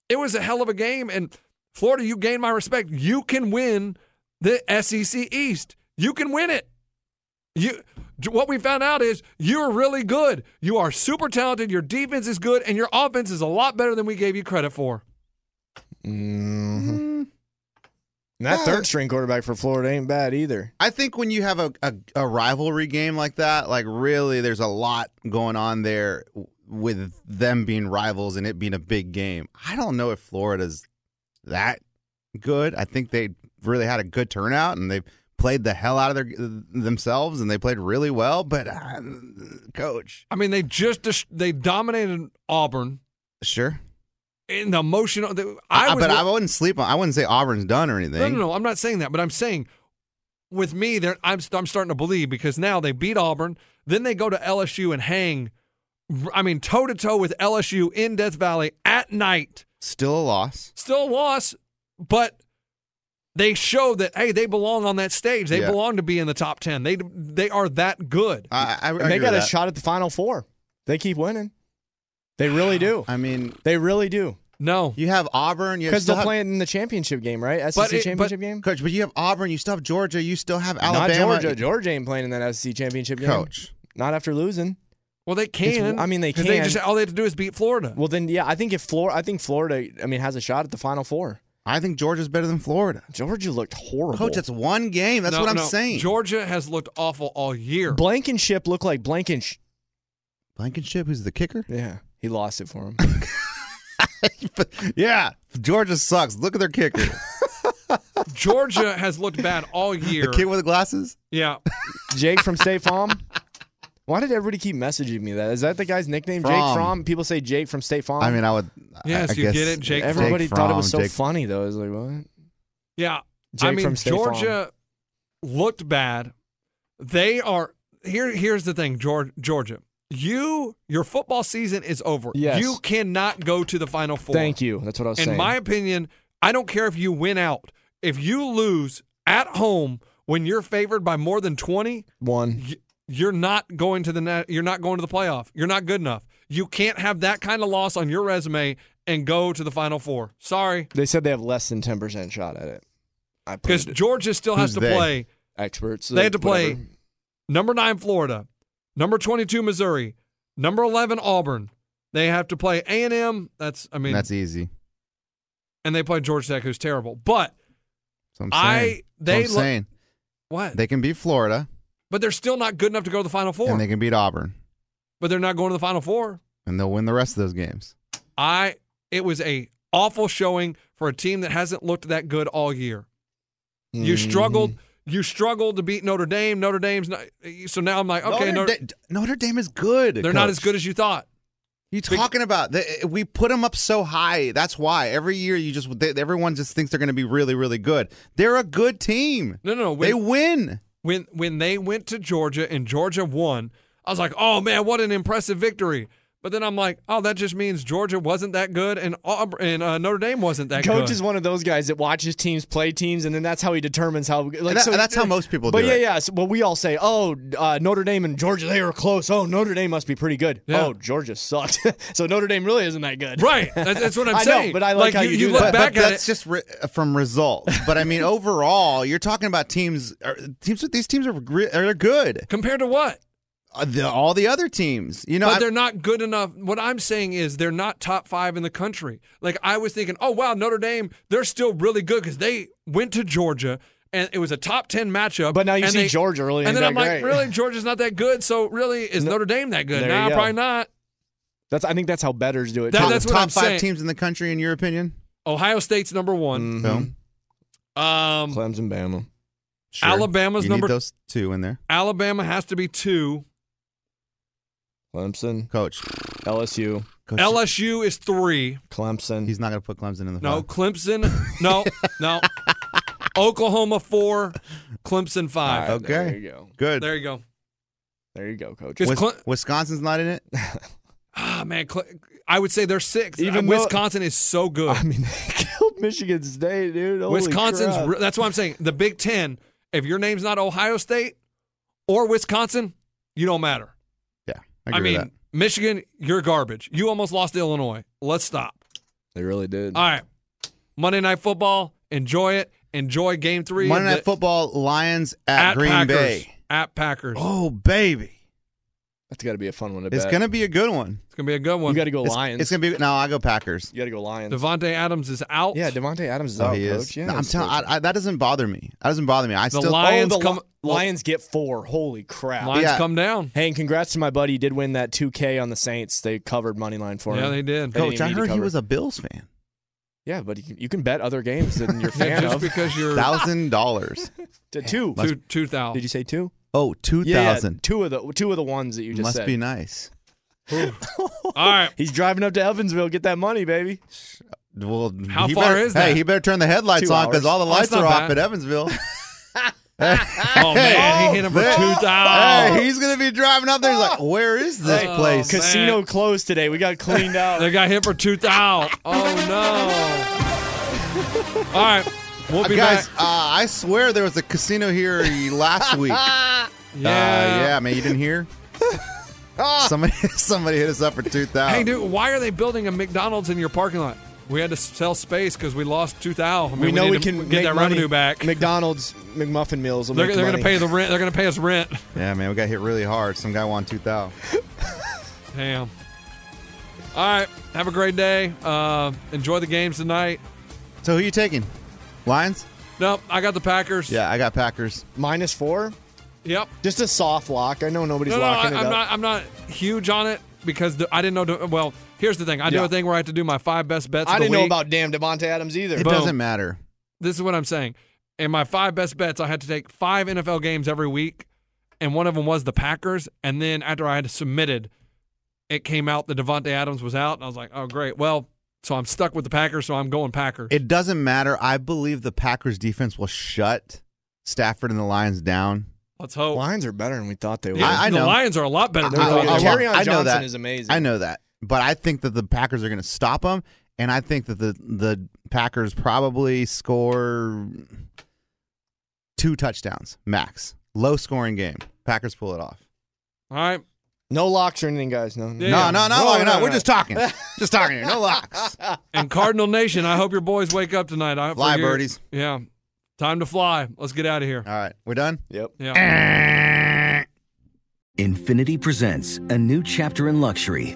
[SPEAKER 9] It was a hell of a game. And Florida, you gained my respect. You can win the SEC East. You can win it. You what we found out is you're really good. You are super talented. Your defense is good, and your offense is a lot better than we gave you credit for.
[SPEAKER 10] Mhm.
[SPEAKER 8] Mm.
[SPEAKER 10] And that third string quarterback for Florida ain't bad either.
[SPEAKER 8] I think when you have a, a, a rivalry game like that, like really, there's a lot going on there w- with them being rivals and it being a big game. I don't know if Florida's that good. I think they really had a good turnout and they played the hell out of their themselves and they played really well. But uh, coach,
[SPEAKER 9] I mean, they just dis- they dominated Auburn
[SPEAKER 8] sure,
[SPEAKER 9] in the emotional. the-
[SPEAKER 8] I,
[SPEAKER 9] I was
[SPEAKER 8] Uh, but I wouldn't sleep on. I wouldn't say Auburn's done or anything.
[SPEAKER 9] no, no, no. I'm not saying that, but I'm saying with me, there I'm st- I'm starting to believe because now they beat Auburn, then they go to LSU and hang. I mean, toe to toe with LSU in Death Valley at night.
[SPEAKER 8] Still a loss.
[SPEAKER 9] still a loss, but they show that hey, they belong on that stage. They
[SPEAKER 8] Yeah. Uh,
[SPEAKER 9] belong to be in the top ten. They they are that good.
[SPEAKER 8] I, I, I
[SPEAKER 10] And they
[SPEAKER 8] agree
[SPEAKER 10] got a
[SPEAKER 8] with that.
[SPEAKER 10] shot at the final four. They keep winning. They really do.
[SPEAKER 8] I mean,
[SPEAKER 10] They really do.
[SPEAKER 9] No,
[SPEAKER 8] you have Auburn. you
[SPEAKER 10] Because
[SPEAKER 8] still
[SPEAKER 10] they'll
[SPEAKER 8] have-
[SPEAKER 10] play it in the championship game, right? SEC
[SPEAKER 9] it- but-
[SPEAKER 10] championship game?
[SPEAKER 8] Coach, but you have Auburn, you still have Georgia, you still have
[SPEAKER 10] Not
[SPEAKER 8] Alabama.
[SPEAKER 10] Georgia. Georgia ain't playing in that SEC championship game.
[SPEAKER 8] Coach.
[SPEAKER 10] Not after losing.
[SPEAKER 9] well they can.
[SPEAKER 10] It's- I mean, they
[SPEAKER 9] 'cause
[SPEAKER 10] can.
[SPEAKER 9] just all they have to do is beat Florida.
[SPEAKER 10] Well, then, yeah, I think if Florida, I think Florida, I mean, has a shot at the final four.
[SPEAKER 8] I think Georgia's better than Florida.
[SPEAKER 10] Georgia looked horrible.
[SPEAKER 8] Coach, it's one game. That's
[SPEAKER 9] No,
[SPEAKER 8] what I'm
[SPEAKER 9] no,
[SPEAKER 8] saying.
[SPEAKER 9] Georgia has looked awful all year.
[SPEAKER 10] Blankenship looked like Blankenship.
[SPEAKER 8] Blankenship, who's the kicker?
[SPEAKER 10] Yeah, he lost it for him.
[SPEAKER 8] But- yeah, Georgia sucks. Look at their kicker.
[SPEAKER 9] Georgia has looked bad all year.
[SPEAKER 8] the kid with the glasses?
[SPEAKER 9] yeah,
[SPEAKER 10] Jake from State Farm. Why did everybody keep messaging me that? Is that the guy's nickname, Jake
[SPEAKER 8] Fromm.
[SPEAKER 10] Fromm? People say Jake from State Farm.
[SPEAKER 8] I mean, I would. I-
[SPEAKER 9] Yes,
[SPEAKER 8] I
[SPEAKER 9] you
[SPEAKER 8] guess
[SPEAKER 9] get it, Jake
[SPEAKER 10] everybody thought it was so
[SPEAKER 8] Fromm, Jake-
[SPEAKER 10] funny though. I was like, what?
[SPEAKER 9] yeah. I
[SPEAKER 10] Jake
[SPEAKER 9] mean,
[SPEAKER 10] from State Farm.
[SPEAKER 9] Georgia looked bad. They are here. Here's the thing, Geor- Georgia. You, your football season is over.
[SPEAKER 10] Yes.
[SPEAKER 9] You cannot go to the Final Four.
[SPEAKER 10] Thank you. That's what I was
[SPEAKER 9] In
[SPEAKER 10] saying.
[SPEAKER 9] my opinion, I don't care if you win out. If you lose at home when you're favored by more than 20,
[SPEAKER 10] one.
[SPEAKER 9] y- you're not going to the na- you're not going to the playoff. You're not good enough. You can't have that kind of loss on your resume and go to the Final Four. Sorry,
[SPEAKER 10] They said they have less than ten percent shot at it. I
[SPEAKER 9] because
[SPEAKER 10] proved it.
[SPEAKER 9] Georgia still has
[SPEAKER 10] Who's
[SPEAKER 9] to
[SPEAKER 10] they?
[SPEAKER 9] play.
[SPEAKER 10] Experts.
[SPEAKER 9] They had to play
[SPEAKER 10] whatever.
[SPEAKER 9] number nine Florida, number twenty-two Missouri, number eleven Auburn. They have to play A and M. That's I mean,
[SPEAKER 8] That's easy.
[SPEAKER 9] and they play Georgia Tech, who's terrible. But
[SPEAKER 8] So I'm saying.
[SPEAKER 9] I
[SPEAKER 8] That's
[SPEAKER 9] they
[SPEAKER 8] what I'm
[SPEAKER 9] lo-
[SPEAKER 8] saying.
[SPEAKER 9] what?
[SPEAKER 8] They can beat Florida
[SPEAKER 9] but they're still not good enough to go to the Final Four.
[SPEAKER 8] and they can beat Auburn
[SPEAKER 9] but they're not going to the Final Four.
[SPEAKER 8] and they'll win the rest of those games.
[SPEAKER 9] I it was a awful showing for a team that hasn't looked that good all year. You
[SPEAKER 8] Mhm.
[SPEAKER 9] struggled.
[SPEAKER 10] Mm-hmm.
[SPEAKER 9] You struggled to beat Notre Dame. Notre Dame's not, so now I'm like, okay,
[SPEAKER 8] Notre,
[SPEAKER 9] Notre,
[SPEAKER 8] Da- Notre Dame is good.
[SPEAKER 9] they're not
[SPEAKER 8] coach.
[SPEAKER 9] as good as you thought.
[SPEAKER 8] You talking about They- we put them up so high. That's why every year you just they, everyone just thinks they're going to be really really good. They're a good team.
[SPEAKER 9] No, no, no.
[SPEAKER 8] They win.
[SPEAKER 9] When when they went to Georgia and Georgia won, I was like, oh man, what an impressive victory. But then I'm like, oh, that just means Georgia wasn't that good and Aubur- and uh, Notre Dame wasn't that
[SPEAKER 10] Coach
[SPEAKER 9] good.
[SPEAKER 10] is one of those guys that watches teams play teams, and then that's how he determines how. Like,
[SPEAKER 8] that-
[SPEAKER 10] so,
[SPEAKER 8] and that's how most people
[SPEAKER 10] But
[SPEAKER 8] do
[SPEAKER 10] yeah,
[SPEAKER 8] it.
[SPEAKER 10] yeah. So, well, we all say, "Oh, uh, Notre Dame and Georgia, they were close. Oh, Notre Dame must be pretty good.
[SPEAKER 9] Yeah.
[SPEAKER 10] Oh, Georgia sucked. so Notre Dame really isn't that good.
[SPEAKER 9] Right. That's- that's what I'm
[SPEAKER 10] I know,
[SPEAKER 9] saying.
[SPEAKER 10] but I
[SPEAKER 9] Like,
[SPEAKER 10] like, how
[SPEAKER 9] you-
[SPEAKER 10] you,
[SPEAKER 9] you
[SPEAKER 10] do
[SPEAKER 9] look
[SPEAKER 10] that.
[SPEAKER 9] back
[SPEAKER 8] but
[SPEAKER 9] at
[SPEAKER 8] that's
[SPEAKER 9] it-
[SPEAKER 8] just re- from results. But I mean, overall, you're talking about teams. Are, teams. These teams are re- are good.
[SPEAKER 9] Compared to what?
[SPEAKER 8] Uh, the, all the other teams. You know,
[SPEAKER 9] but
[SPEAKER 8] I-
[SPEAKER 9] they're not good enough. What I'm saying is they're not top five in the country. Like I was thinking, oh wow, Notre Dame, they're still really good because they went to Georgia and it was a top ten matchup.
[SPEAKER 10] But now you
[SPEAKER 9] and
[SPEAKER 10] see Georgia really
[SPEAKER 9] and
[SPEAKER 10] ain't
[SPEAKER 9] then
[SPEAKER 10] that
[SPEAKER 9] I'm like,
[SPEAKER 10] great.
[SPEAKER 9] really, Georgia's not that good. So really, is Notre Dame that good?
[SPEAKER 10] There
[SPEAKER 9] Nah,
[SPEAKER 10] you go.
[SPEAKER 9] probably not.
[SPEAKER 10] That's. I think that's how betters do it.
[SPEAKER 9] That-
[SPEAKER 10] too.
[SPEAKER 9] that's what
[SPEAKER 8] top
[SPEAKER 9] I'm
[SPEAKER 8] five
[SPEAKER 9] saying.
[SPEAKER 8] teams in the country, in your opinion.
[SPEAKER 9] Ohio State's number one.
[SPEAKER 8] Boom.
[SPEAKER 9] Um,
[SPEAKER 10] mm-hmm. Clemson, Bama.
[SPEAKER 8] Sure.
[SPEAKER 9] Alabama's
[SPEAKER 8] you
[SPEAKER 9] number-
[SPEAKER 8] Need those two in there,
[SPEAKER 9] Alabama has to be two.
[SPEAKER 10] Clemson,
[SPEAKER 8] coach.
[SPEAKER 10] LSU,
[SPEAKER 8] coach
[SPEAKER 9] LSU is three.
[SPEAKER 10] Clemson.
[SPEAKER 8] he's not going to put Clemson in the
[SPEAKER 9] No,
[SPEAKER 8] five.
[SPEAKER 9] Clemson. No, no. Oklahoma four, Clemson five.
[SPEAKER 10] All right, There
[SPEAKER 8] Okay.
[SPEAKER 10] you go.
[SPEAKER 8] Good.
[SPEAKER 9] There you go.
[SPEAKER 10] There you go, coach.
[SPEAKER 9] Because
[SPEAKER 8] Wis-
[SPEAKER 9] Cle-
[SPEAKER 8] Wisconsin's not in it.
[SPEAKER 9] Ah man, Cle- I would say they're sixth.
[SPEAKER 10] Even
[SPEAKER 9] Even
[SPEAKER 10] though-
[SPEAKER 9] Wisconsin is so good.
[SPEAKER 10] I mean, they killed Michigan State, dude. Holy
[SPEAKER 9] Wisconsin's.
[SPEAKER 10] crap.
[SPEAKER 9] Re- that's what I'm saying. The Big Ten. If your name's not Ohio State or Wisconsin, you don't matter.
[SPEAKER 8] Yeah, I,
[SPEAKER 9] I,
[SPEAKER 8] agree
[SPEAKER 9] mean,
[SPEAKER 8] with that.
[SPEAKER 9] Michigan, you're garbage. You almost lost to Illinois. Let's stop.
[SPEAKER 10] they really did.
[SPEAKER 9] All right, Monday Night Football. Enjoy it. Enjoy Game Three.
[SPEAKER 8] Monday
[SPEAKER 9] of
[SPEAKER 8] Night
[SPEAKER 9] the-
[SPEAKER 8] Football, Lions at, Green
[SPEAKER 9] Packers.
[SPEAKER 8] Bay.
[SPEAKER 9] At Packers.
[SPEAKER 8] Oh baby,
[SPEAKER 10] That's got to be a fun one to
[SPEAKER 8] it's
[SPEAKER 10] bet.
[SPEAKER 8] going to be a good one.
[SPEAKER 9] It's gonna be a good
[SPEAKER 10] You
[SPEAKER 9] one.
[SPEAKER 10] got to go
[SPEAKER 8] It's-
[SPEAKER 10] Lions.
[SPEAKER 8] It's, going to be no. I go Packers.
[SPEAKER 10] you got to go Lions.
[SPEAKER 9] Devonte Adams is out.
[SPEAKER 10] yeah, Devonte Adams is
[SPEAKER 8] Oh,
[SPEAKER 10] out,
[SPEAKER 8] he
[SPEAKER 10] coach.
[SPEAKER 8] is.
[SPEAKER 10] Yeah,
[SPEAKER 8] No, I'm
[SPEAKER 10] he's
[SPEAKER 8] telling.
[SPEAKER 10] coaching.
[SPEAKER 8] I, I, that doesn't bother me. That doesn't bother me. I
[SPEAKER 9] The
[SPEAKER 8] still.
[SPEAKER 9] Lions
[SPEAKER 10] oh, the
[SPEAKER 9] come.
[SPEAKER 10] Li- Lions get four. Holy crap!
[SPEAKER 9] Lions
[SPEAKER 8] Yeah.
[SPEAKER 9] come down.
[SPEAKER 10] Hey, and congrats to my buddy. He did win that 2K on the Saints. They covered money line for him.
[SPEAKER 9] Yeah, they did.
[SPEAKER 10] They didn't
[SPEAKER 8] Coach,
[SPEAKER 10] even
[SPEAKER 8] I
[SPEAKER 10] need to
[SPEAKER 8] heard he
[SPEAKER 10] cover.
[SPEAKER 8] was a Bills fan.
[SPEAKER 10] Yeah, but you can, you can bet other games than you're a
[SPEAKER 9] Yeah,
[SPEAKER 10] fan
[SPEAKER 9] just
[SPEAKER 10] of.
[SPEAKER 9] because you're
[SPEAKER 8] Thousand dollars.
[SPEAKER 10] to two.
[SPEAKER 9] two two thousand.
[SPEAKER 10] Did you say two?
[SPEAKER 8] Oh, two
[SPEAKER 10] Yeah, yeah,
[SPEAKER 8] thousand.
[SPEAKER 10] two of the two of the ones that you just
[SPEAKER 8] Must
[SPEAKER 10] said.
[SPEAKER 8] be nice.
[SPEAKER 9] All right.
[SPEAKER 10] He's driving up to Evansville. Get that money, baby.
[SPEAKER 8] Well,
[SPEAKER 9] How
[SPEAKER 8] he
[SPEAKER 9] far
[SPEAKER 8] better-
[SPEAKER 9] is that?
[SPEAKER 8] Hey, he better turn the headlights
[SPEAKER 10] Two
[SPEAKER 8] on because
[SPEAKER 10] hours.
[SPEAKER 8] all the
[SPEAKER 9] Oh,
[SPEAKER 8] lights
[SPEAKER 9] it's not
[SPEAKER 8] are off
[SPEAKER 9] bad.
[SPEAKER 8] at Evansville.
[SPEAKER 9] Oh man, he hit him for
[SPEAKER 8] Hey,
[SPEAKER 9] two thousand.
[SPEAKER 8] Hey, he's gonna be driving up there. He's like, where is this
[SPEAKER 9] Oh,
[SPEAKER 8] place?
[SPEAKER 9] man.
[SPEAKER 10] Casino closed today. We got cleaned out.
[SPEAKER 9] They got hit for two thousand. Oh no! All right, we'll
[SPEAKER 8] Uh,
[SPEAKER 9] be
[SPEAKER 8] guys, uh,
[SPEAKER 9] back.
[SPEAKER 8] I swear there was a casino here last week. Uh,
[SPEAKER 9] Yeah.
[SPEAKER 8] yeah, man, you didn't hear? somebody, somebody hit us up for two thousand.
[SPEAKER 9] Hey, dude, why are they building a McDonald's in your parking lot? We had to sell space because we lost two thousand. I mean,
[SPEAKER 10] we know
[SPEAKER 9] need
[SPEAKER 10] we
[SPEAKER 9] to
[SPEAKER 10] can
[SPEAKER 9] get
[SPEAKER 10] make
[SPEAKER 9] that
[SPEAKER 10] money.
[SPEAKER 9] revenue back.
[SPEAKER 10] McDonald's McMuffin meals. Will
[SPEAKER 9] they're
[SPEAKER 10] make
[SPEAKER 9] they're going
[SPEAKER 10] money.
[SPEAKER 9] to pay the rent. They're going to pay us rent.
[SPEAKER 8] Yeah, man, we got hit really hard. Some guy won two thousand.
[SPEAKER 9] Damn. All right, have a great day. Uh, enjoy the games tonight.
[SPEAKER 8] So who you taking? Lions?
[SPEAKER 9] Nope, I got the Packers.
[SPEAKER 8] Yeah, I got Packers.
[SPEAKER 10] minus four.
[SPEAKER 9] Yep.
[SPEAKER 10] Just a soft lock. I know nobody's
[SPEAKER 9] No, no, I,
[SPEAKER 10] locking
[SPEAKER 9] I'm
[SPEAKER 10] it up.
[SPEAKER 9] not. I'm not huge on it because the, I didn't know. the- Well, here's the thing. I do
[SPEAKER 10] Yeah.
[SPEAKER 9] a thing where I have to do my five best bets. of
[SPEAKER 10] I
[SPEAKER 9] the
[SPEAKER 10] didn't know
[SPEAKER 9] week.
[SPEAKER 10] about damn Devonte Adams either.
[SPEAKER 8] It
[SPEAKER 9] Boom.
[SPEAKER 8] doesn't matter.
[SPEAKER 9] this is what I'm saying. In my five best bets, I had to take five NFL games every week, and one of them was the Packers. And then after I had submitted, it came out that Devontae Adams was out, and I was like, oh, great. Well, so I'm stuck with the Packers, so I'm going Packers.
[SPEAKER 8] It doesn't matter. I believe the Packers defense will shut Stafford and the Lions down.
[SPEAKER 9] Let's hope.
[SPEAKER 10] Lions are better than we thought they were.
[SPEAKER 8] I- I
[SPEAKER 9] the
[SPEAKER 8] know.
[SPEAKER 9] Lions are a lot better than
[SPEAKER 8] I-
[SPEAKER 9] we thought.
[SPEAKER 8] I- I-
[SPEAKER 9] they were.
[SPEAKER 8] I know
[SPEAKER 10] Johnson
[SPEAKER 8] that.
[SPEAKER 10] is amazing.
[SPEAKER 8] I know that, but I think that the Packers are going to stop them, and I think that the the Packers probably score two touchdowns max. Low scoring game. Packers pull it off.
[SPEAKER 9] All right.
[SPEAKER 10] No locks or anything, guys. No,
[SPEAKER 8] No, no, no, no, no. We're just talking. just talking here. No locks.
[SPEAKER 9] And Cardinal Nation, I hope your boys wake up tonight. I
[SPEAKER 8] Fly,
[SPEAKER 9] for your-
[SPEAKER 8] birdies.
[SPEAKER 9] Yeah. Time to fly. Let's get out of here. All
[SPEAKER 8] right. We're done?
[SPEAKER 10] Yep.
[SPEAKER 9] Yeah.
[SPEAKER 7] Infinity presents a new chapter in luxury,